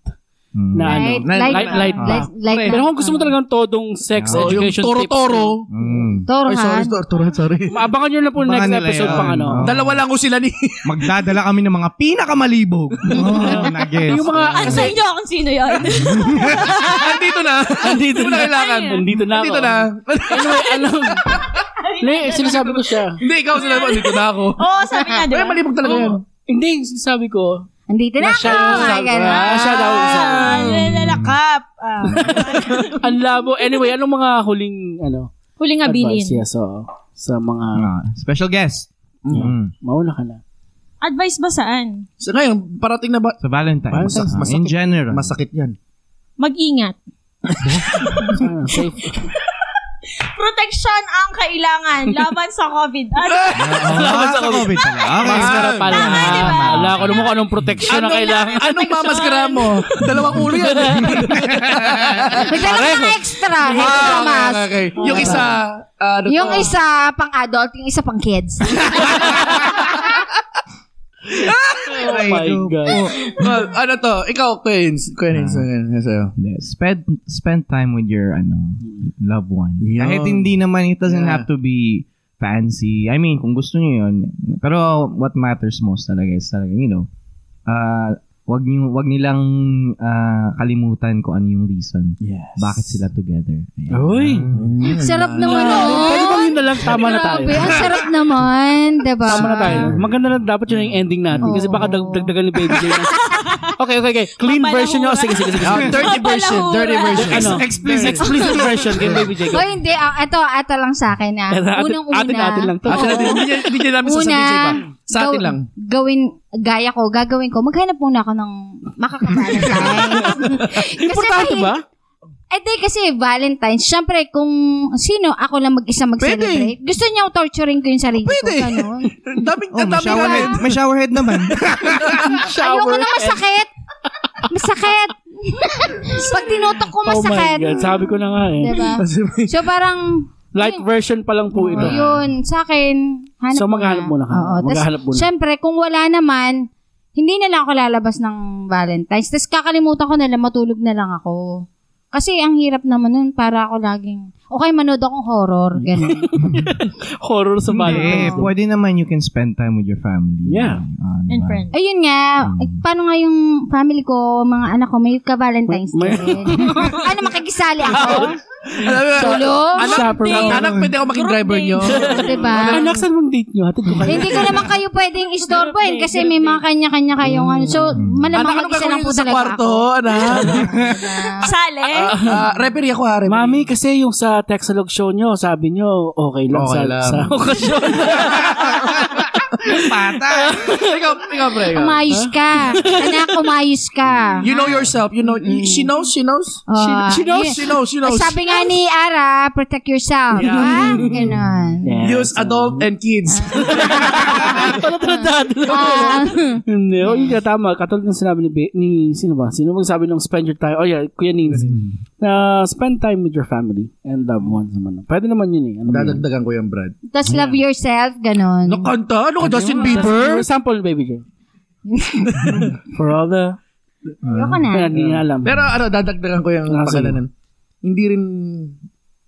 S4: Hmm.
S1: na ano.
S2: Light,
S3: Light-
S1: light-
S2: light, light,
S1: light
S2: light, light, Ah.
S1: Pero kung gusto mo talagang todong sex
S4: Oh,
S3: Oh, yung
S1: education tips.
S3: toro-toro.
S4: Hmm.
S2: Toro,
S3: Ay, sorry,
S2: ha?
S3: sorry, toro, sorry.
S1: Maabangan nyo na po
S4: Abangan
S1: next
S4: nila
S1: episode
S4: yun.
S1: pang ano.
S4: Oh.
S3: Dalawa lang ko sila ni...
S4: Magdadala kami ng mga pinakamalibog. Oh, nag-guess.
S1: Yung mga, kasi,
S5: Answer nyo kung sino yun.
S3: Andito na.
S1: andito
S3: Wala
S1: na.
S3: kailangan.
S1: Andito na ako.
S3: Andito na.
S1: Anyway, ano. Hindi, sinasabi ko siya.
S3: Hindi, ikaw sila. Andito na ako.
S5: Oo, sabi nga, di
S3: Ay,
S5: ba?
S3: malibog talaga yan.
S1: Hindi, sinasabi ko.
S2: Andito na ako.
S1: Na-shout out.
S2: Ay, ganun.
S1: Na-shout out sa
S5: Ah, lalakap. Ah.
S1: Ang labo. Anyway, anong mga huling, ano,
S5: Huling
S1: advice?
S5: abilin.
S1: Yeah, so, sa mga,
S4: Ah, special guest. Mm.
S1: mauna ka na.
S5: Advice ba saan?
S3: So, ngayon, parating na ba?
S4: Sa Valentine.
S1: Valentine's,
S4: Ah,
S3: masakit.
S4: In general.
S3: Masakit yan.
S5: Mag-ingat.
S1: Sana, safe.
S5: Proteksyon ang kailangan laban sa COVID. Ano?
S4: Salamat sa COVID pala. Ah, Okay.
S1: Maskara pala.
S5: Tama, di ba?
S1: Wala ko naman kung anong protection na kailangan.
S3: Anong mamaskara mo? Dalawang ulo yan.
S2: Nagdala ko ng extra. Extra
S3: Ah,
S2: mask.
S3: okay, okay. Yung isa, ano
S2: Yung
S3: to?
S2: isa pang adult, yung isa pang kids.
S1: Oh my God.
S3: Well, ano to? Ikaw, Queens. Queens.
S4: Ah.
S3: ano sa'yo?
S4: Hindi. Spend spend time with your ano loved one.
S3: Yeah.
S4: Kahit hindi naman it doesn't
S3: Yeah.
S4: have to be fancy. I mean, kung gusto niyo 'yon. Pero what matters most talaga is talaga, you know, uh, wag niyo wag nilang ah, kalimutan kung ano yung reason
S3: Yes.
S4: bakit sila together. Ayan.
S3: Oh.
S1: Uy.
S2: Sarap naman.
S1: Pwede
S2: Oh.
S1: bang yun na lang? Tama na tayo.
S2: Grabe, ah. ang sarap naman, diba?
S1: Tama na tayo. Maganda na dapat yun yung ending natin. Kasi baka dag- dagdagan ni Baby J. na- Okay, okay, okay. Clean
S5: Papalahura.
S1: version nyo. Sige, sige, sige.
S3: Ah,
S1: sige.
S3: dirty version. Dirty version.
S1: Ano?
S4: explicit.
S1: Explicit version kay Baby J.
S2: O hindi, ang ito, ito lang sa akin na. Unang-una.
S1: Atin, atin lang to.
S3: Atin natin. Hindi niya- Hindi niya namin
S2: Una,
S3: sasabihin sa iba. Sa atin
S2: gaw-
S3: lang.
S2: Gawin, gaya ko, gagawin ko, maghanap muna ako ng makakabalan
S1: Importante ba?
S2: Eh di kasi Valentine's, syempre kung sino ako lang mag-isa mag-celebrate, gusto niya torturing ko ano. yung sarili
S3: Pwede.
S2: ko. Ganun.
S3: Daming,
S4: Oh, may
S3: daming ano,
S4: showerhead. May showerhead naman.
S2: Ayoko na masakit. Masakit. Pag tinutok ko
S1: Oh my
S2: masakit.
S1: God. Sabi ko na nga eh.
S2: Diba? So parang,
S1: Light version pa lang po ito.
S2: yun, sa akin, hanap
S1: So, maghanap muna ka.
S2: Oo, tas,
S1: Maghanap muna.
S2: Siyempre, kung wala naman, hindi na lang ako lalabas ng Valentine's. Tapos kakalimutan ko na lang, matulog na lang ako. Kasi ang hirap naman nun para ako laging, okay, manood akong horror, ganun.
S1: Horror sa Ano
S4: Hindi.
S1: Valentine's Day.
S4: Pwede naman you can spend time with your family.
S1: Yeah.
S4: Ah, diba?
S5: And friends.
S2: Ayun nga, eh, paano nga yung family ko, mga anak ko, may ka-Valentine's
S1: May-
S2: Day. ano, makikisali ako?
S3: Alam mo,
S2: Tulog?
S3: ano, anak,
S1: Chaperone.
S3: anak, pwede ako maging
S5: Group
S3: driver
S5: date.
S3: nyo.
S2: diba?
S3: Ano?
S1: Anak, saan mong date nyo? Hatid ko kayo.
S2: Hindi ko naman kayo pwedeng istorbohin kasi may mga kanya-kanya kayong ano. So,
S3: Anak,
S2: malamang
S3: ano
S2: mag-isa lang po
S3: gagawin mo sa
S2: talaga
S3: kwarto?
S2: ako. Eh?
S3: Anak.
S5: Sale.
S3: Ah, referee ako ha, referee.
S1: Mami, kasi yung sa Texalog show nyo, sabi nyo, okay lang
S3: Okay
S1: sa,
S3: lang.
S1: sa okasyon.
S3: ikaw, ikaw, pre. ikaw.
S2: Umayos ka. Anak, umayos ka.
S3: You know yourself. You know, she knows, she knows.
S2: Mm. Ah,
S3: she, she knows,
S2: yeah.
S3: she knows, she
S2: Ay,
S3: knows.
S2: sabi nga ni Ara, protect yourself.
S3: Yeah.
S2: Ha? Ganon.
S3: Use adult and kids.
S1: Palatandaan lang.
S2: Ah,
S1: Ah, Hindi, o yun nga, tama. Katulad ng sinabi ni, Be- ni sino ba? Sino magsabi ng spend your time? Oh yeah, Kuya Nins. Na spend time with your family and loved ones naman. Pwede naman yun eh. Ano ba yun?
S3: Dadagdagan ko yung Brad.
S2: Tapos love yourself, ganon.
S3: Nakanta? Ano ka, Justin
S1: For
S3: Bieber?
S1: example, baby J. For all the...
S2: Ayoko na.
S1: Kaya hindi niya alam.
S3: Pero ano, dadagdagan ko yung
S1: Ah, sige.
S3: pangalanan. Hindi rin,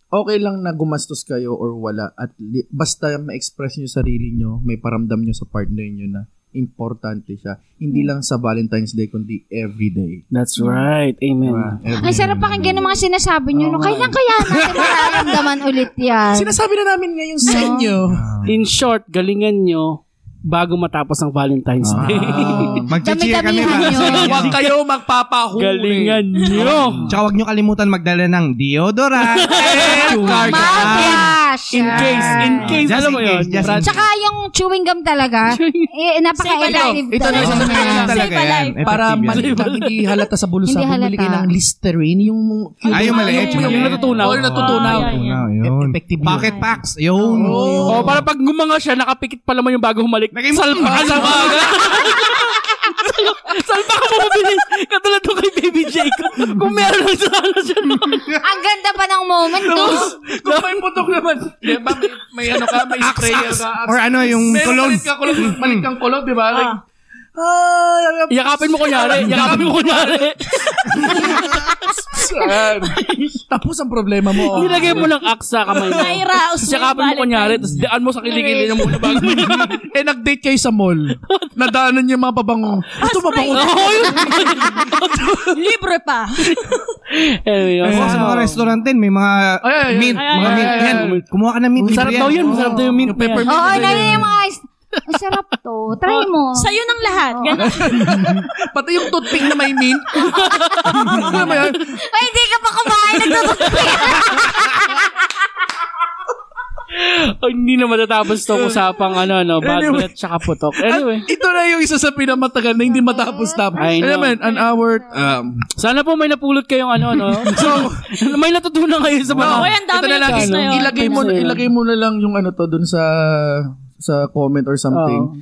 S3: okay lang na gumastos kayo or wala. At li- basta ma-express nyo sarili nyo, may paramdam nyo sa partner nyo na importante siya. Hindi lang sa Valentine's Day, kundi every day.
S1: That's right. Amen.
S3: Diba? Every
S2: Ang sarap pakinggan ng mga sinasabi nyo. No? Kailan kaya natin mararamdaman ulit yan?
S3: Sinasabi na namin ngayon sa inyo.
S1: In short, galingan nyo bago matapos ang Valentine's Day.
S4: Mag-cheer kami diba?
S2: Dami-damihan
S4: para sa
S2: yun.
S4: inyo.
S3: Huwag kayo magpapahuli.
S1: galingan nyo!
S4: Tsaka huwag nyo kalimutan magdala ng deodorant.
S2: Mouthwash.
S1: In case, in case,
S4: Just
S1: alam
S4: in
S1: mo yun?
S4: case, just in
S1: Brad?
S4: case.
S2: Tsaka yung chewing gum talaga, eh, napaka-effective
S3: Ito na yung
S2: talaga
S3: sasabihin
S2: niya.
S5: Save
S3: ko
S5: a life.
S4: Effective
S3: Para
S4: yan.
S3: mali hindi halata sa bulusa,
S2: Hindi halata.
S3: bumili kayo ng Listerine, yung...
S4: Ay, yung maliit.
S1: Yung natutunaw.
S3: All natutunaw.
S5: Ah, yeah,
S4: Yun.
S3: Effective yun.
S4: Pocket packs. Yun.
S1: Oh, para pag gumanga siya, nakapikit pa naman yung bago humalik. Salpa ka sa baga. Salpa ka mo mabilis. Katulad nung kay Baby Jacob. Kung meron lang sa ano siya.
S2: Ang ganda pa ng moment, no?
S3: Kung may putok naman, di ba, may, may ano ka, may sprayer ka.
S4: Or ano, yung
S3: Meron
S4: cologne.
S3: malit ka kulog, malit kang kulog, di ba?
S1: Ah.
S5: Ah.
S3: Like, ah,
S1: Yakapin mo kunyari. Yakapin mo kunyari.
S3: saan? Tapos ang problema mo.
S1: Nilagay mo ng axe sa kamay mo.
S5: Nairaos mo
S1: Tapos Yakapin mo
S5: yung
S1: kunyari. Tapos daan mo sa kilikili ng muna bago.
S3: eh, nag-date kayo sa mall. Nadaanan niyo yung mga pabango. Gusto mabango.
S1: Oh, yun.
S5: Libre pa.
S1: Anyway,
S4: Kasi sa mga restaurant din, may mga
S3: Ay, ay, ay.
S4: mint.
S3: Ay,
S4: Mga
S3: ay,
S4: mint.
S3: ay,
S4: Yan.
S3: ay.
S4: Kumuha ka ng mint.
S1: Sarap
S4: libre
S1: daw
S4: yan.
S1: yun. Sarap daw yung mint.
S3: Yung peppermint.
S2: Oo, na yung mga... Ang sarap to. Try mo.
S3: Oh.
S5: Sa'yo ng lahat. Ganun.
S3: Pati yung toothpick na may mint. Ano ba yan?
S2: Ay, hindi ka pa kumain. Nagtutupi.
S1: Oh, hindi hindi na matatapos tong usapang ano, ano, bad
S3: Anyway.
S1: breath tsaka putok. Anyway,
S3: At ito na yung isa sa pinamatagal na hindi matapos-tapos.
S1: I know.
S3: Alam mo, yun, an hour, um,
S1: sana po may napulot kayong ano, ano.
S3: so,
S1: may natutunan kayo sa mga...
S5: Okay, ang dami
S3: ito na lang,
S5: yung tips na yun.
S3: ilagay mo,
S1: Ano?
S3: ilagay mo na lang yung ano to dun sa sa comment or something.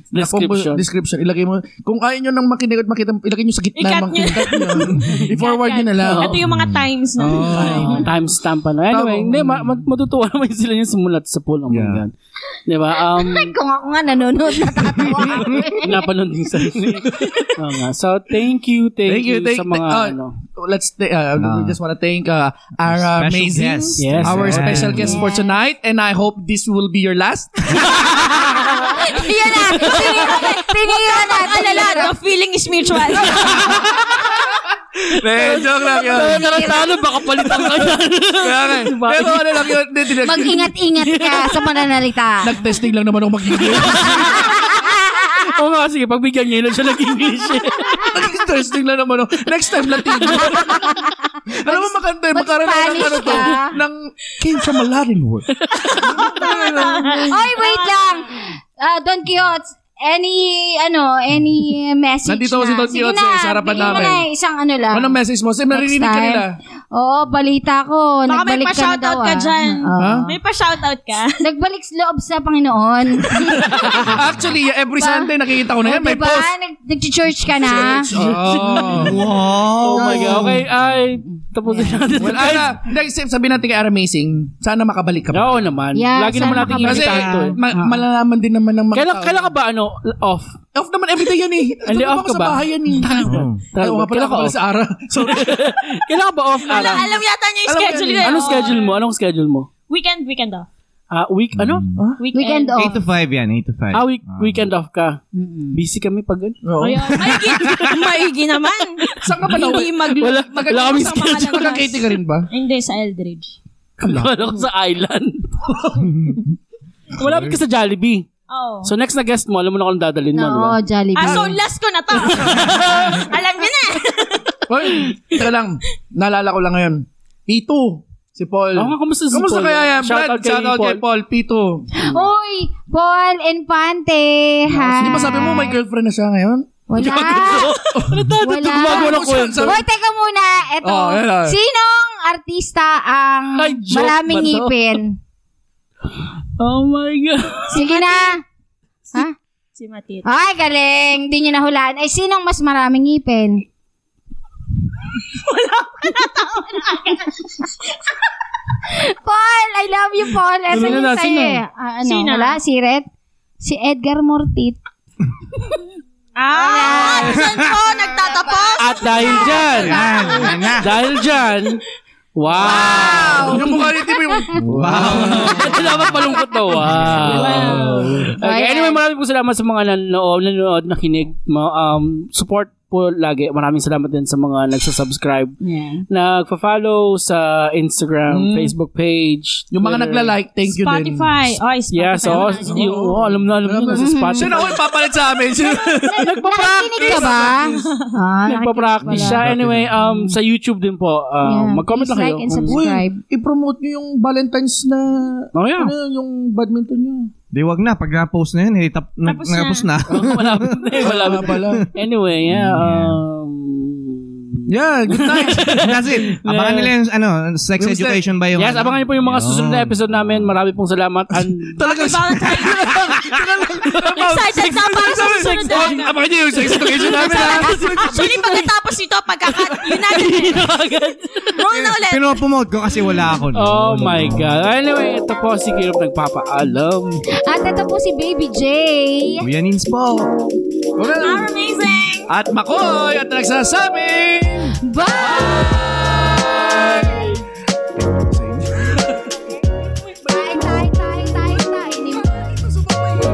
S1: Oo. Description.
S3: Ako, description. Ilagay mo. Kung ayaw nyo nang makinig at makita, ilagay nyo sa
S5: I-cut
S3: gitna ng
S5: nyo.
S3: kingkat nyo. I-forward nyo na lang.
S5: Ito yung mga times na.
S1: Oh, timestamp ano. Anyway, hindi, ma- mat- matutuwa naman sila yung sumulat sa pool. Oh my
S4: Yeah.
S1: God. Di ba? Um,
S2: Kung ako nga nanonood, natatawa ako.
S1: napanood din sa Oo nga. So, thank you, thank,
S3: Thank you, thank-
S1: sa mga
S3: ah,
S1: ano.
S3: Let's th- uh, we just want to thank uh, our
S4: Special
S3: amazing,
S1: Ah.
S4: guest.
S1: Yes.
S3: our
S1: Yes.
S3: special guest for tonight, and I hope this will be your last.
S2: Yan na. Tinira na. Tinira na.
S5: Alala, the feeling is mutual.
S3: Eh, joke lang yun.
S1: Naratalo, baka palitan ka yan.
S3: Okay.
S1: Diba?
S3: Pero ano lang yun, hindi, hindi,
S2: Mag-ingat-ingat ka sa pananalita.
S3: nag-testing lang naman ako magiging.
S1: Oo nga, sige, pagbigyan niya yun, siya nag-English. eh.
S3: Nag-testing lang naman ako. Next time Latino. Alam mo, makanta, magkaroon na ng
S2: Spanish
S3: ano to,
S2: ka.
S3: ng
S4: Oh.
S3: ano, came from a Latin word.
S2: Oy, wait lang. Ah, Don Quixote, any, ano, any message
S3: Nandito
S2: na.
S3: si Don
S2: Sige
S3: Quixote
S2: na,
S3: sa harapan
S2: bigyan mo
S3: namin.
S2: na isang ano lang.
S3: Anong message mo? Sige,
S2: Next
S3: maririnig ka
S2: time.
S3: nila.
S2: Oo, balita ko.
S5: Baka may
S2: Nagbalik ka na daw.
S5: pa-shoutout ka
S2: ah.
S5: dyan.
S2: Oo.
S3: Ha?
S5: May pa-shoutout ka.
S2: Nagbalik sa loob sa Panginoon.
S3: Actually, every Sunday nakikita ko na Ano yan. May
S2: diba?
S3: post.
S2: Nag- Nag-church ka na.
S3: Oh.
S1: Oh
S4: Wow!
S1: my God. Okay, ay, tapos na natin.
S3: Well, Ara, next, sabi natin kay Ara Amazing, sana makabalik ka pa.
S1: Oo naman.
S2: Yeah,
S1: Lagi naman
S2: sana
S1: natin
S2: makabalik
S3: Kasi
S1: imbitahan to. eh.
S3: ma- malalaman din naman ng mga
S1: Kailan,
S3: tao.
S1: kailan ka ba, ano, off?
S3: Off naman every day yan eh.
S1: Hindi,
S3: Totoo
S1: off ka
S3: ako
S1: ba?
S3: Sa bahay yan eh. Ay, oo nga pala
S1: Kailan ka
S3: ako pala
S1: off?
S3: sa Ara. Sorry.
S1: Kailan ka ba off,
S5: Ala,
S1: Ara?
S5: alam yata niya yung
S3: Alam ko
S5: schedule ko.
S3: yun.
S5: eh.
S1: Anong schedule mo? Anong schedule mo?
S5: Weekend, weekend off.
S1: Ah, week, ano?
S2: Weekend
S5: Weekend.
S2: off.
S4: 8 to 5 yan, 8 to 5.
S1: Ah, week, weekend off ka. Busy kami pag ano.
S3: Oo.
S5: Ayun, maigi. maigi naman.
S3: Saan ka ba na?
S5: Hindi mag...
S1: Wala,
S5: mag-
S1: wala kami
S5: sa mga
S1: schedule.
S5: landas.
S3: Magkakaiti ka rin ba?
S5: Hindi, sa Eldridge.
S1: Wala ko sa island. Malapit ka sa Jollibee.
S5: Oo.
S1: So next na guest mo, alam mo na kung dadalhin mo, di ba?
S2: Oo, Jollibee.
S5: Oh. Ah, so last ko na to. Alam niyo na.
S3: Hoy, teka lang. Naalala ko lang ngayon. P2. Si Paul.
S1: Oo nga, kamusta Ah, si
S3: Kamusta
S1: Paul?
S3: kaya yan,
S1: Shout
S3: Brad?
S1: out kay
S3: Shout out kay Paul. P2.
S2: Uy, Paul Infante. Hi.
S3: Hindi ba sabi mo may girlfriend na siya ngayon?
S2: Wala. Ah! Wala.
S1: Gumagawa ng kwento.
S2: Hoy, teka muna. Eto.
S3: Oh, yan, ah.
S2: Sinong artista ang
S1: Ay, joke
S2: maraming
S1: ba to?
S2: ngipin?
S1: Oh my God.
S2: Sige na. Ha?
S5: Si Matit.
S2: Ay, galing. Hindi nyo nahulaan. Ay, sinong mas maraming ngipin? Wala pa Paul, I love you, Paul. Ito
S1: Sino
S2: yung
S1: na,
S2: sa'yo
S1: sino?
S2: eh. Ah, ano,
S5: Sino?
S2: wala? Si Red? Si Edgar Mortit.
S5: Ah, saan po? Nagtatapos?
S1: At dahil dyan,
S4: Yan, yan na.
S1: dahil dyan, wow.
S3: Yung mukha ni Tipi mo.
S4: Wow!
S1: Dapat malungkot na, wow. Okay, anyway, maraming po salamat sa mga nanonood, nanonood nakinig. Ma- Um, support po lagi. Maraming salamat din sa mga nagsasubscribe,
S2: Yeah.
S1: nagpa-follow sa Instagram, Facebook page.
S3: Yung mga
S1: Twitter.
S3: nagla-like, thank you din.
S5: Spotify. Oy, Spotify.
S1: Yeah, so,
S5: Wala
S1: yung, oh, alam na, alam na, nasa
S3: Sino
S1: Spotify.
S3: ako ipapalit sa amin? Sino?
S2: Nakikinig ka ba? ah,
S1: Nagpa-practice siya. Anyway, um, sa YouTube din po. Uh,
S2: Yeah.
S1: Mag-comment lang kayo.
S2: Please like and
S1: kung-
S2: subscribe.
S3: Uy, i-promote nyo yung Valentine's na,
S1: Oh, yeah.
S3: ano yun, yung badminton nyo.
S4: Di wag na, pag na-post na yun, eh, tap, na,
S5: Tapos na.
S4: tapos na.
S1: Malapit na eh, malapit
S3: Ah,
S1: na.
S3: pala.
S1: Anyway, yeah. Um,
S3: Yeah, good night.
S4: That's it. Abangan nila yung, ano, sex
S3: Yung
S4: education ba yung... ano.
S1: yes, abangan niyo po yung mga
S4: Yun.
S1: susunod na episode namin. Marami pong salamat. And,
S3: Talagang
S5: Excited na para sa susunod ah? na.
S3: Oh, abangan nyo yung sex education namin ah. ha.
S5: Actually, pagkatapos nito, pagkakat, yun na agad. Roll na ulit.
S4: Pinopromote ko kasi wala ako.
S1: oh my God. Anyway, ito po si Kirop nagpapaalam.
S2: At ito po si Baby J.
S4: Kuya Ninspo.
S5: You're amazing.
S3: At Makoy, at nagsasabi.
S2: Bye! Tay, tay, tay, tay, tay. Ni-